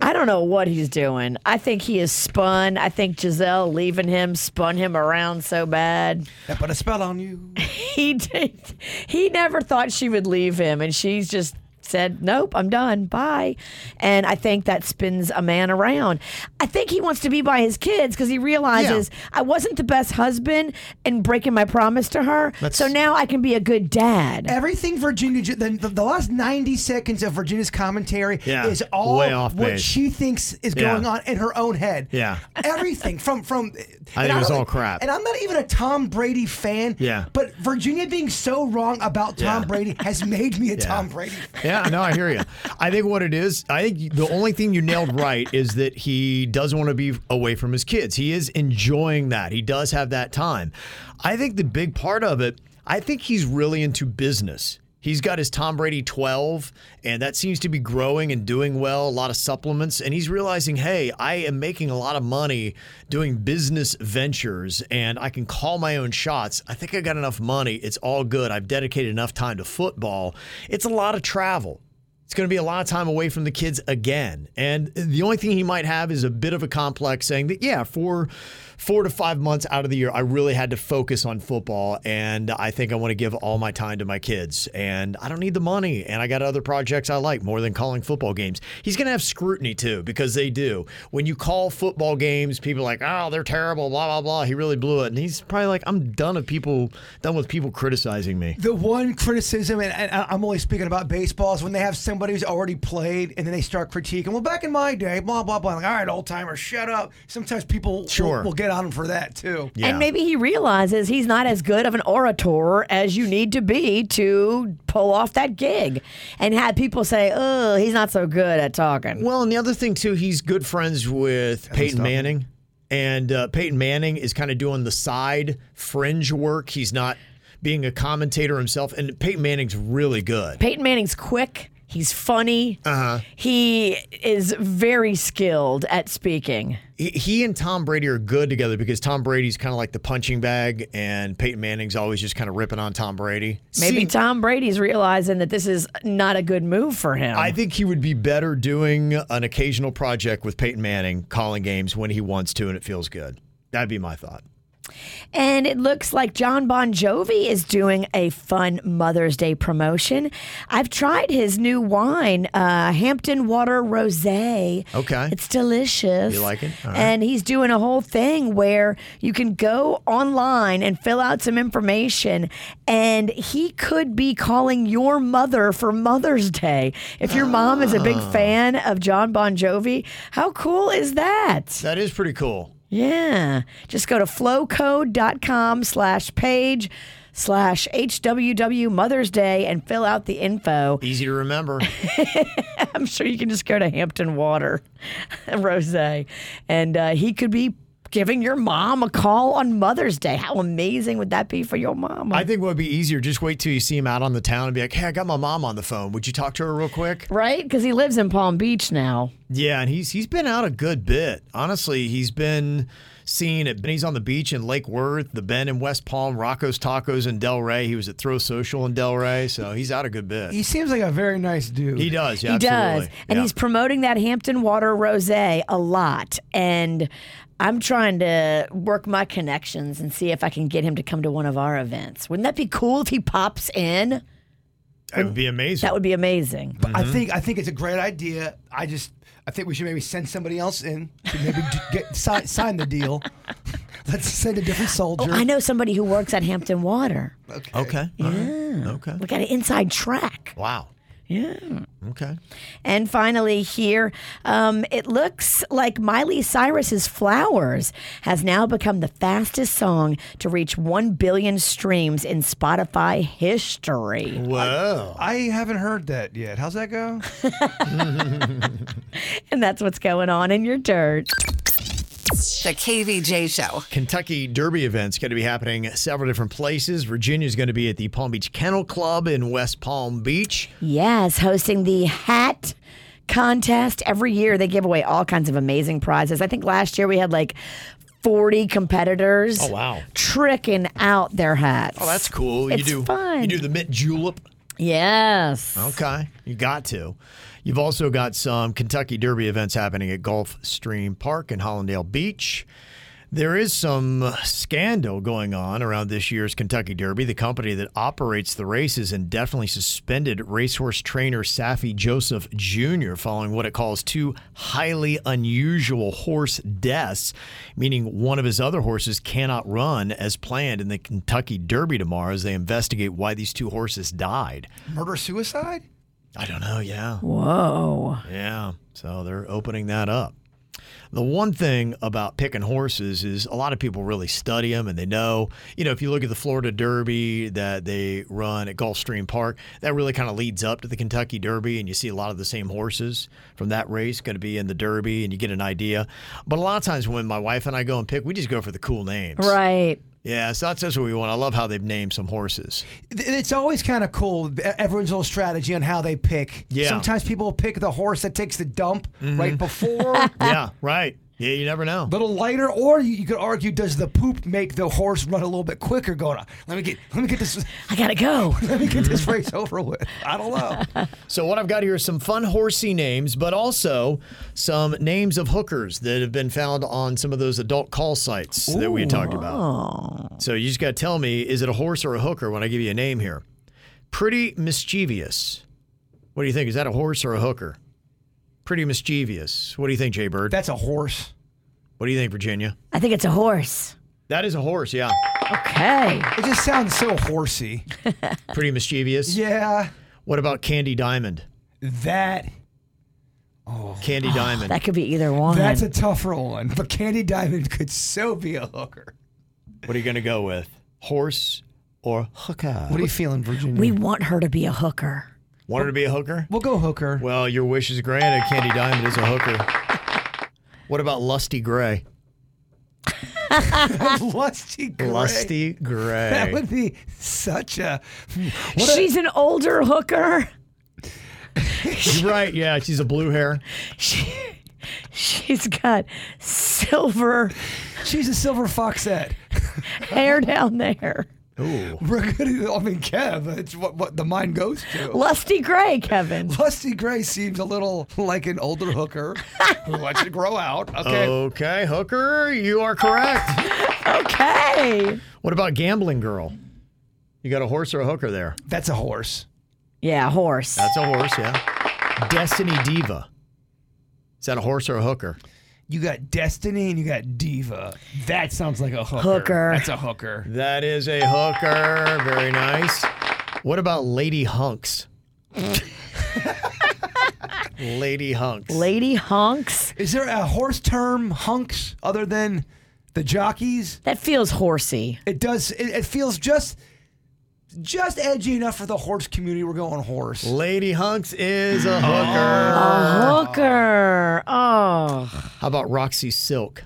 Speaker 6: I don't know what he's doing. I think he is spun. I think Giselle leaving him spun him around so bad.
Speaker 10: That put a spell on you.
Speaker 6: (laughs) He did. He never thought she would leave him, and she's just said, "Nope, I'm done. Bye." And I think that spins a man around. I think he wants to be by his kids because he realizes I wasn't the best husband in breaking my promise to her. so now I can be a good dad.
Speaker 10: Everything Virginia, ju- the, the, the last 90 seconds of Virginia's commentary
Speaker 4: Yeah,
Speaker 10: is all
Speaker 4: way off
Speaker 10: what
Speaker 4: base.
Speaker 10: she thinks is
Speaker 4: Yeah.
Speaker 10: going on in her own head.
Speaker 4: Yeah.
Speaker 10: Everything from from.
Speaker 4: (laughs) I
Speaker 10: and
Speaker 4: think it was
Speaker 10: don't-
Speaker 4: all crap.
Speaker 10: And I'm not even a Tom Brady fan.
Speaker 4: Yeah.
Speaker 10: But Virginia being so wrong about Tom
Speaker 4: Yeah.
Speaker 10: Brady
Speaker 4: (laughs)
Speaker 10: has made me a
Speaker 4: Yeah.
Speaker 10: Tom Brady. fan.
Speaker 4: (laughs) Yeah, no, I hear you. I think what it is, I think the only thing you nailed right is that he does want to be away from his kids. He is enjoying that. He does have that time. I think the big part of it, I think he's really into business. He's got his Tom Brady 12, and that seems to be growing and doing well, a lot of supplements. And he's realizing, hey, I am making a lot of money doing business ventures and I can call my own shots. I think I got enough money. It's all good. I've dedicated enough time to football. It's a lot of travel. It's going to be a lot of time away from the kids again. And the only thing he might have is a bit of a complex saying that, yeah, for four to five months out of the year, I really had to focus on football. And I think I want to give all my time to my kids. And I don't need the money. And I got other projects I like more than calling football games. He's going to have scrutiny too, because they do. When you call football games, people are like, oh, they're terrible, blah, blah, blah. He really blew it. And he's probably like, I'm done of people, done with people criticizing me.
Speaker 10: The one criticism, and, and I- I'm only speaking about baseball, is when they have somebody who's already played and then they start critiquing. Well, back in my day, blah, blah, blah. Like, all right, old timer, shut up. Sometimes people will-
Speaker 6: Sure.
Speaker 10: will, get on them for that, too.
Speaker 6: And maybe he realizes he's not as good of an orator as you need to be to pull off that gig and had people say, oh, he's not so good at talking.
Speaker 4: Well, and the other thing too, he's good friends with Peyton
Speaker 6: Stockton.
Speaker 4: Manning, and uh, Peyton Manning is kind of doing the side fringe work. He's not being a commentator himself, and Peyton Manning's really good.
Speaker 6: Peyton Manning's quick, he's funny,
Speaker 4: Uh huh.
Speaker 6: he is very skilled at speaking.
Speaker 4: He- He and Tom Brady are good together because Tom Brady's kind of like the punching bag, and Peyton Manning's always just kind of ripping on Tom Brady.
Speaker 6: Maybe
Speaker 4: See,
Speaker 6: Tom Brady's realizing that this is not a good move for him.
Speaker 4: I think he would be better doing an occasional project with Peyton Manning, calling games when he wants to, and it feels good. That'd be my thought.
Speaker 6: And it looks like John Bon Jovi is doing a fun Mother's Day promotion. I've tried his new wine, uh, Hampton Water Rosé.
Speaker 4: Okay.
Speaker 6: It's delicious.
Speaker 4: Oh. You like it? All right.
Speaker 6: And he's doing a whole thing where you can go online and fill out some information, and he could be calling your mother for Mother's Day. If your mom is a big
Speaker 4: Ah.
Speaker 6: fan of John Bon Jovi, how cool is that?
Speaker 4: That is pretty cool.
Speaker 6: Yeah. Just go to flowcode.com slash page slash HWW Mother's Day and fill out the info.
Speaker 4: Easy to remember.
Speaker 6: (laughs) I'm sure you can just go to Hampton Water (laughs) Rose and uh, he could be giving your mom a call on Mother's Day. How amazing would that be for your mom?
Speaker 4: I think what would be easier, just wait till you see him out on the town and be like, hey, I got my mom on the phone. Would you talk to her real quick?
Speaker 6: Right? Because he lives in Palm Beach now.
Speaker 4: Yeah, and he's he's been out a good bit. Honestly, he's been seen at Benny's on the Beach in Lake Worth, the Ben in West Palm, Rocco's Tacos in Delray. He was at Throw Social in Delray, so he's out a good bit.
Speaker 5: He seems like a very nice dude.
Speaker 4: He does, yeah,
Speaker 6: he
Speaker 4: absolutely.
Speaker 6: does. And
Speaker 4: Yeah.
Speaker 6: he's promoting that Hampton Water Rose a lot. And I'm trying to work my connections and see if I can get him to come to one of our events. Wouldn't that be cool if he pops in?
Speaker 4: That would be amazing.
Speaker 6: That would be amazing.
Speaker 5: But
Speaker 4: Mm-hmm.
Speaker 5: I think I think it's a great idea. I just I think we should maybe send somebody else in to maybe d- get sign, sign the
Speaker 4: (laughs)
Speaker 5: deal. Let's send a different soldier.
Speaker 6: Oh, I know somebody who works at Hampton Water.
Speaker 5: Okay.
Speaker 4: Okay.
Speaker 6: Yeah.
Speaker 4: Okay.
Speaker 6: We got an inside track.
Speaker 4: Wow.
Speaker 6: Yeah.
Speaker 4: Okay.
Speaker 6: And finally, here, um, it looks like Miley Cyrus's Flowers has now become the fastest song to reach 1 billion streams in Spotify history.
Speaker 4: Whoa.
Speaker 5: I haven't heard that yet. How's that go?
Speaker 6: And that's what's going on in your dirt.
Speaker 17: The KVJ Show.
Speaker 4: Kentucky Derby event's going to be happening at several different places. Virginia's going to be at the Palm Beach Kennel Club in West Palm Beach.
Speaker 6: Yes, hosting the hat contest every year. They give away all kinds of amazing prizes. I think last year we had like 40 competitors.
Speaker 4: Oh, wow.
Speaker 6: Tricking out their hats.
Speaker 4: Oh, that's cool.
Speaker 6: It's
Speaker 4: you do
Speaker 6: fun.
Speaker 4: you do the mint julep.
Speaker 6: Yes.
Speaker 4: Okay, you got to. You've also got some Kentucky Derby events happening at Gulf Stream Park in Hollandale Beach. There is some scandal going on around this year's Kentucky Derby. The company that operates the races indefinitely suspended racehorse trainer Safi Joseph Jr. following what it calls two highly unusual horse deaths, meaning one of his other horses cannot run as planned in the Kentucky Derby tomorrow as they investigate why these two horses died.
Speaker 5: Murder suicide?
Speaker 4: I don't know. Oh, Yeah.
Speaker 6: Whoa.
Speaker 4: Yeah. So they're opening that up. The one thing about picking horses is a lot of people really study them and they know, you know, if you look at the Florida Derby that they run at Gulfstream Park, that really kind of leads up to the Kentucky Derby and you see a lot of the same horses from that race going to be in the Derby and you get an idea. But a lot of times when my wife and I go and pick, we just go for the cool names.
Speaker 6: Right.
Speaker 4: Yeah, so that's, that's what we want. I love how they've named some
Speaker 6: (laughs)
Speaker 4: horses.
Speaker 5: Th- It's always kind of cool. e- Everyone's little strategy on how they pick.
Speaker 4: Yeah. Mm-hmm.
Speaker 5: Sometimes people pick the horse that takes the dump right before.
Speaker 4: (laughs) yeah, right. Yeah, you never know.
Speaker 5: Little lighter, or you, you could argue, does the poop make the horse run a little bit quicker? Going, let me get, let me get this.
Speaker 6: I gotta go.
Speaker 5: (laughs) let me get this
Speaker 4: (laughs)
Speaker 5: race over with. I don't know.
Speaker 4: So what I've got here is some fun horsey names, but also some names of hookers that have been found on some of those adult call sites that we had talked about. So you just got to tell me, is it a horse or a hooker when I give you a name here? Pretty mischievous. What do you think? Is that a horse or a hooker? Pretty mischievous. What do you think, Jay Bird?
Speaker 5: That's a horse.
Speaker 4: What do you think, Virginia?
Speaker 6: I think it's a horse.
Speaker 4: That is a horse, yeah.
Speaker 6: Okay.
Speaker 5: It just sounds so horsey.
Speaker 4: (laughs) Pretty mischievous.
Speaker 5: Yeah.
Speaker 4: What about Candy Diamond?
Speaker 5: That Ah,
Speaker 4: Candy Diamond.
Speaker 6: Oh, That could be either one.
Speaker 5: that's a tougher one. But Candy (laughs) Diamond (laughs) could so be a hooker.
Speaker 4: What are you going to go with? Horse or hooker?
Speaker 5: What are you feeling, Virginia?
Speaker 6: we want her to be a hooker.
Speaker 4: Want her to be a hooker?
Speaker 5: we'll go hooker.
Speaker 4: Well, your wish is granted. Candy Diamond is a hooker.
Speaker 6: (laughs)
Speaker 4: What about Lusty Gray?
Speaker 5: Lusty gray.
Speaker 4: Lusty
Speaker 5: That
Speaker 4: Gray.
Speaker 5: would be such a. What a-
Speaker 6: She's an older hooker.
Speaker 4: You're right. Yeah, she's a blue hair.
Speaker 6: She, she's got silver
Speaker 5: she's a silver foxette.
Speaker 6: (laughs) hair down there.
Speaker 4: Ooh.
Speaker 5: We're gonna. I mean, Kev, it's what, what the mind goes to.
Speaker 6: Lusty gray, Kevin.
Speaker 5: Lusty Gray seems a little like an
Speaker 6: (laughs)
Speaker 5: older hooker who wants to grow out. Okay.
Speaker 4: Okay, hooker, you are correct.
Speaker 6: (laughs) Okay.
Speaker 4: What about Gambling Girl? You got a horse or a hooker there?
Speaker 5: That's a horse.
Speaker 6: Yeah, horse.
Speaker 4: That's a horse, yeah. Destiny Diva. Is that a horse or a hooker?
Speaker 5: You got Destiny and you got Diva. That sounds like a hooker.
Speaker 6: Hooker.
Speaker 5: That's a hooker.
Speaker 4: That is a hooker. Very
Speaker 6: (laughs)
Speaker 4: nice. What about Lady Hunks? Lady hunks.
Speaker 6: Lady hunks.
Speaker 5: Is there a horse term hunks other than the jockeys?
Speaker 6: That feels horsey.
Speaker 5: It does. It, it feels just just edgy enough for the horse community. We're going horse. Uh-huh.
Speaker 4: Lady hunks is a
Speaker 6: A
Speaker 4: hooker.
Speaker 6: hooker. Oh.
Speaker 4: Ah. How about Roxy
Speaker 6: (laughs)
Speaker 4: Silk?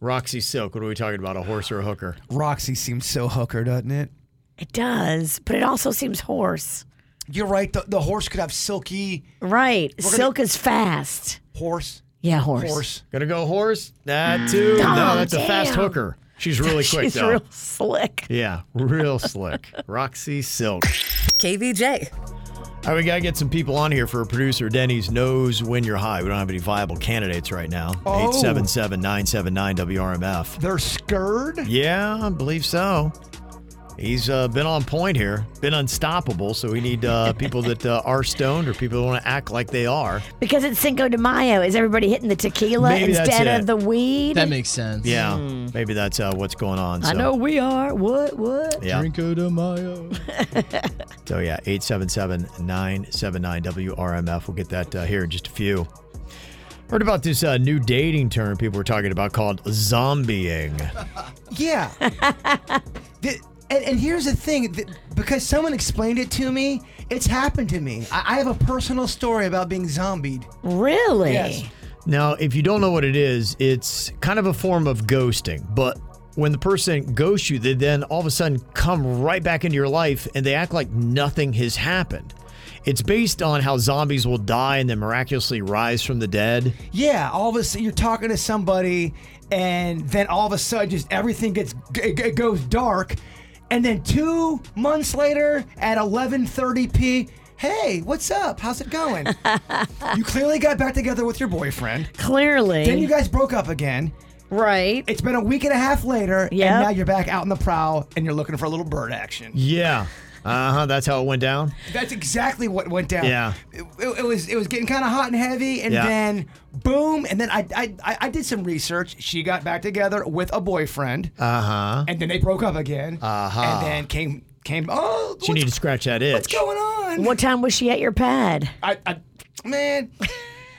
Speaker 4: Roxy Silk. What are we talking about? A horse or a hooker?
Speaker 5: Roxy seems so hooker, doesn't it?
Speaker 6: It does, but it also seems horse.
Speaker 5: You're right. The, the horse could have silky.
Speaker 6: Right. Silk is fast.
Speaker 5: Horse.
Speaker 6: Yeah, horse.
Speaker 5: Horse.
Speaker 4: Gonna go horse? That too.
Speaker 6: Oh,
Speaker 4: no, that's a fast
Speaker 6: damn.
Speaker 4: hooker. She's
Speaker 6: (laughs)
Speaker 4: really quick
Speaker 6: She's
Speaker 4: though.
Speaker 6: real slick.
Speaker 4: Yeah, real slick. Roxy Silk.
Speaker 7: KVJ.
Speaker 4: All right, we gotta get some people on here for a producer. Denny's knows when you're high. We don't have any viable candidates right now.
Speaker 5: Oh.
Speaker 4: 877-979-WRMF.
Speaker 5: They're scurred.
Speaker 4: Yeah, I believe so. He's uh, been on point here, been unstoppable. So we need
Speaker 5: (laughs)
Speaker 4: uh, people that uh, are stoned or people that want to act like they are.
Speaker 6: Because it's Cinco de Mayo. Is everybody hitting the tequila
Speaker 4: Maybe that's
Speaker 6: instead
Speaker 4: it.
Speaker 6: of the weed?
Speaker 15: That makes sense.
Speaker 4: Yeah,
Speaker 5: Hmm.
Speaker 4: maybe that's uh, what's going on. So.
Speaker 6: I know we are. What? What?
Speaker 4: Yeah.
Speaker 15: Cinco de Mayo.
Speaker 4: So yeah, 877-979-WRMF. We'll get that uh, here in just a few. Heard about this uh, new dating term people were talking about called zombieing.
Speaker 5: (laughs) Yeah. The- and, and here's the thing th- because someone explained it to me, it's happened to me. I, I have a personal story about being zombied.
Speaker 6: Really?
Speaker 5: Yes.
Speaker 4: Now, if you don't know what it is, it's kind of a form of ghosting, but when the person ghosts you, they then all of a sudden come right back into your life and they act like nothing has happened. It's based on how zombies will die and then miraculously rise from the dead.
Speaker 5: Yeah, all of a sudden you're talking to somebody, and then all of a sudden just everything gets it it goes dark, and then two months later at 11:30 p. Hey, what's up? How's it going? you clearly got back together with your boyfriend.
Speaker 6: Clearly.
Speaker 5: Then you guys broke up again.
Speaker 6: Right.
Speaker 5: It's been a week and a half later,
Speaker 6: Yep.
Speaker 5: and now you're back out on the prowl and you're looking for a little bird action.
Speaker 4: Yeah. Uh huh. That's how it went down.
Speaker 5: That's exactly what went down.
Speaker 4: Yeah.
Speaker 5: It, it- it was it was getting kind of hot and heavy, and
Speaker 4: Yeah.
Speaker 5: then boom, and then I, I I I did some research. She got back together with a boyfriend,
Speaker 4: Uh huh.
Speaker 5: and then they broke up again,
Speaker 4: Uh huh.
Speaker 5: and then came came. Oh,
Speaker 4: you need to scratch that itch.
Speaker 5: what's going on?
Speaker 6: What time was she at your pad?
Speaker 5: I, I man,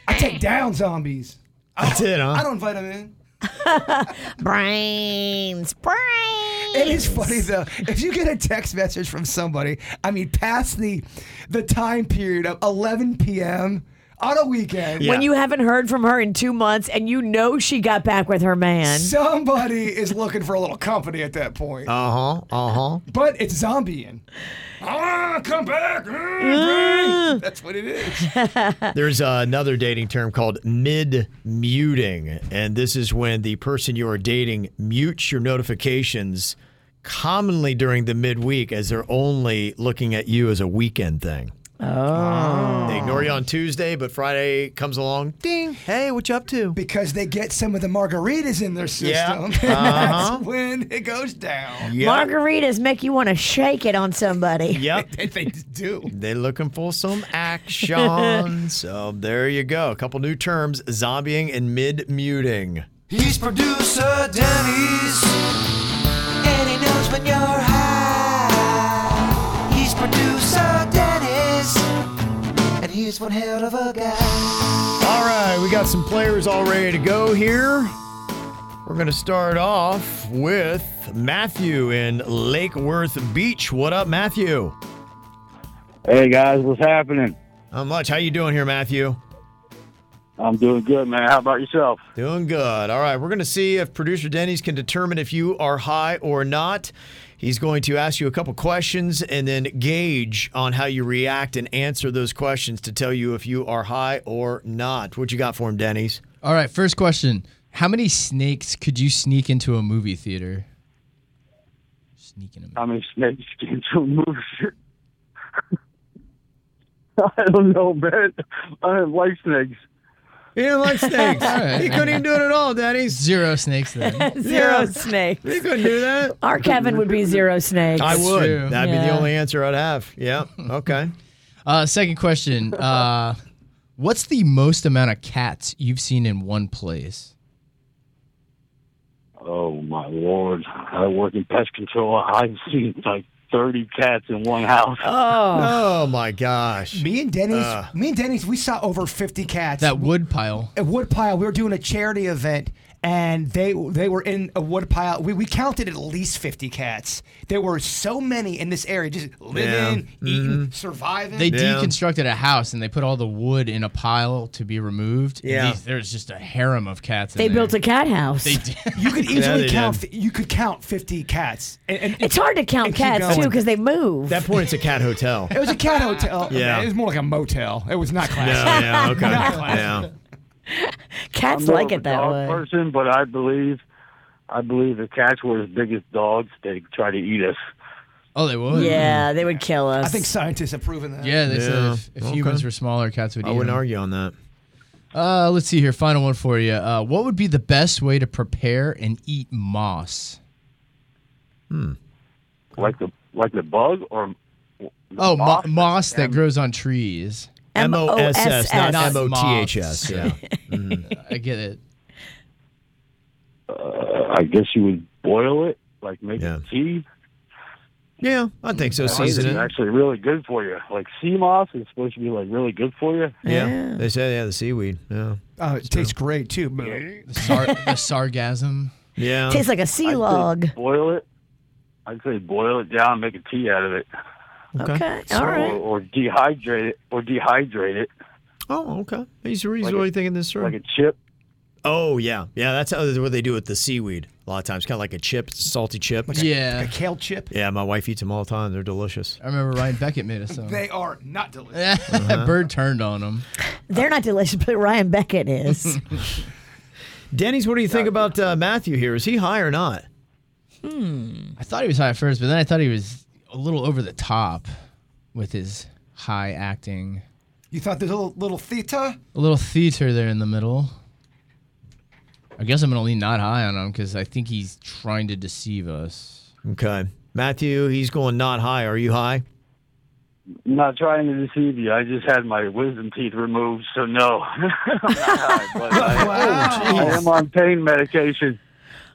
Speaker 5: I
Speaker 6: (laughs)
Speaker 5: take down zombies.
Speaker 4: That's it, huh?
Speaker 5: I don't invite them in.
Speaker 6: Brains. Brains.
Speaker 5: It is funny though. If you get a text message from somebody, I mean, past the the time period of 11 p.m. on a weekend,
Speaker 6: When you haven't heard from her in two months and you know she got back with her man. (laughs)
Speaker 5: somebody is looking for a little company at that point.
Speaker 4: Uh huh. Uh huh.
Speaker 5: but it's zombieing. Ah, come back. ah, bang. That's what it is.
Speaker 6: (laughs)
Speaker 4: There's uh, another dating term called mid muting, and this is when the person you are dating mutes your notifications commonly during the midweek as they're only looking at you as a weekend thing.
Speaker 15: Uh,
Speaker 4: Oh. They ignore you on Tuesday, but Friday comes along. Ding. Hey, what you up to?
Speaker 5: Because they get some of the margaritas in their system.
Speaker 4: Yeah.
Speaker 5: and
Speaker 4: Uh-huh.
Speaker 5: (laughs) That's when it goes down.
Speaker 4: Yep.
Speaker 6: Margaritas make you want to shake it on somebody.
Speaker 4: yep.
Speaker 5: (laughs) They, they do.
Speaker 4: They're looking for some
Speaker 5: (laughs)
Speaker 4: action. so there you go. A couple new terms zombieing and mid muting.
Speaker 3: He's producer Denny's, and he knows when you're high. He's producer Denny's, and he's one hell of a guy.
Speaker 4: All right, we got some players all ready to go here. We're going to start off with Matthew in Lake Worth Beach. What up, Matthew?
Speaker 14: Hey guys, what's happening?
Speaker 4: How much? How you doing here, Matthew?
Speaker 14: I'm doing good, man. How about yourself?
Speaker 4: Doing good. All right, we're going to see if producer Denny's can determine if you are high or not. He's going to ask you a couple questions and then gauge on how you react and answer those questions to tell you if you are high or not. What you got for him, Denny's?
Speaker 15: All right, first question. How many snakes could you sneak into a movie theater? Sneaking them.
Speaker 14: How many snakes can you move? (laughs) I don't know, man. I don't like snakes.
Speaker 4: He didn't like
Speaker 14: (laughs)
Speaker 4: snakes.
Speaker 15: All right.
Speaker 4: He couldn't even do it at all, Denny's.
Speaker 15: Zero snakes then.
Speaker 6: (laughs) Zero
Speaker 4: Yeah.
Speaker 6: snakes.
Speaker 4: He couldn't do that.
Speaker 6: Our Kevin would be zero snakes.
Speaker 4: I would.
Speaker 15: true.
Speaker 4: That'd be the
Speaker 6: Yeah.
Speaker 4: only answer I'd have. Yeah.
Speaker 15: (laughs)
Speaker 4: Okay.
Speaker 15: Uh, second question. Uh, what's the most amount of cats you've seen in one place?
Speaker 14: Oh my lord! I work in pest control. I've seen like 30 cats in one house.
Speaker 4: Oh my gosh. Uh.
Speaker 5: Me and Denny's,
Speaker 4: Ugh.
Speaker 5: me and Denny's, we saw over 50 cats.
Speaker 15: That wood pile.
Speaker 5: At Woodpile, we were doing a charity event, and they they were in a woodpile. We, we counted at least 50 cats. There were so many in this area, just living, eating, surviving.
Speaker 15: They deconstructed a house and they put all the wood in a pile to be removed. and
Speaker 5: Yeah.
Speaker 15: these- there's just a harem of cats. in
Speaker 6: They
Speaker 15: there.
Speaker 6: built a cat house.
Speaker 4: (laughs)
Speaker 15: They did.
Speaker 5: You could
Speaker 15: Yeah,
Speaker 5: easily
Speaker 15: they
Speaker 5: count.
Speaker 15: did.
Speaker 5: You could count 50 cats. And, and-
Speaker 6: It's hard to count
Speaker 5: and keep
Speaker 6: cats too
Speaker 5: going.
Speaker 6: because they move.
Speaker 4: That point, it's a cat hotel.
Speaker 5: It was a cat (laughs) hotel.
Speaker 4: Yeah.
Speaker 5: it was more like a motel. It was not classy.
Speaker 4: Yeah,
Speaker 5: (laughs)
Speaker 4: yeah, okay.
Speaker 5: Not classy.
Speaker 4: Yeah.
Speaker 6: Cats
Speaker 14: I'm more
Speaker 6: like
Speaker 14: of a
Speaker 6: it that
Speaker 14: dog
Speaker 6: way.
Speaker 14: Person, but I believe, I believe if cats were as big as dogs, they'd try to eat us.
Speaker 15: Oh, they would.
Speaker 6: Yeah, they would kill us.
Speaker 5: I think scientists have proven that.
Speaker 15: Yeah, they said
Speaker 4: Yeah.
Speaker 15: if, if
Speaker 4: Okay.
Speaker 15: humans were smaller, cats would eat
Speaker 4: I wouldn't
Speaker 15: them.
Speaker 4: argue on that.
Speaker 15: Uh, let's see here. Final one for you. Uh, what would be the best way to prepare and eat moss?
Speaker 4: Hmm.
Speaker 14: Like the like the bug or
Speaker 15: Oh, moss, moss that grows on trees.
Speaker 4: M O S S, not
Speaker 15: Not
Speaker 4: M O T H S.
Speaker 15: moths.
Speaker 4: Yeah.
Speaker 15: I get it.
Speaker 14: uh, I guess you would boil it, like make tea.
Speaker 4: Yeah, I think so.
Speaker 14: Moss is
Speaker 4: Season it.
Speaker 14: actually really good for you. Like sea moss is supposed to be like really good for you.
Speaker 4: Yeah. They say, yeah, the seaweed. Yeah.
Speaker 5: Oh, it tastes great too. but-
Speaker 15: The, sar- the sargasm.
Speaker 4: Yeah.
Speaker 6: Tastes like a sea log.
Speaker 14: Boil it. I'd say boil it down, make a tea out of it.
Speaker 6: Okay.
Speaker 14: or,
Speaker 6: All right.
Speaker 14: or dehydrate it, or dehydrate it.
Speaker 4: Oh, okay. He's
Speaker 14: Like
Speaker 4: really
Speaker 14: a-
Speaker 4: thinking this through.
Speaker 14: like a chip.
Speaker 4: Oh yeah, yeah. That's how, that's what they do with the seaweed. A lot of times, kind of like a chip, salty chip.
Speaker 5: Like a-
Speaker 15: Yeah.
Speaker 5: like a kale chip.
Speaker 4: Yeah, my wife eats them all the time. They're delicious.
Speaker 15: I remember Ryan Beckett made us some.
Speaker 5: They are not delicious.
Speaker 15: (laughs)
Speaker 4: Uh-huh.
Speaker 15: That bird turned on him.
Speaker 6: They're not delicious, but Ryan Beckett
Speaker 15: (laughs)
Speaker 6: is.
Speaker 4: Denny's, what do you think about uh, Matthew here? Is he high or not?
Speaker 15: I thought he was high at first, but then I thought he was a little over the top with his high acting.
Speaker 5: You thought there's a little, little theta?
Speaker 15: A little theater there in the middle. I guess I'm gonna lean not high on him because I think he's trying to deceive us.
Speaker 4: Okay, Matthew, he's going not high. Are you high?
Speaker 14: I'm not trying to deceive you. I just had my wisdom teeth removed, so no. (laughs) I'm not high,
Speaker 4: (laughs)
Speaker 14: but I, I am on pain medication.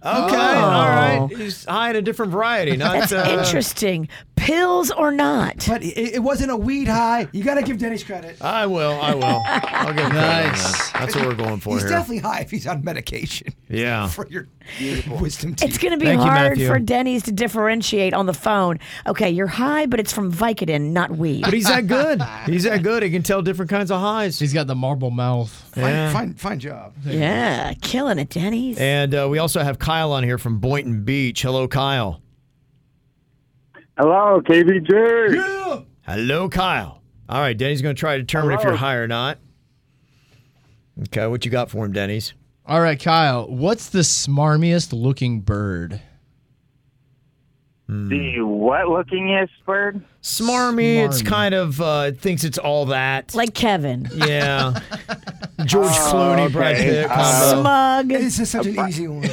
Speaker 4: Okay, all right. He's high in a different variety. Not
Speaker 6: Oh. That's
Speaker 4: uh,
Speaker 6: interesting. Pills or not?
Speaker 5: But it, it wasn't a weed high. You got to give Denny's credit.
Speaker 4: I will. I will. I'll give him credit on
Speaker 15: Nice.
Speaker 4: that. That's what we're going for
Speaker 5: He's
Speaker 4: here.
Speaker 5: definitely high if he's on medication.
Speaker 4: yeah.
Speaker 5: For your wisdom teeth.
Speaker 6: It's going to be
Speaker 4: Thank you,
Speaker 6: hard
Speaker 4: Matthew.
Speaker 6: for Denny's to differentiate on the phone. Okay, you're high, but it's from Vicodin, not weed.
Speaker 4: But he's
Speaker 6: (laughs)
Speaker 4: that
Speaker 15: (laughs)
Speaker 4: good. He's that good. He can tell different kinds of highs.
Speaker 15: He's got the marble mouth.
Speaker 5: Fine,
Speaker 4: Yeah.
Speaker 5: fine, fine job.
Speaker 6: yeah, killing it, Denny's.
Speaker 4: And uh, we also have Kyle on here from Boynton Beach. Hello, Kyle.
Speaker 14: Hello, KBJ. Yeah.
Speaker 4: Hello, Kyle. All right, Denny's going to try to determine if you're
Speaker 14: Hello.
Speaker 4: high or not. Okay, what you got for him, Denny's?
Speaker 15: All right, Kyle, what's the smarmiest looking bird?
Speaker 4: Hmm.
Speaker 6: Hmm.
Speaker 18: The what lookingest bird?
Speaker 4: Smarmy. It's
Speaker 15: Smarmy.
Speaker 4: kind of uh, thinks it's all that.
Speaker 6: Like Kevin.
Speaker 15: (laughs)
Speaker 4: Yeah. George
Speaker 15: Uh,
Speaker 4: Clooney, Brad
Speaker 18: okay.
Speaker 4: Pitt combo.
Speaker 6: Smug.
Speaker 5: This is such an easy one.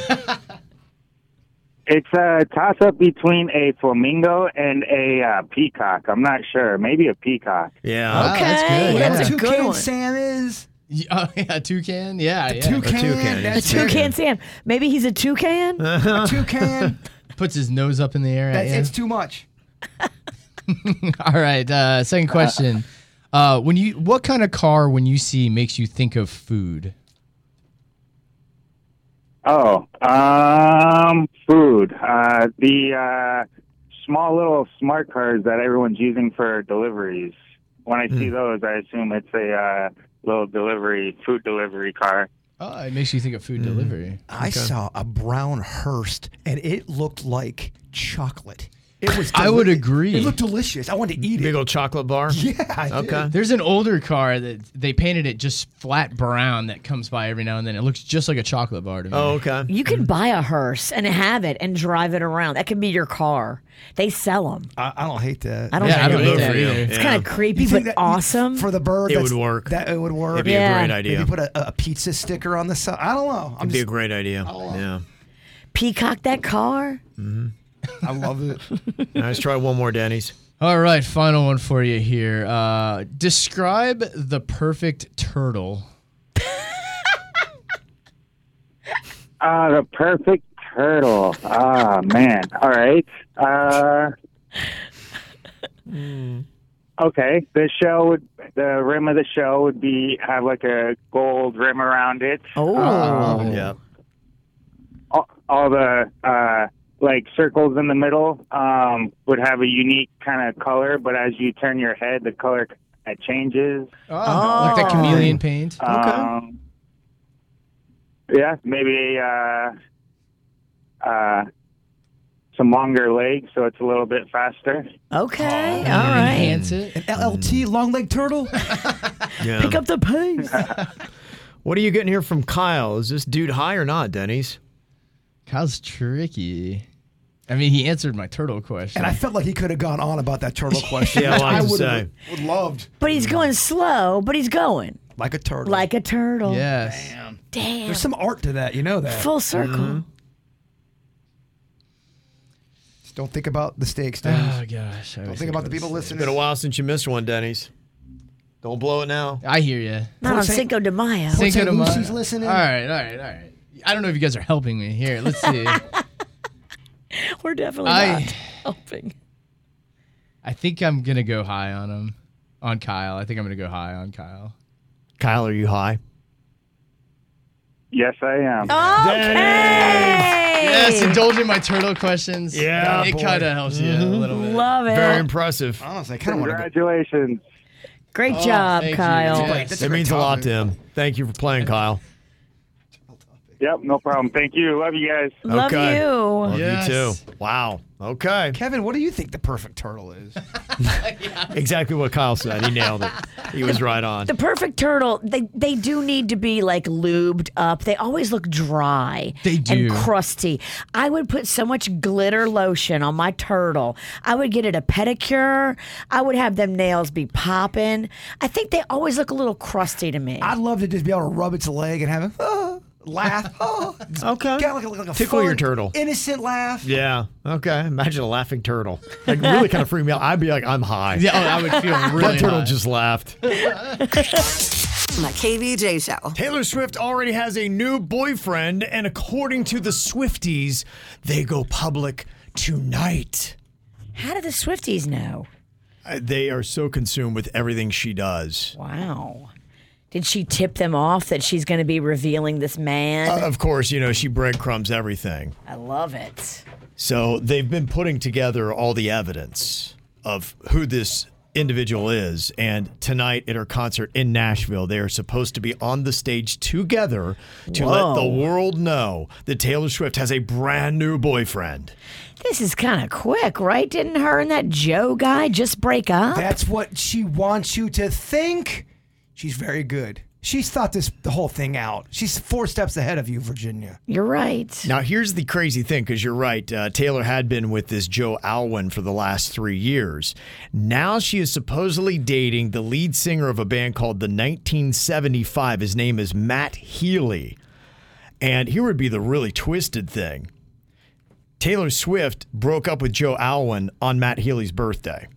Speaker 18: It's a toss up between a flamingo and a uh, peacock. I'm not sure. Maybe a peacock.
Speaker 4: yeah.
Speaker 15: Wow, that's
Speaker 6: Okay,
Speaker 15: good.
Speaker 6: that's
Speaker 15: yeah.
Speaker 6: a good
Speaker 5: Toucan
Speaker 6: one.
Speaker 5: Sam is.
Speaker 15: Yeah, Oh, (laughs) yeah, toucan. Yeah, yeah.
Speaker 5: Toucan.
Speaker 4: toucan,
Speaker 6: A
Speaker 5: That's it.
Speaker 6: toucan Sam. Maybe he's a toucan?
Speaker 5: (laughs) A
Speaker 6: (laughs)
Speaker 5: toucan.
Speaker 15: (laughs) Puts his nose up in the air.
Speaker 5: That's,
Speaker 15: yeah. (laughs)
Speaker 5: It's too much.
Speaker 15: All right. Uh, second question. Uh, when you, what kind of car when you see makes you think of food?
Speaker 18: Oh, um, food. Uh, the uh, small little smart cars that everyone's using for deliveries. When I
Speaker 6: Hmm.
Speaker 18: see those, I assume it's a uh, little delivery, food delivery car.
Speaker 15: Oh, it makes you think of food delivery.
Speaker 5: Mm. I saw a brown Hearst, and it looked like chocolate. It was.
Speaker 15: I would agree.
Speaker 5: It looked delicious. I wanted to eat
Speaker 4: Big
Speaker 5: it.
Speaker 4: old chocolate bar.
Speaker 5: (laughs) Yeah. I did.
Speaker 4: Okay.
Speaker 15: There's an older car that they painted it just flat brown that comes by every now and then. It looks just like a chocolate bar to me.
Speaker 4: Oh, okay.
Speaker 6: You can buy a hearse and have it and drive it around. That can be your car. They sell them.
Speaker 5: I, I don't hate that.
Speaker 6: I don't
Speaker 4: Yeah,
Speaker 6: hate
Speaker 4: I don't
Speaker 6: it
Speaker 4: know
Speaker 6: either.
Speaker 4: for you.
Speaker 6: It's
Speaker 4: Yeah.
Speaker 6: kind of creepy,
Speaker 5: You think
Speaker 6: but
Speaker 5: that-
Speaker 6: awesome.
Speaker 5: for the bird.
Speaker 4: It
Speaker 5: that's-
Speaker 4: would work.
Speaker 5: That it would work.
Speaker 4: It'd be
Speaker 6: Yeah.
Speaker 4: a great idea.
Speaker 5: Maybe put a, a pizza sticker on the side. I don't know. I'm
Speaker 4: It'd be a
Speaker 5: just,
Speaker 4: great idea. Yeah.
Speaker 6: Peacock that car.
Speaker 5: I love it.
Speaker 4: (laughs) All right, let's try one more, Denny's.
Speaker 15: All right, final one for you here. Uh, describe the perfect turtle.
Speaker 18: Ah, the perfect turtle. Ah, man. All right. Uh, Okay, the shell would the rim of the shell would be have like a gold rim around it. Um,
Speaker 6: Oh,
Speaker 4: yeah.
Speaker 18: All, all the uh, like circles in the middle um, would have a unique kind of color, but as you turn your head, the color uh, changes.
Speaker 15: Oh. Like that chameleon paint.
Speaker 18: Oh. Um, Yeah, maybe uh, uh, some longer legs, so it's a little bit faster.
Speaker 6: Okay, all right.
Speaker 15: Enhance it.
Speaker 5: An LLT, long leg turtle.
Speaker 4: Mm. (laughs) Yeah.
Speaker 6: Pick up the pace.
Speaker 4: What are you getting here from Kyle? Is this dude high or not, Denny's?
Speaker 15: Kyle's tricky. I mean, he answered my turtle question.
Speaker 5: And I felt like he could have gone on about
Speaker 4: (laughs)
Speaker 5: that turtle question.
Speaker 15: Yeah, well, I
Speaker 5: I
Speaker 15: was
Speaker 5: would
Speaker 15: gonna
Speaker 5: have would loved
Speaker 6: But he's going slow, but he's going
Speaker 5: like a Mm. turtle.
Speaker 6: like a turtle.
Speaker 15: Yes.
Speaker 6: Damn.
Speaker 5: There's some art to that, you know that. Mm-hmm.
Speaker 6: Full circle.
Speaker 5: Just don't think about the stakes.
Speaker 15: Oh gosh. I
Speaker 5: Don't
Speaker 15: was
Speaker 5: think
Speaker 15: thinking
Speaker 5: about the people
Speaker 4: It's
Speaker 5: listening.
Speaker 4: been a while since you missed one, Denny's. Don't blow it now.
Speaker 15: I hear you.
Speaker 6: Not on
Speaker 5: Saint-
Speaker 6: Cinco de Mayo.
Speaker 5: Cinco
Speaker 15: Cinco de Mayo.
Speaker 5: Lucy's listening.
Speaker 15: All right, all right, all right. I don't know if you guys are helping me here. Let's see.
Speaker 6: We're definitely
Speaker 15: I-
Speaker 6: not helping.
Speaker 15: I think I'm gonna go high on him, on Kyle. I think I'm gonna go high on Kyle.
Speaker 4: Kyle, are you high?
Speaker 18: Yes, I am.
Speaker 6: Okay.
Speaker 15: Yes, indulging my turtle questions.
Speaker 4: Yeah,
Speaker 15: it
Speaker 4: boy. Mm-hmm.
Speaker 15: kind of helps you a little bit.
Speaker 6: Love it.
Speaker 4: Very impressive.
Speaker 5: Honestly, I kind of want to.
Speaker 18: Congratulations.
Speaker 6: Great
Speaker 15: Oh,
Speaker 6: job,
Speaker 15: thank you.
Speaker 6: Kyle.
Speaker 15: Yes. That's a
Speaker 4: It
Speaker 15: great
Speaker 4: means a lot
Speaker 15: topic.
Speaker 4: to him. Thank you for playing, Kyle.
Speaker 18: Yep, no problem. Thank you. Love you guys.
Speaker 6: Love
Speaker 4: Okay.
Speaker 6: you.
Speaker 4: Love
Speaker 15: Yes.
Speaker 4: you too. Wow. Okay.
Speaker 5: Kevin, what do you think the perfect turtle is?
Speaker 4: (laughs) Exactly what Kyle said. He nailed it. He was right on.
Speaker 6: The perfect turtle, they they do need to be like lubed up. They always look dry.
Speaker 15: They do.
Speaker 6: And crusty. I would put so much glitter lotion on my turtle. I would get it a pedicure. I would have them nails be popping. I think they always look a little crusty to me.
Speaker 5: I'd love to just be able to rub its leg and have it ah, laugh. ah.
Speaker 4: Okay.
Speaker 5: Kind of like, a- like a
Speaker 4: Tickle your
Speaker 5: fun,
Speaker 4: turtle.
Speaker 5: Innocent
Speaker 6: (laughs)
Speaker 5: laugh.
Speaker 4: Yeah. Okay. Imagine a laughing turtle. Like really kind of freaked me out. I'd be like, I'm high.
Speaker 15: Yeah, oh, I would feel really.
Speaker 4: that turtle
Speaker 15: high.
Speaker 4: just laughed.
Speaker 7: My KVJ show.
Speaker 4: Taylor Swift already has a new boyfriend, and according to the Swifties, they go public tonight.
Speaker 6: How do the Swifties know?
Speaker 4: Uh, They are so consumed with everything she does.
Speaker 6: Wow. Did she tip them off that she's going to be revealing this man?
Speaker 4: Uh, of course, you know, she breadcrumbs everything.
Speaker 6: I love it.
Speaker 4: So they've been putting together all the evidence of who this individual is. And tonight at her concert in Nashville, they are supposed to be on the stage together to let the
Speaker 6: Whoa.
Speaker 4: world know that Taylor Swift has a brand new boyfriend.
Speaker 6: This is kind of quick, right? Didn't her and that Joe guy just break up?
Speaker 5: That's what she wants you to think. She's very good. She's thought this the whole thing out. She's four steps ahead of you, Virginia.
Speaker 6: You're right.
Speaker 4: Now, here's the crazy thing because you're right. Uh, Taylor had been with this Joe Alwyn for the last three years. Now she is supposedly dating the lead singer of a band called the 1975. His name is Matt Healy. And here would be the really twisted thing Taylor Swift broke up with Joe Alwyn on Matt Healy's birthday.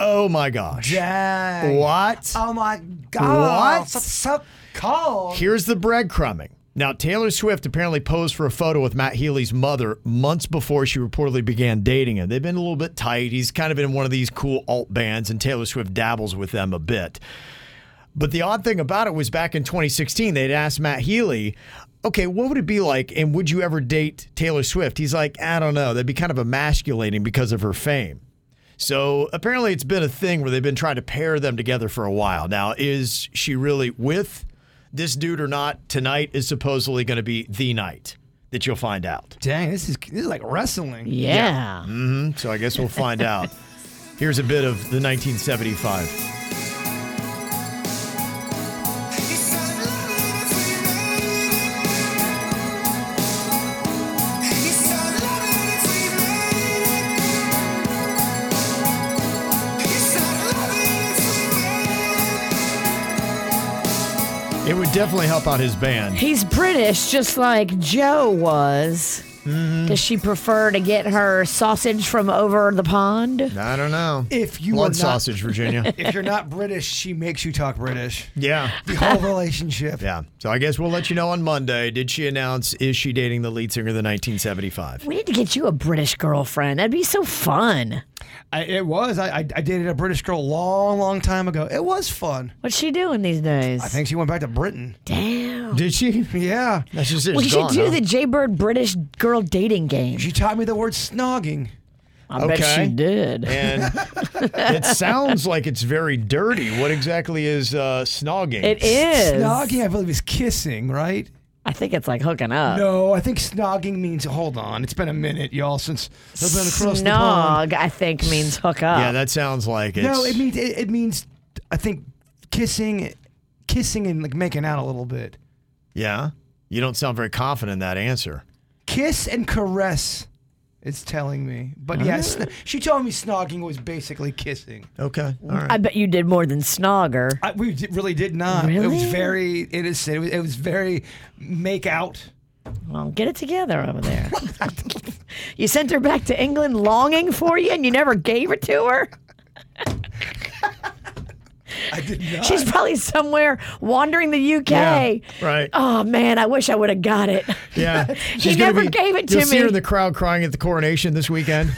Speaker 4: Oh my gosh.
Speaker 5: Dang.
Speaker 4: What?
Speaker 5: Oh my God.
Speaker 4: What?
Speaker 5: So, so cold.
Speaker 4: Here's the breadcrumbing. Now, Taylor Swift apparently posed for a photo with Matt Healy's mother months before she reportedly began dating him. They've been a little bit tight. He's kind of in one of these cool alt bands, and Taylor Swift dabbles with them a bit. But the odd thing about it was back in 2016, they'd asked Matt Healy, okay, what would it be like, and would you ever date Taylor Swift? He's like, I don't know. That'd be kind of emasculating because of her fame. So apparently, it's been a thing where they've been trying to pair them together for a while. Now, is she really with this dude or not? Tonight is supposedly going to be the night that you'll find out.
Speaker 5: Dang, this is this is like wrestling.
Speaker 6: yeah.
Speaker 4: hmm So I guess we'll find out. Here's a bit of the 1975. It would definitely help out his band.
Speaker 6: He's British, just like Joe was.
Speaker 5: Mm-hmm.
Speaker 6: Does she prefer to get her sausage from over the pond?
Speaker 4: I don't know.
Speaker 5: If you
Speaker 4: Blood
Speaker 5: are not-
Speaker 4: sausage,
Speaker 6: (laughs)
Speaker 4: Virginia.
Speaker 5: (laughs) If you're not British, she makes you talk British.
Speaker 4: yeah.
Speaker 5: The whole relationship.
Speaker 4: Yeah. So I guess we'll let you know on Monday. Did she announce is she dating the lead singer of the 1975?
Speaker 6: We need to get you a British girlfriend. That'd be so fun.
Speaker 5: I, it was. I, I I dated a British girl a long, long time ago. It was fun.
Speaker 6: What's she doing these days?
Speaker 5: I think she went back to Britain.
Speaker 6: Damn.
Speaker 4: Did she?
Speaker 5: Yeah. That's just
Speaker 6: we should do the Jaybird British girl dating game.
Speaker 5: She taught me the word snogging.
Speaker 6: I bet
Speaker 4: Okay.
Speaker 6: she did. (laughs)
Speaker 4: And it sounds like it's very dirty. What exactly is uh, snogging?
Speaker 5: Snogging, I believe, is kissing, right?
Speaker 6: I think it's like hooking up.
Speaker 5: No, I think snogging means hold on. It's been a minute, y'all, since I've been across the
Speaker 6: Snog,
Speaker 5: pond.
Speaker 6: I think, means hook up.
Speaker 4: Yeah, that sounds like it's.
Speaker 5: No, it means it, it means I think kissing, kissing and like making out a little bit.
Speaker 4: yeah, you don't sound very confident in that answer.
Speaker 5: Kiss and caress. It's telling me, but yes,
Speaker 4: Ah.
Speaker 5: she told me snogging was basically kissing.
Speaker 4: Okay, all right.
Speaker 6: I bet you did more than snogger.
Speaker 5: I, we d- really did not. It was
Speaker 6: Really?
Speaker 5: very innocent. It was, it was very make out.
Speaker 6: Well, get it together over there. you sent her back to England longing for you and you never gave it to her?
Speaker 5: (laughs) I did not.
Speaker 6: She's probably somewhere wandering the UK.
Speaker 4: Yeah, right.
Speaker 6: Oh, man, I wish I would have got it.
Speaker 4: Yeah,
Speaker 6: (laughs) he
Speaker 4: She's gonna
Speaker 6: never
Speaker 4: be-
Speaker 6: gave it
Speaker 4: you'll
Speaker 6: to
Speaker 4: see
Speaker 6: me.
Speaker 4: her in the crowd crying at the coronation this
Speaker 6: (laughs)
Speaker 4: weekend.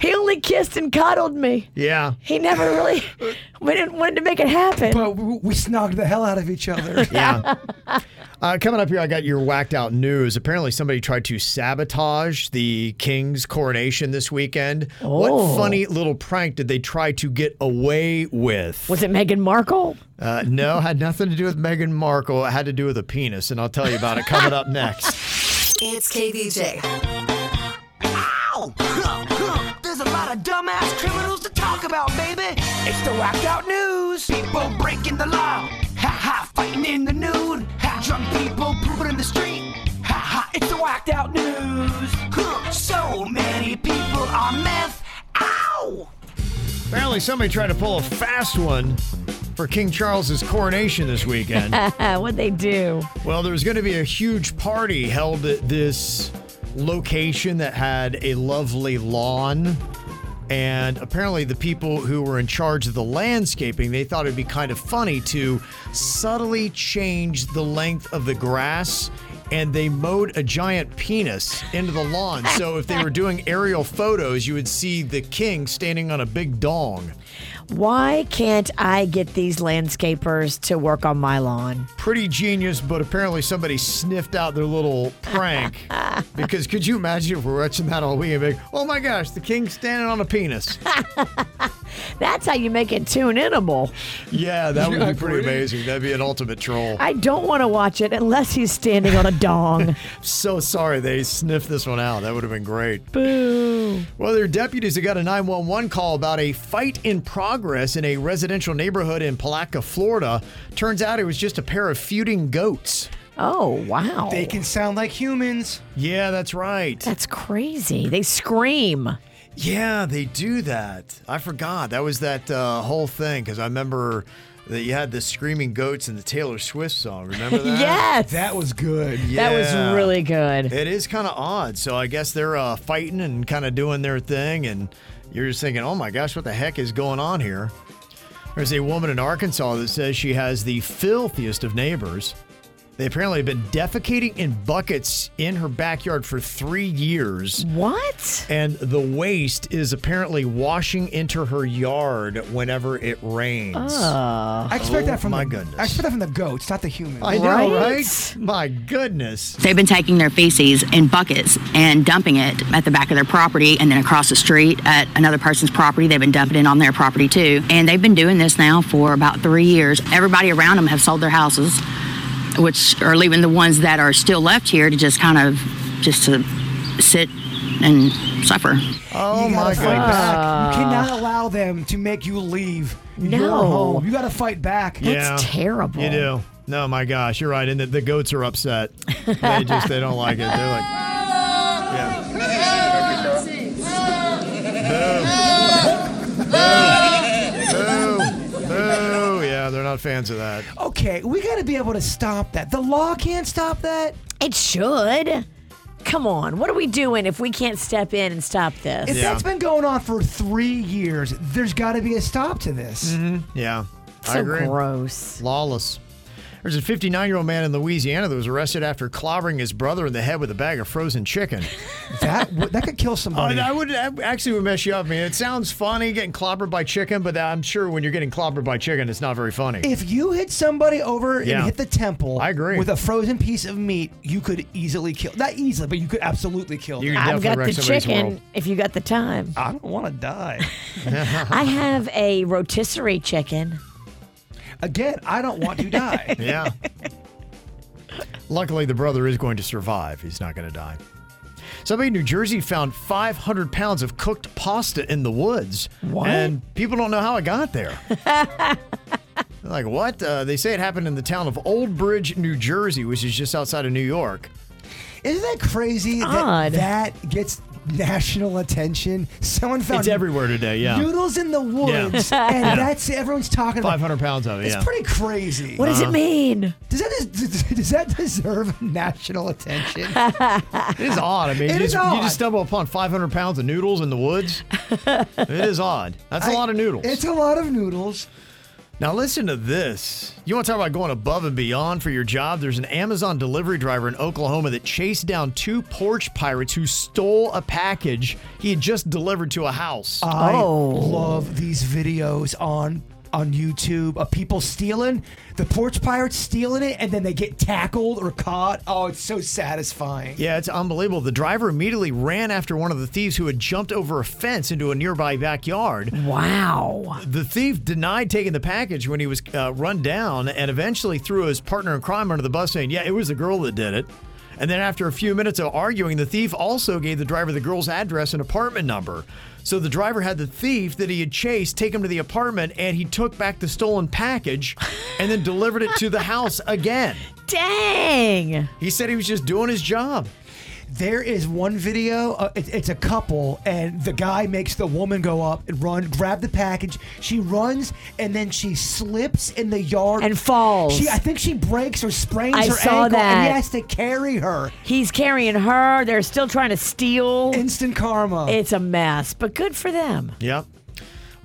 Speaker 6: he only kissed and coddled me.
Speaker 4: Yeah.
Speaker 6: He never really we didn't, wanted to make it happen.
Speaker 5: But we, we snogged the hell out of
Speaker 6: (laughs)
Speaker 5: each other.
Speaker 4: Yeah. (laughs) Uh, coming up here, I got your whacked out news. Apparently, somebody tried to sabotage the king's coronation this weekend.
Speaker 6: Oh.
Speaker 4: What funny little prank did they try to get away with?
Speaker 6: Was it Meghan Markle?
Speaker 4: Uh, no, had nothing to do with Meghan Markle. It had to do with a penis, and I'll tell you about it coming
Speaker 6: (laughs)
Speaker 4: up next.
Speaker 19: It's KVJ.
Speaker 3: Ow! (laughs) Huh, huh. There's a lot of dumbass criminals to talk about, baby. It's the whacked out news. People breaking the law. Ha ha, fighting in the nude. Ha, drunk people pooping in the street. Ha ha, it's the whacked out news. (laughs) Huh, So many people are meth. Ow!
Speaker 4: Apparently, somebody tried to pull a fast one for King Charles's coronation this weekend.
Speaker 6: (laughs) What'd they do?
Speaker 4: Well, there was going to be a huge party held at this location that had a lovely lawn. And apparently, the people who were in charge of the landscaping they thought it'd be kind of funny to subtly change the length of the grass, and they mowed a giant penis into the lawn. So if they were doing aerial photos, you would see the king standing on a big dong.
Speaker 6: Why can't I get these landscapers to work on my lawn?
Speaker 4: pretty genius, but apparently somebody sniffed out their little prank. because could you imagine if we're watching that all weekend? Like, oh my gosh, the king's standing on a penis.
Speaker 6: That's how you make it tune inable.
Speaker 4: yeah, that would be pretty amazing. That'd be an ultimate troll.
Speaker 6: I don't want to watch it unless he's standing on a dong.
Speaker 4: (laughs) so sorry they sniffed this one out. That would have been great.
Speaker 6: Boo.
Speaker 4: Well, their deputies have got a 911 call about a fight in progress in a residential neighborhood in Palatka, Florida. Turns out it was just a pair of feuding goats.
Speaker 6: Oh, wow.
Speaker 5: They can sound like humans.
Speaker 4: Yeah, that's right.
Speaker 6: That's crazy. They scream.
Speaker 4: Yeah, they do that. I forgot. That was that uh, whole thing because I remember that you had the screaming goats in the Taylor Swift song.
Speaker 6: (laughs)
Speaker 4: Remember that?
Speaker 6: Yes.
Speaker 5: That was good.
Speaker 4: Yeah.
Speaker 6: That was really good.
Speaker 4: It is kind of odd. So I guess they're uh, fighting and kind of doing their thing, and you're just thinking, "Oh my gosh, what the heck is going on here?" There's a woman in Arkansas that says she has the filthiest of neighbors. They apparently have been defecating in buckets in her backyard for three years.
Speaker 6: What?
Speaker 4: And the waste is apparently washing into her yard whenever it rains.
Speaker 5: I expect
Speaker 4: Oh,
Speaker 5: that from
Speaker 4: my
Speaker 5: the,
Speaker 4: goodness.
Speaker 5: I expect that from the goats, not the humans.
Speaker 4: I know, right? My goodness.
Speaker 20: They've been taking their feces in buckets and dumping it at the back of their property and then across the street at another person's property. They've been dumping it on their property too. And they've been doing this now for about three years. Everybody around them have sold their houses, which are leaving the ones that are still left here to just kind of just to sit and suffer.
Speaker 4: Oh
Speaker 5: You gotta
Speaker 4: my
Speaker 5: fight back.
Speaker 4: goodness.
Speaker 5: You cannot allow them to make you leave your
Speaker 6: Ah. No.
Speaker 5: home. You got to fight back.
Speaker 6: terrible.
Speaker 4: You do. No, my gosh, you're right. And the, the goats are upset. They just they don't like it. They're like, oh yeah, they're not fans of that.
Speaker 5: Okay, we got to be able to stop that. The law can't stop that.
Speaker 6: It should. Come on. What are we doing if we can't step in and stop this?
Speaker 5: If that's been going on for three years,
Speaker 4: Mm-hmm.
Speaker 5: there's got to be a stop to this.
Speaker 4: Yeah, I
Speaker 6: So
Speaker 4: agree.
Speaker 6: gross.
Speaker 4: Lawless. There's a 59 year old man in Louisiana that was arrested after clobbering his brother in the head with a bag of frozen chicken.
Speaker 5: (laughs) that would- that could kill somebody.
Speaker 4: I would that actually would mess you up, man. It sounds funny getting clobbered by chicken, but I'm sure when you're getting clobbered by chicken, it's not very funny.
Speaker 5: If you hit somebody over
Speaker 4: Yeah.
Speaker 5: and hit the temple, I
Speaker 4: agree.
Speaker 5: With a frozen piece of meat, you could easily kill. Not easily, but you could absolutely kill. them.
Speaker 6: I've got the chicken if you got the time.
Speaker 5: I don't want
Speaker 4: (laughs)
Speaker 5: to die.
Speaker 6: I have a rotisserie chicken.
Speaker 5: Again, I don't want to die. (laughs)
Speaker 4: yeah. Luckily, the brother is going to survive. He's not going to die. Somebody in New Jersey found 500 pounds of cooked pasta in the woods.
Speaker 5: What?
Speaker 4: And people don't know how it got there. (laughs) They're like, what? Uh, they say it happened in the town of Old Bridge, New Jersey, which is just outside of New York.
Speaker 5: Isn't that crazy? that-
Speaker 4: Odd.
Speaker 5: That, gets national attention. Someone found
Speaker 4: It's everywhere today, yeah.
Speaker 5: noodles in
Speaker 4: (laughs)
Speaker 5: the woods,
Speaker 4: Yeah.
Speaker 5: and
Speaker 4: Yeah.
Speaker 5: that's everyone's talking about.
Speaker 4: 500 pounds of it,
Speaker 5: It's
Speaker 4: yeah.
Speaker 5: pretty crazy.
Speaker 4: What does it Uh-huh.
Speaker 6: mean?
Speaker 5: Does that does, does that deserve (laughs) national attention?
Speaker 4: (laughs) It is odd. I mean,
Speaker 5: (laughs) It
Speaker 4: you,
Speaker 5: is
Speaker 4: just, you
Speaker 5: odd.
Speaker 4: just stumble upon 500 pounds of noodles in the
Speaker 5: (laughs)
Speaker 4: woods. it is odd. That's a
Speaker 5: I-
Speaker 4: lot of noodles.
Speaker 5: It's a lot of noodles.
Speaker 4: Now listen to this. You want to talk about going above and beyond for your job? There's an Amazon delivery driver in Oklahoma that chased down two porch pirates who stole a package he had just delivered to a house.
Speaker 5: I
Speaker 4: Oh.
Speaker 5: love these videos on on YouTube of people stealing the porch pirates stealing it and then they get tackled or caught. Oh, it's so satisfying.
Speaker 4: Yeah, it's unbelievable. The driver immediately ran after one of the thieves who had jumped over a fence into a nearby backyard.
Speaker 6: Wow.
Speaker 4: The thief denied taking the package when he was uh, run down and eventually threw his partner in crime under the bus, saying, Yeah, it was the girl that did it. And then after a few minutes of arguing, the thief also gave the driver the girl's address and apartment number. So the driver had the thief that he had chased take him to the apartment and he took back the stolen package and then delivered it to the house again.
Speaker 6: (laughs) Dang.
Speaker 4: He said he was just doing his job.
Speaker 5: There is one video. Uh, it, it's a couple, and the guy makes the woman go up and run, grab the package. She runs, and then she slips in the yard
Speaker 6: And falls.
Speaker 5: She, I think she breaks or sprains
Speaker 6: I
Speaker 5: her
Speaker 6: saw
Speaker 5: ankle, and
Speaker 6: that.
Speaker 5: he has to carry her.
Speaker 6: He's carrying her. They're still trying to steal.
Speaker 5: Instant karma.
Speaker 6: It's a mess, but good for them.
Speaker 4: Yep.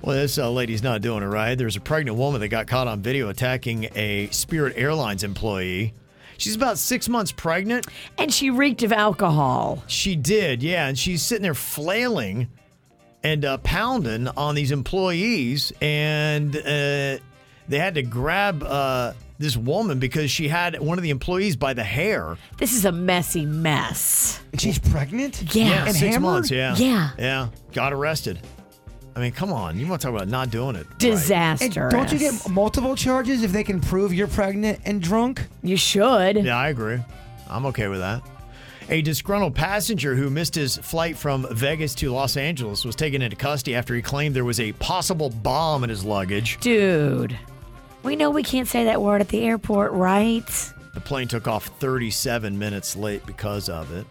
Speaker 4: Well, this uh, lady's not doing it right. There's a pregnant woman that got caught on video attacking a Spirit Airlines employee. She's about six months pregnant.
Speaker 6: And she reeked of alcohol.
Speaker 4: She did, yeah. And she's sitting there flailing and uh, pounding on these employees. And uh, they had to grab uh, this woman because she had one of the employees by the hair.
Speaker 6: This is a messy mess.
Speaker 5: And she's pregnant?
Speaker 6: Yeah.
Speaker 4: six months, yeah.
Speaker 6: Yeah.
Speaker 4: Yeah. Got arrested. I mean, come on. You want to talk about not doing it. right.
Speaker 5: And don't you get multiple charges if they can prove you're pregnant and drunk?
Speaker 6: You should.
Speaker 4: Yeah, I agree. I'm okay with that. A disgruntled passenger who missed his flight from Vegas to Los Angeles was taken into custody after he claimed there was a possible bomb in his luggage.
Speaker 6: Dude. We know we can't say that word at the airport, right?
Speaker 4: The plane took off 37 minutes late because of it.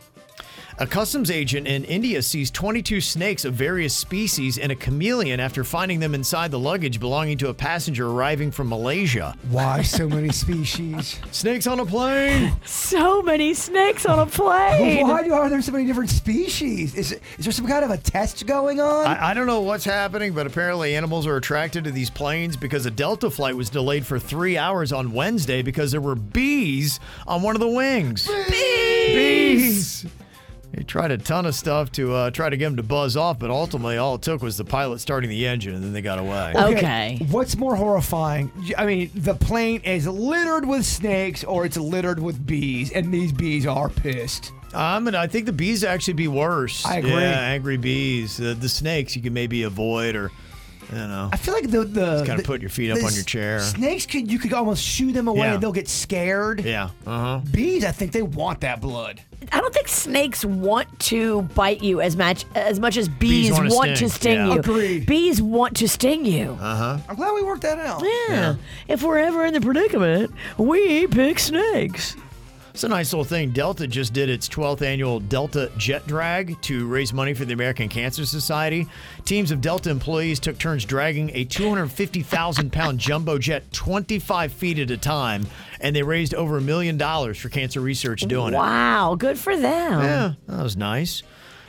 Speaker 4: A customs agent in India sees 22 snakes of various species and a chameleon after finding them inside the luggage belonging to a passenger arriving from Malaysia.
Speaker 5: Why so many species?
Speaker 4: (laughs) Snakes on a plane.
Speaker 6: So many snakes on a plane.
Speaker 5: Why do- are there so many different species? Is, it- is there some kind of a test going on?
Speaker 4: I, I don't know what's happening, but apparently animals are attracted to these planes because a Delta flight was delayed for three hours on Wednesday because there were bees on one of the wings. Bees! They tried a ton of stuff to uh, try to get them to buzz off, but ultimately all it took was the pilot starting the engine and then they got away.
Speaker 5: What's more horrifying? Y- I mean, the plane is littered with snakes or it's littered with bees, and these bees are pissed.
Speaker 4: Um, and I think the bees actually be worse.
Speaker 5: I agree.
Speaker 4: Yeah, angry bees. Uh, the snakes you can maybe avoid or, I don't know.
Speaker 5: I feel like the the
Speaker 4: Just gotta
Speaker 5: the-
Speaker 4: put your feet up
Speaker 5: the
Speaker 4: on your chair.
Speaker 5: Snakes could you could almost shoo them away
Speaker 4: Yeah.
Speaker 5: and they'll get scared.
Speaker 4: yeah. Uh huh.
Speaker 5: Bees, I think they want that blood.
Speaker 6: I don't think snakes want to bite you as much as much as bees,
Speaker 5: wanna
Speaker 6: want to
Speaker 5: sting,
Speaker 6: sting
Speaker 5: yeah.
Speaker 6: you.
Speaker 5: Agreed.
Speaker 6: Bees want to sting you.
Speaker 4: Uh huh.
Speaker 5: I'm glad we worked that out.
Speaker 6: Yeah. If we're ever in the predicament, we pick snakes.
Speaker 4: It's a nice little thing. Delta just did its 12th annual Delta Jet Drag to raise money for the American Cancer Society. Teams of Delta employees took turns dragging a 250,000 pound jumbo jet 25 feet at a time, and they raised over a million dollars for cancer research doing it.
Speaker 6: Wow, good for them.
Speaker 4: Yeah, that was nice.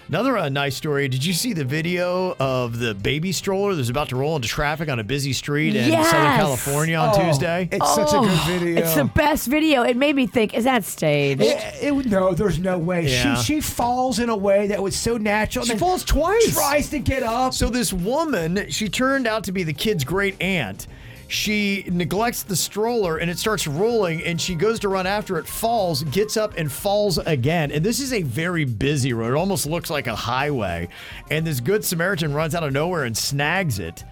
Speaker 4: Another uh, nice story. Did you see the video of the baby stroller that's about to roll into traffic on a busy street in Southern
Speaker 6: Yes.
Speaker 4: California on
Speaker 5: Oh,
Speaker 4: Tuesday?
Speaker 6: Oh, It's the best video. It made me think, is that staged?
Speaker 5: It, it, no, there's no way.
Speaker 4: Yeah.
Speaker 5: She she falls in a way that was so natural.
Speaker 4: She
Speaker 5: and
Speaker 4: falls twice.
Speaker 5: Tries to get up.
Speaker 4: So this woman, she turned out to be the kid's great aunt. She neglects the stroller and it starts rolling and she goes to run after it, falls, gets up and falls again. And this is a very busy road. It almost looks like a highway. And this good Samaritan runs out of nowhere and snags it.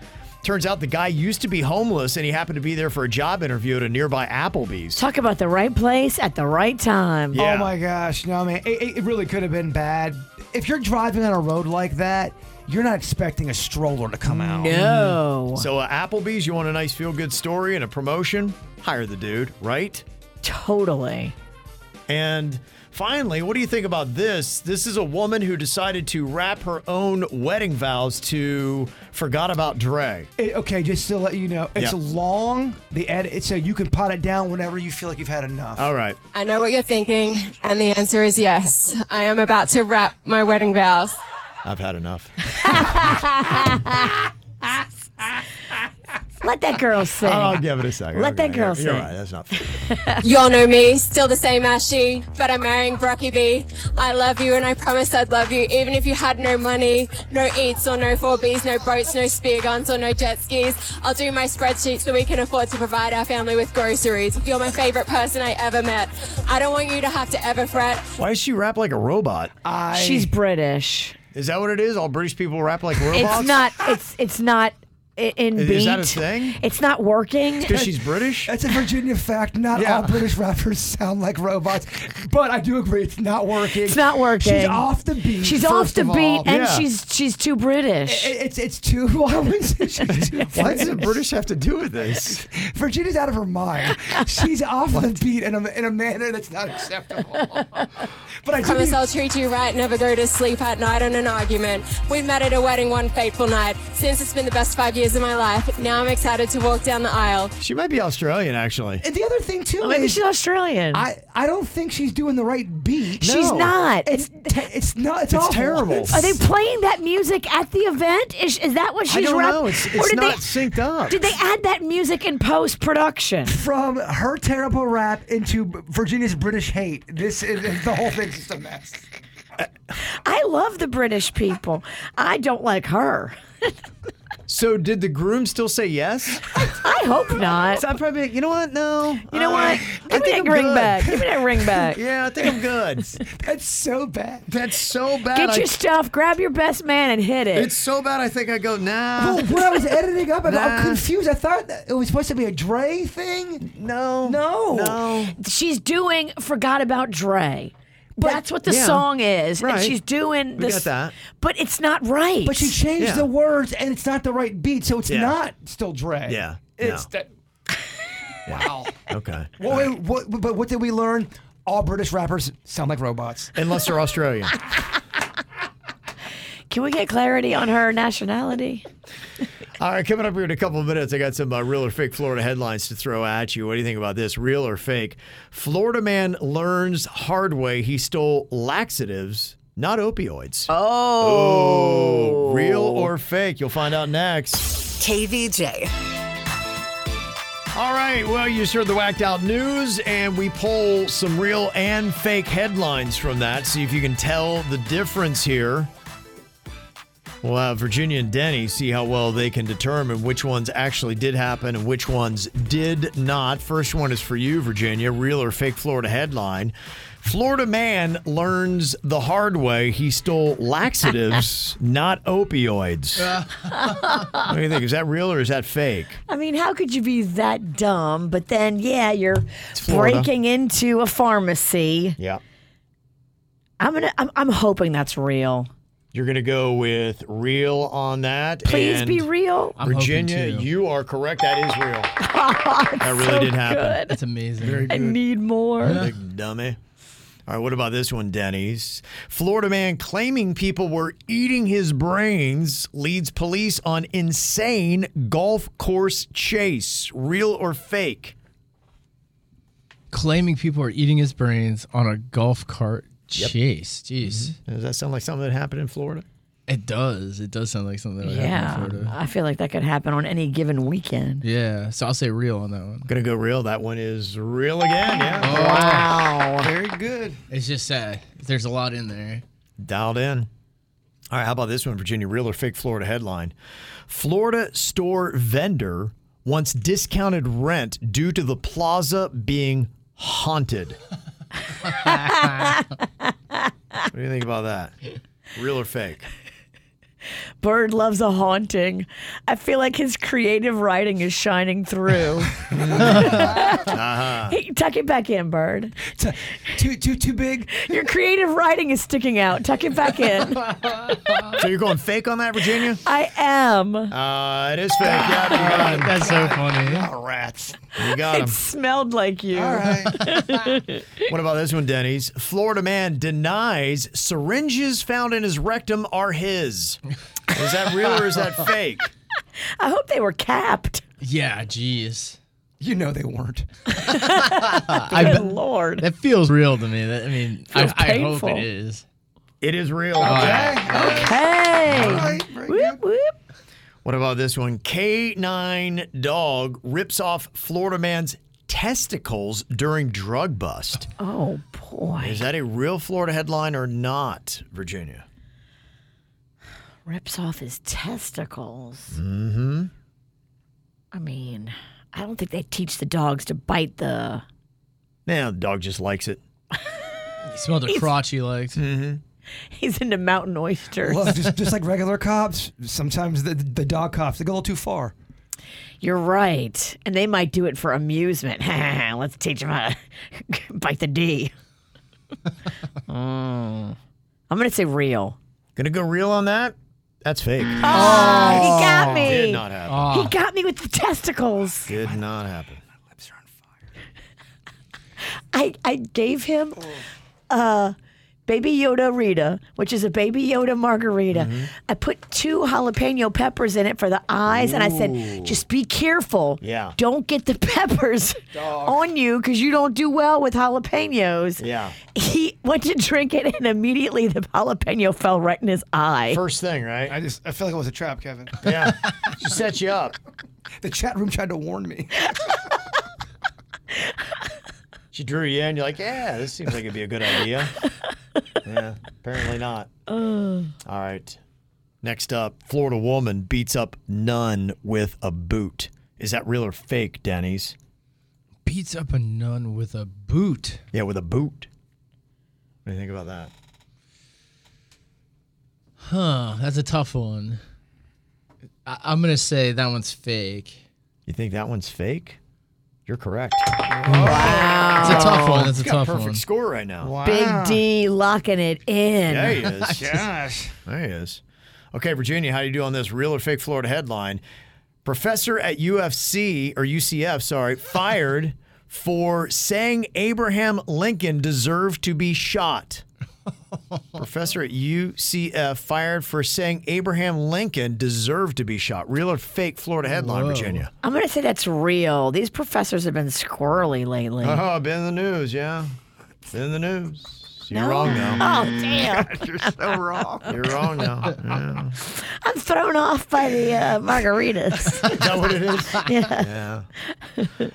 Speaker 4: Turns out the guy used to be homeless and he happened to be there for a job interview at a nearby Applebee's.
Speaker 6: Talk about the right place at the right time.
Speaker 4: Yeah.
Speaker 5: Oh my gosh, no man, it, it- it really could have been bad. If you're driving on a road like that, you're not expecting a stroller to come out. Mm-hmm.
Speaker 4: Mhm. So uh, Applebee's, you want a nice feel good story and a promotion? Hire the dude, right?
Speaker 6: Totally.
Speaker 4: And finally, what do you think about this? This is a woman who decided to wrap her own wedding vows to "Forgot About Dre."
Speaker 5: It- okay, just to let you know, it's
Speaker 4: Yeah.
Speaker 5: long. The edit, so you can pot it down whenever you feel like you've
Speaker 4: (laughs)
Speaker 5: had enough.
Speaker 4: All right.
Speaker 21: I know what you're thinking, and the answer is yes. I am about to wrap my wedding
Speaker 6: (laughs)
Speaker 21: vows.
Speaker 4: I've had enough.
Speaker 6: Let that girl sing.
Speaker 4: I'll give it a second.
Speaker 6: Let that girl
Speaker 4: you're,
Speaker 6: sing.
Speaker 4: You're right. That's not. fair.
Speaker 21: Y'all know me, still the same Ashy, but I'm marrying Brocky B. I love you, and I promise I'd love you, even if you had no money, no eats or no 4Bs, no boats, no spear guns or no jet skis. I'll do my spreadsheet so we can afford to provide our family with groceries. You're my favorite person I ever met. I don't want you to have to ever fret.
Speaker 4: Why does she rap like a robot?
Speaker 5: I...
Speaker 6: (laughs) She's British.
Speaker 4: Is that what it is? All British people rap like robots.
Speaker 6: It's not. It's it's not i- in
Speaker 4: Is-
Speaker 6: beat.
Speaker 4: is that a thing?
Speaker 6: It's not working.
Speaker 4: because she's British.
Speaker 5: That's a Virginia fact. Not
Speaker 4: Yeah.
Speaker 5: all British rappers sound like robots, but I do agree it's not working.
Speaker 6: It's not working.
Speaker 5: She's off the beat.
Speaker 6: She's off
Speaker 5: first
Speaker 6: the
Speaker 5: of
Speaker 6: beat,
Speaker 5: all.
Speaker 6: and she's she's too British.
Speaker 5: It- it's it's too. (laughs) Why would she's too
Speaker 4: Why does the British have to do with this?
Speaker 5: (laughs) Virginia's out of her mind. She's off the beat in a, in a manner that's not acceptable. But I do
Speaker 21: promise
Speaker 5: need-
Speaker 21: I'll treat you right, never go to sleep at night on an argument. We met at a wedding one fateful night. Since it's been the best five years of my life, now I'm excited to walk down the aisle.
Speaker 4: She might be Australian, actually.
Speaker 5: And the other thing too,
Speaker 6: Maybe
Speaker 5: is
Speaker 6: she's Australian.
Speaker 5: I, I don't think she's doing the right beat.
Speaker 6: She's No. not.
Speaker 5: It's te- it's not. It's,
Speaker 4: It's
Speaker 5: awful.
Speaker 4: terrible.
Speaker 5: It's-
Speaker 6: Are they playing that music at the event? Is, is that what she's
Speaker 4: I don't
Speaker 6: rap-
Speaker 4: know. It's,
Speaker 6: or
Speaker 4: it's
Speaker 6: did
Speaker 4: not
Speaker 6: they,
Speaker 4: synced up.
Speaker 6: Did they add that music in post production?
Speaker 5: from her terrible rap into Virginia's British hate? This is the whole thing's just a mess.
Speaker 6: I love the British people. I don't like her.
Speaker 4: So did the groom still say yes?
Speaker 6: I hope not.
Speaker 4: So I'm probably. You know what? No. Uh,
Speaker 6: You know
Speaker 4: I-
Speaker 6: what? Give me that
Speaker 4: I'm
Speaker 6: ring
Speaker 4: good.
Speaker 6: back. Give me
Speaker 4: (laughs)
Speaker 6: that ring back.
Speaker 4: Yeah, I think I'm good.
Speaker 5: (laughs) That's so bad.
Speaker 4: That's so bad.
Speaker 6: Get
Speaker 4: I-
Speaker 6: your stuff, grab your best man, and hit it.
Speaker 4: It's so bad. I think I go nah.
Speaker 5: Well, when I
Speaker 4: (laughs)
Speaker 5: was editing up, I got-
Speaker 4: Nah.
Speaker 5: I'm confused. I thought that it was supposed to be a Dre thing.
Speaker 4: No.
Speaker 5: No.
Speaker 4: No.
Speaker 6: she's doing Forgot About Dre. That's what the
Speaker 4: Yeah.
Speaker 6: song is.
Speaker 4: Right.
Speaker 6: And she's doing
Speaker 4: We
Speaker 6: this.
Speaker 4: got that.
Speaker 6: But it's not right.
Speaker 5: But she changed
Speaker 4: Yeah.
Speaker 5: the words, and it's not the right beat, so it's
Speaker 4: Yeah.
Speaker 5: not still Dre.
Speaker 4: Yeah. No. (laughs)
Speaker 5: It's that. Wow.
Speaker 4: Okay.
Speaker 5: Well, wait, what, but what did we learn? All British rappers sound like robots.
Speaker 4: Unless they're (laughs) Australian.
Speaker 6: Can we get clarity on
Speaker 4: (laughs)
Speaker 6: her nationality? (laughs)
Speaker 4: All right, coming up here in a couple of minutes, I got some uh, real or fake Florida headlines to throw at you. What do you think about this? Real or fake? Florida man learns hard way he stole laxatives, not opioids. Oh. Real or fake? You'll find out next.
Speaker 7: KVJ.
Speaker 4: All right, well, you just heard the whacked out news, and we pull some real and fake headlines from that. See if you can tell the difference here. Well, uh, Virginia and Denny see how well they can determine which ones actually did happen and which ones did not. First one is for you, Virginia. Real or fake Florida headline. Florida man learns the hard way he stole laxatives, not opioids. what do you think? Is that real or is that fake?
Speaker 6: I mean, how could you be that dumb? But then, yeah, you're
Speaker 4: Florida.
Speaker 6: breaking into a pharmacy.
Speaker 4: Yeah.
Speaker 6: I'm gonna. I'm, I'm hoping that's real.
Speaker 4: You're going to go with real on that.
Speaker 6: Please
Speaker 4: and
Speaker 6: be real. Oh,
Speaker 15: I'm hoping
Speaker 4: Virginia,
Speaker 15: to.
Speaker 4: you are correct. That is real.
Speaker 6: (laughs) that
Speaker 4: really did happen.
Speaker 15: That's amazing.
Speaker 6: I need more.
Speaker 4: Big dummy. All right, what about this one, Denny's? Florida man claiming people were eating his brains leads police on insane golf course chase. Real or fake?
Speaker 15: Claiming people are eating his brains on a golf cart Jeez, jeez.
Speaker 4: Mm-hmm. Does that sound like something that happened in Florida?
Speaker 15: It does. It does sound like something that
Speaker 6: Yeah,
Speaker 15: happened in Florida.
Speaker 6: I feel like that could happen on any given weekend.
Speaker 15: Yeah. So I'll say real on that one.
Speaker 4: Gonna go real. That one is real again. Yeah.
Speaker 15: Wow.
Speaker 4: Very good.
Speaker 15: It's just sad. There's a lot in there.
Speaker 4: Dialed in. All right, how about this one, Virginia? Real or fake Florida headline? Florida store vendor wants discounted rent due to the plaza being haunted. (laughs) what do you think about that? Real or fake?
Speaker 6: Bird loves a haunting. I feel like his creative writing is shining through.
Speaker 4: Uh-huh.
Speaker 6: Hey, tuck it back in, Bird.
Speaker 5: too, too, too big.
Speaker 6: Your creative writing is sticking out. Tuck it back in.
Speaker 4: So you're going fake on that, Virginia?
Speaker 6: I am.
Speaker 4: Uh, it is fake. Yeah, you got him.
Speaker 15: (laughs) That's so funny.
Speaker 4: rats. You got him.
Speaker 6: It smelled like you.
Speaker 4: What about this one, Denny's? Florida man denies syringes found in his rectum are his. Is that real or is
Speaker 5: (laughs)
Speaker 4: that fake?
Speaker 6: I hope they were capped.
Speaker 15: Yeah,
Speaker 6: (laughs)
Speaker 15: jeez. Uh,
Speaker 5: You know they weren't.
Speaker 15: I
Speaker 6: Good lord.
Speaker 15: That feels real to me. That, I mean, I,
Speaker 6: Feels
Speaker 15: I hope
Speaker 6: painful.
Speaker 15: it is.
Speaker 4: It is real.
Speaker 15: All
Speaker 4: Okay.
Speaker 6: Hey. Whoop, whoop.
Speaker 4: What about this one? K9 dog rips off Florida man's testicles during drug bust.
Speaker 6: Oh, boy.
Speaker 4: Is that a real Florida headline or not, Virginia?
Speaker 6: Rips off his testicles.
Speaker 4: Mm-hmm.
Speaker 6: I mean, I don't think they teach the dogs to bite the. (laughs)
Speaker 4: Now the dog just likes it.
Speaker 15: You smelled a crotch he liked.
Speaker 4: Mm-hmm.
Speaker 6: He's into mountain oysters.
Speaker 5: Well, just, just like regular cops, sometimes the, the dog cops, they go a little too far.
Speaker 6: (laughs) You're right. And they might do it for amusement. (laughs) Let's teach them how to (laughs) bite the
Speaker 4: (laughs)
Speaker 6: D. Mm. I'm going to say real.
Speaker 4: Gonna go real on that? That's fake.
Speaker 6: Ah, he got me.
Speaker 4: Did not happen.
Speaker 6: He got me with the testicles.
Speaker 4: Did not happen.
Speaker 6: I, I gave him uh, Baby Yoda Rita, which is a Baby Yoda margarita.
Speaker 4: Mm-hmm.
Speaker 6: I put two jalapeno peppers in it for the eyes, and I said, just be careful.
Speaker 4: Yeah.
Speaker 6: Don't get the (laughs) peppers on you because you don't do well with jalapenos.
Speaker 4: Yeah.
Speaker 6: He went to drink it, and immediately the jalapeno fell right in his eye.
Speaker 4: First thing, right?
Speaker 10: I just I feel like it was a trap, Kevin.
Speaker 5: (laughs)
Speaker 4: Yeah. she set you up.
Speaker 5: The chat room tried to (laughs) warn me.
Speaker 4: She drew you in. You're like, yeah, this seems like it'd be a good
Speaker 6: (laughs)
Speaker 4: idea. yeah, apparently not. All right. Next up, Florida woman beats up nun with a boot. Is that real or fake, Denny's?
Speaker 15: Beats up a nun with a boot.
Speaker 4: Yeah, with a boot. What do you think about that?
Speaker 15: Huh. That's a tough one. I, I'm going to say that one's fake.
Speaker 4: You think that one's fake? You're correct.
Speaker 15: It's a tough one. That's a
Speaker 4: He's got
Speaker 15: tough
Speaker 4: perfect
Speaker 15: one.
Speaker 4: score right now.
Speaker 6: Big D locking it in.
Speaker 4: There he
Speaker 6: (laughs)
Speaker 4: is. Gosh. There he is. Okay, Virginia, how do you do on this real or fake Florida headline? Professor at UFC or UCF, sorry, fired for saying Abraham Lincoln deserved to be shot. Professor at UCF fired for saying Abraham Lincoln deserved to be shot. Real or fake Florida headline, Virginia?
Speaker 6: I'm going to say that's real. These professors have been squirrely lately.
Speaker 4: Oh, been in the news, yeah. Been in the news. You're wrong now.
Speaker 6: Oh,
Speaker 4: (laughs)
Speaker 6: damn.
Speaker 10: You're so wrong.
Speaker 4: You're wrong now. Yeah.
Speaker 6: I'm thrown off by the uh, margaritas.
Speaker 4: (laughs) Is that what it is?
Speaker 6: (laughs) yeah.
Speaker 4: Yeah.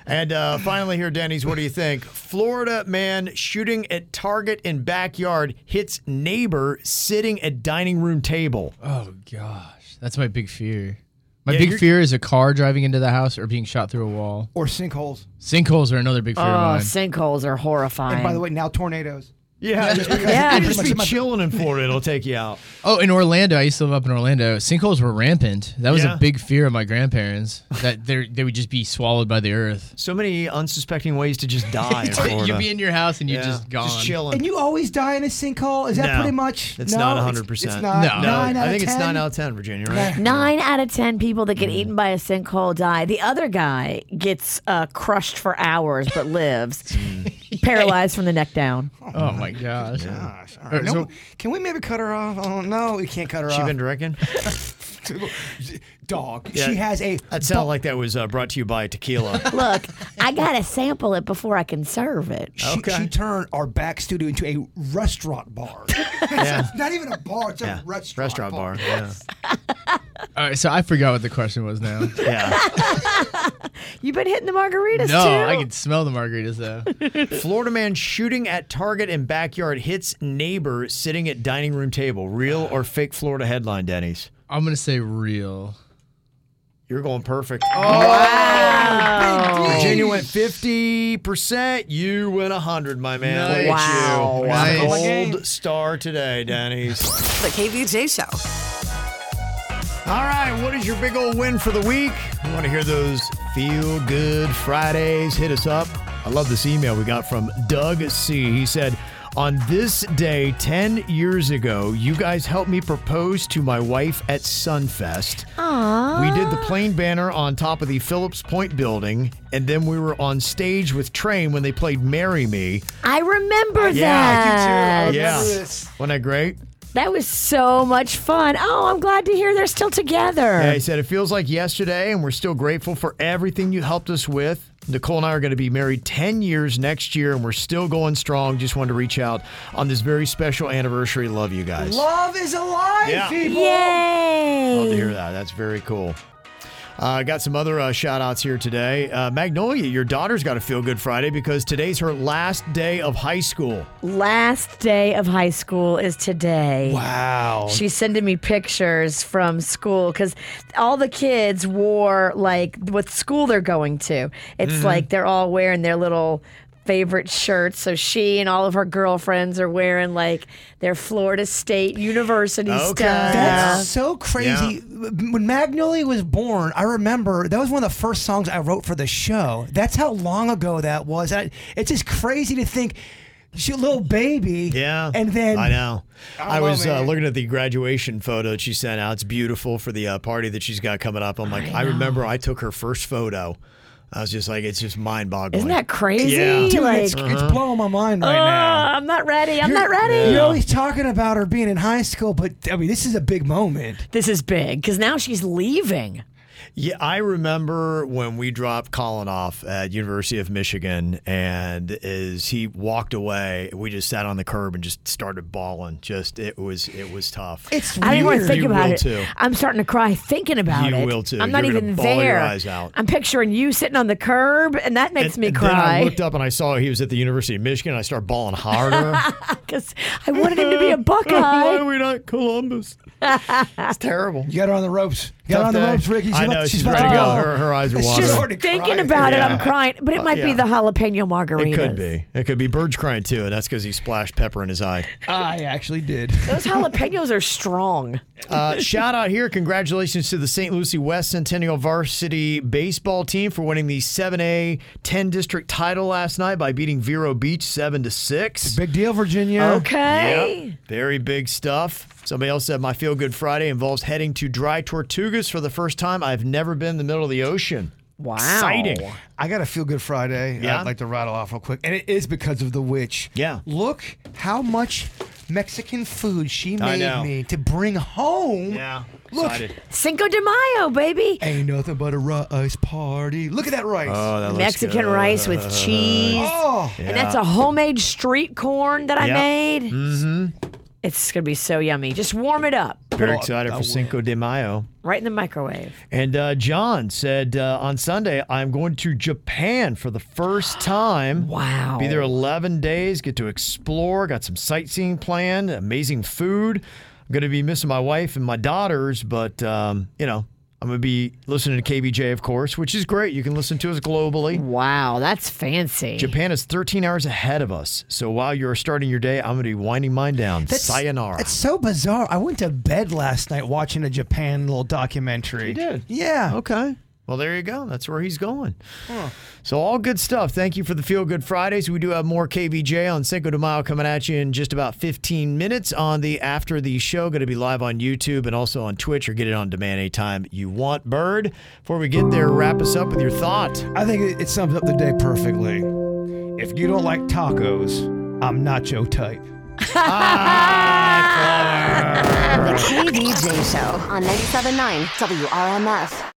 Speaker 4: and uh, finally, here, Denny's, what do you think? Florida man shooting at target in backyard hits neighbor sitting at dining room table.
Speaker 15: Oh, gosh. That's my big fear. My
Speaker 4: Yeah,
Speaker 15: big
Speaker 4: you're-
Speaker 15: fear is a car driving into the house or being shot through a wall.
Speaker 5: Or sinkholes.
Speaker 15: Sinkholes are another big fear of
Speaker 6: Oh,
Speaker 15: mine.
Speaker 6: sinkholes are horrifying.
Speaker 5: And by the way, now tornadoes.
Speaker 4: Yeah,
Speaker 5: (laughs)
Speaker 4: just because
Speaker 6: Yeah.
Speaker 4: you just
Speaker 5: Pretty
Speaker 4: be
Speaker 5: much-
Speaker 4: chilling in Florida, it'll take you out.
Speaker 15: Oh, in Orlando, I used to live up in Orlando. Sinkholes were rampant. That was
Speaker 4: Yeah.
Speaker 15: a big fear of my grandparents that they they would just be swallowed by the earth.
Speaker 4: So many unsuspecting ways to
Speaker 15: (laughs)
Speaker 4: just die in Florida.
Speaker 15: You'd be in your house and you
Speaker 4: Yeah,
Speaker 15: would just gone.
Speaker 4: Just chilling.
Speaker 5: And you always die in a sinkhole? Is that
Speaker 4: No.
Speaker 5: pretty much?
Speaker 4: It's
Speaker 5: no,
Speaker 4: not
Speaker 5: it's-
Speaker 4: 100%.
Speaker 15: No.
Speaker 5: It's not.
Speaker 4: No,
Speaker 5: Nine out
Speaker 4: I
Speaker 5: of
Speaker 4: think it's
Speaker 5: 10?
Speaker 4: 9 out of 10, Virginia, right? Mm.
Speaker 6: Nine out of 10 people that get eaten by a sinkhole die. The other guy gets uh, crushed for hours
Speaker 4: (laughs)
Speaker 6: but lives,
Speaker 4: Mm.
Speaker 6: paralyzed from the neck down.
Speaker 15: oh my gosh.
Speaker 5: Gosh, all right.
Speaker 15: so-
Speaker 5: No, can we maybe cut her off? Oh no, we can't cut her
Speaker 4: She
Speaker 5: off.
Speaker 4: been drinking?
Speaker 5: (laughs) Dog.
Speaker 4: Yeah,
Speaker 5: She has a.
Speaker 4: That sounded like that was uh, brought to you by tequila.
Speaker 6: Look, I gotta sample it before I can serve it.
Speaker 5: She, she turned our back studio into a
Speaker 4: (laughs)
Speaker 5: restaurant bar. It's (laughs) not even a bar, it's a restaurant.
Speaker 4: Restaurant bar. Yeah.
Speaker 15: All right, so I forgot what the question was now.
Speaker 4: (laughs) yeah.
Speaker 6: You've been hitting the margaritas
Speaker 15: No,
Speaker 6: too.
Speaker 15: I
Speaker 6: (laughs)
Speaker 15: can smell the margaritas though.
Speaker 4: Florida man shooting at target in backyard hits neighbor sitting at dining room table. Real or fake Florida headline, Denny's?
Speaker 15: I'm gonna say real. Oh!
Speaker 4: You're going perfect.
Speaker 15: Wow.
Speaker 4: Oh, Virginia went 50%. You went 100, my man. Look
Speaker 7: Nice.
Speaker 4: at you.
Speaker 7: Wow. Nice.
Speaker 4: Gold star today, Denny's.
Speaker 7: The KVJ Show.
Speaker 4: All right, what is your big old win for the week? We want to hear those feel good Fridays. Hit us up. I love this email we got from Doug C. He said, On this day 10 years ago, you guys helped me propose to my wife at Sunfest.
Speaker 6: Aw.
Speaker 4: We did the plane banner on top of the Phillips Point building, and then we were on stage with Train when they played Marry Me.
Speaker 6: I remember
Speaker 4: yeah,
Speaker 6: that.
Speaker 4: I do too. I remember this. Wasn't that great?
Speaker 6: That was so much fun. Oh, I'm glad to hear they're still together.
Speaker 4: Yeah, he said, It feels like yesterday, and we're still grateful for everything you helped us with. Nicole and I are going to be married 10 years next year, and we're still going strong. Just wanted to reach out on this very special anniversary. Love you guys.
Speaker 10: Love is alive,
Speaker 4: Yeah.
Speaker 10: people.
Speaker 4: Love to
Speaker 6: Yay!
Speaker 4: hear that. That's very cool. Uh, got some other uh, shout outs here today. Uh, Magnolia, your daughter's got a feel good Friday because today's her last day of high school.
Speaker 6: Last day of high school is today.
Speaker 4: Wow.
Speaker 6: She's sending me pictures from school because all the kids wore like what school they're going to. It's
Speaker 22: Mhm.
Speaker 6: like they're all wearing their little favorite shirts. So she and all of her girlfriends are wearing like their Florida State University stuff.
Speaker 5: That's so crazy. When Magnolia was born, I remember that was one of the first songs I wrote for the show. That's how long ago that was. I, it's just crazy to think she's a little baby.
Speaker 4: Yeah.
Speaker 5: And then
Speaker 4: I know.
Speaker 5: I
Speaker 4: I,
Speaker 5: don't know,
Speaker 4: was uh,
Speaker 5: man.
Speaker 4: looking at the graduation photo that she sent out. It's beautiful for the uh, party that she's got coming up. I'm like, I,
Speaker 6: know.
Speaker 4: remember I took her first photo. I was just like, it's just mind boggling.
Speaker 6: Isn't that crazy?
Speaker 4: Yeah.
Speaker 5: Dude,
Speaker 6: Like,
Speaker 5: it's, it's blowing my mind right
Speaker 6: oh,
Speaker 5: now.
Speaker 6: I'm not ready. I'm
Speaker 5: You're-
Speaker 6: not ready.
Speaker 5: You're always talking about her being in high school, but I mean, this is a big moment.
Speaker 6: This is big because now she's leaving.
Speaker 4: Yeah, I remember when we dropped Colin off at University of Michigan, and as he walked away, we just sat on the curb and just started bawling. Just it was it was tough.
Speaker 5: It's
Speaker 6: I didn't want to think
Speaker 4: You
Speaker 6: about
Speaker 4: will
Speaker 6: it.
Speaker 4: Too.
Speaker 6: I'm starting to cry thinking about
Speaker 4: You
Speaker 6: it.
Speaker 4: will too.
Speaker 6: I'm not
Speaker 4: You're gonna
Speaker 6: even
Speaker 4: bawl your
Speaker 6: there.
Speaker 4: eyes out.
Speaker 6: I'm picturing you sitting on the curb, and that makes me
Speaker 4: And Then I
Speaker 6: cry
Speaker 4: looked up and I saw he was at the University of Michigan. And I started bawling
Speaker 6: (laughs)
Speaker 4: harder.
Speaker 6: because I (laughs) wanted him to be
Speaker 4: (laughs)
Speaker 6: a Buckeye.
Speaker 4: are we not Columbus?
Speaker 6: (laughs) it's
Speaker 4: terrible.
Speaker 5: You got her on the ropes. You got her on the
Speaker 4: Tough day.
Speaker 5: ropes, Ricky.
Speaker 4: I
Speaker 5: about-
Speaker 4: know, she's
Speaker 5: about
Speaker 4: ready to go.
Speaker 5: cry.
Speaker 4: Her- her eyes are
Speaker 5: It's
Speaker 4: watering.
Speaker 5: just
Speaker 4: Already
Speaker 6: Thinking
Speaker 4: crying.
Speaker 6: about it, I'm
Speaker 4: Yeah.
Speaker 6: crying. But it
Speaker 4: Uh,
Speaker 6: might be
Speaker 4: yeah.
Speaker 6: the jalapeno margarita.
Speaker 4: It could be. It could be. Bird's crying too, and that's because he splashed pepper in his eye.
Speaker 5: I actually (laughs) did.
Speaker 6: Those jalapenos
Speaker 4: (laughs)
Speaker 6: are strong.
Speaker 4: Uh, shout out here. Congratulations to the St. Lucie West Centennial Varsity Baseball team for winning the 7A 10 district title last night by beating Vero Beach 7 to 6.
Speaker 5: Big deal, Virginia.
Speaker 6: Okay.
Speaker 4: Yep. Very big stuff. Somebody else said my Feel Good Friday involves heading to Dry Tortugas for the first time. I've never been in the middle of the ocean. Wow. Exciting.
Speaker 5: I got a feel good Friday.
Speaker 4: Yeah?
Speaker 5: I'd like to rattle off real quick. And it is because of the witch.
Speaker 4: Yeah.
Speaker 5: Look how much Mexican food she
Speaker 4: I
Speaker 5: made
Speaker 4: know.
Speaker 5: me to bring home.
Speaker 4: Yeah.
Speaker 5: Look.
Speaker 4: Excited.
Speaker 6: Cinco de Mayo, baby.
Speaker 5: Ain't nothing but a rice party. Look at that rice.
Speaker 4: Oh, that looks
Speaker 6: Mexican
Speaker 4: good. Uh-huh.
Speaker 6: rice with
Speaker 4: (laughs)
Speaker 6: cheese.
Speaker 5: Oh.
Speaker 4: Yeah.
Speaker 6: And that's a homemade street corn that I
Speaker 4: Yep.
Speaker 6: made.
Speaker 4: Mhm.
Speaker 6: It's going to be so yummy. Just warm it up.
Speaker 4: Very excited for Cinco de Mayo.
Speaker 6: Right in the microwave.
Speaker 4: And uh, John said uh, on Sunday, I'm going to Japan for the
Speaker 6: (gasps)
Speaker 4: first time.
Speaker 6: Wow.
Speaker 4: Be there 11 days, get to explore, got some sightseeing planned, amazing food. I'm going to be missing my wife and my daughters, but, um, you know, I'm going to be listening to KBJ, of course, which is great. You can listen to us globally.
Speaker 6: Wow, that's fancy.
Speaker 4: Japan is 13 hours ahead of us. So while you're starting your day, I'm going to be winding mine down. Sayonara.
Speaker 5: That's so bizarre. I went to bed last night watching a Japan little documentary. You
Speaker 4: did?
Speaker 5: Yeah.
Speaker 4: Okay. Well, there you go. That's where he's going. So, all good stuff. Thank you for the Feel Good Fridays. We do have more KVJ on Cinco de Mayo coming at you in just about 15 minutes on the After the Show. Going to be live on YouTube and also on Twitch or get it on demand anytime you want. Bird, before we get there, wrap us up with your thought.
Speaker 5: I think it, it sums up the day perfectly. If you don't like tacos, I'm nacho type.
Speaker 2: The KVJ Show on 97.9 WRMF.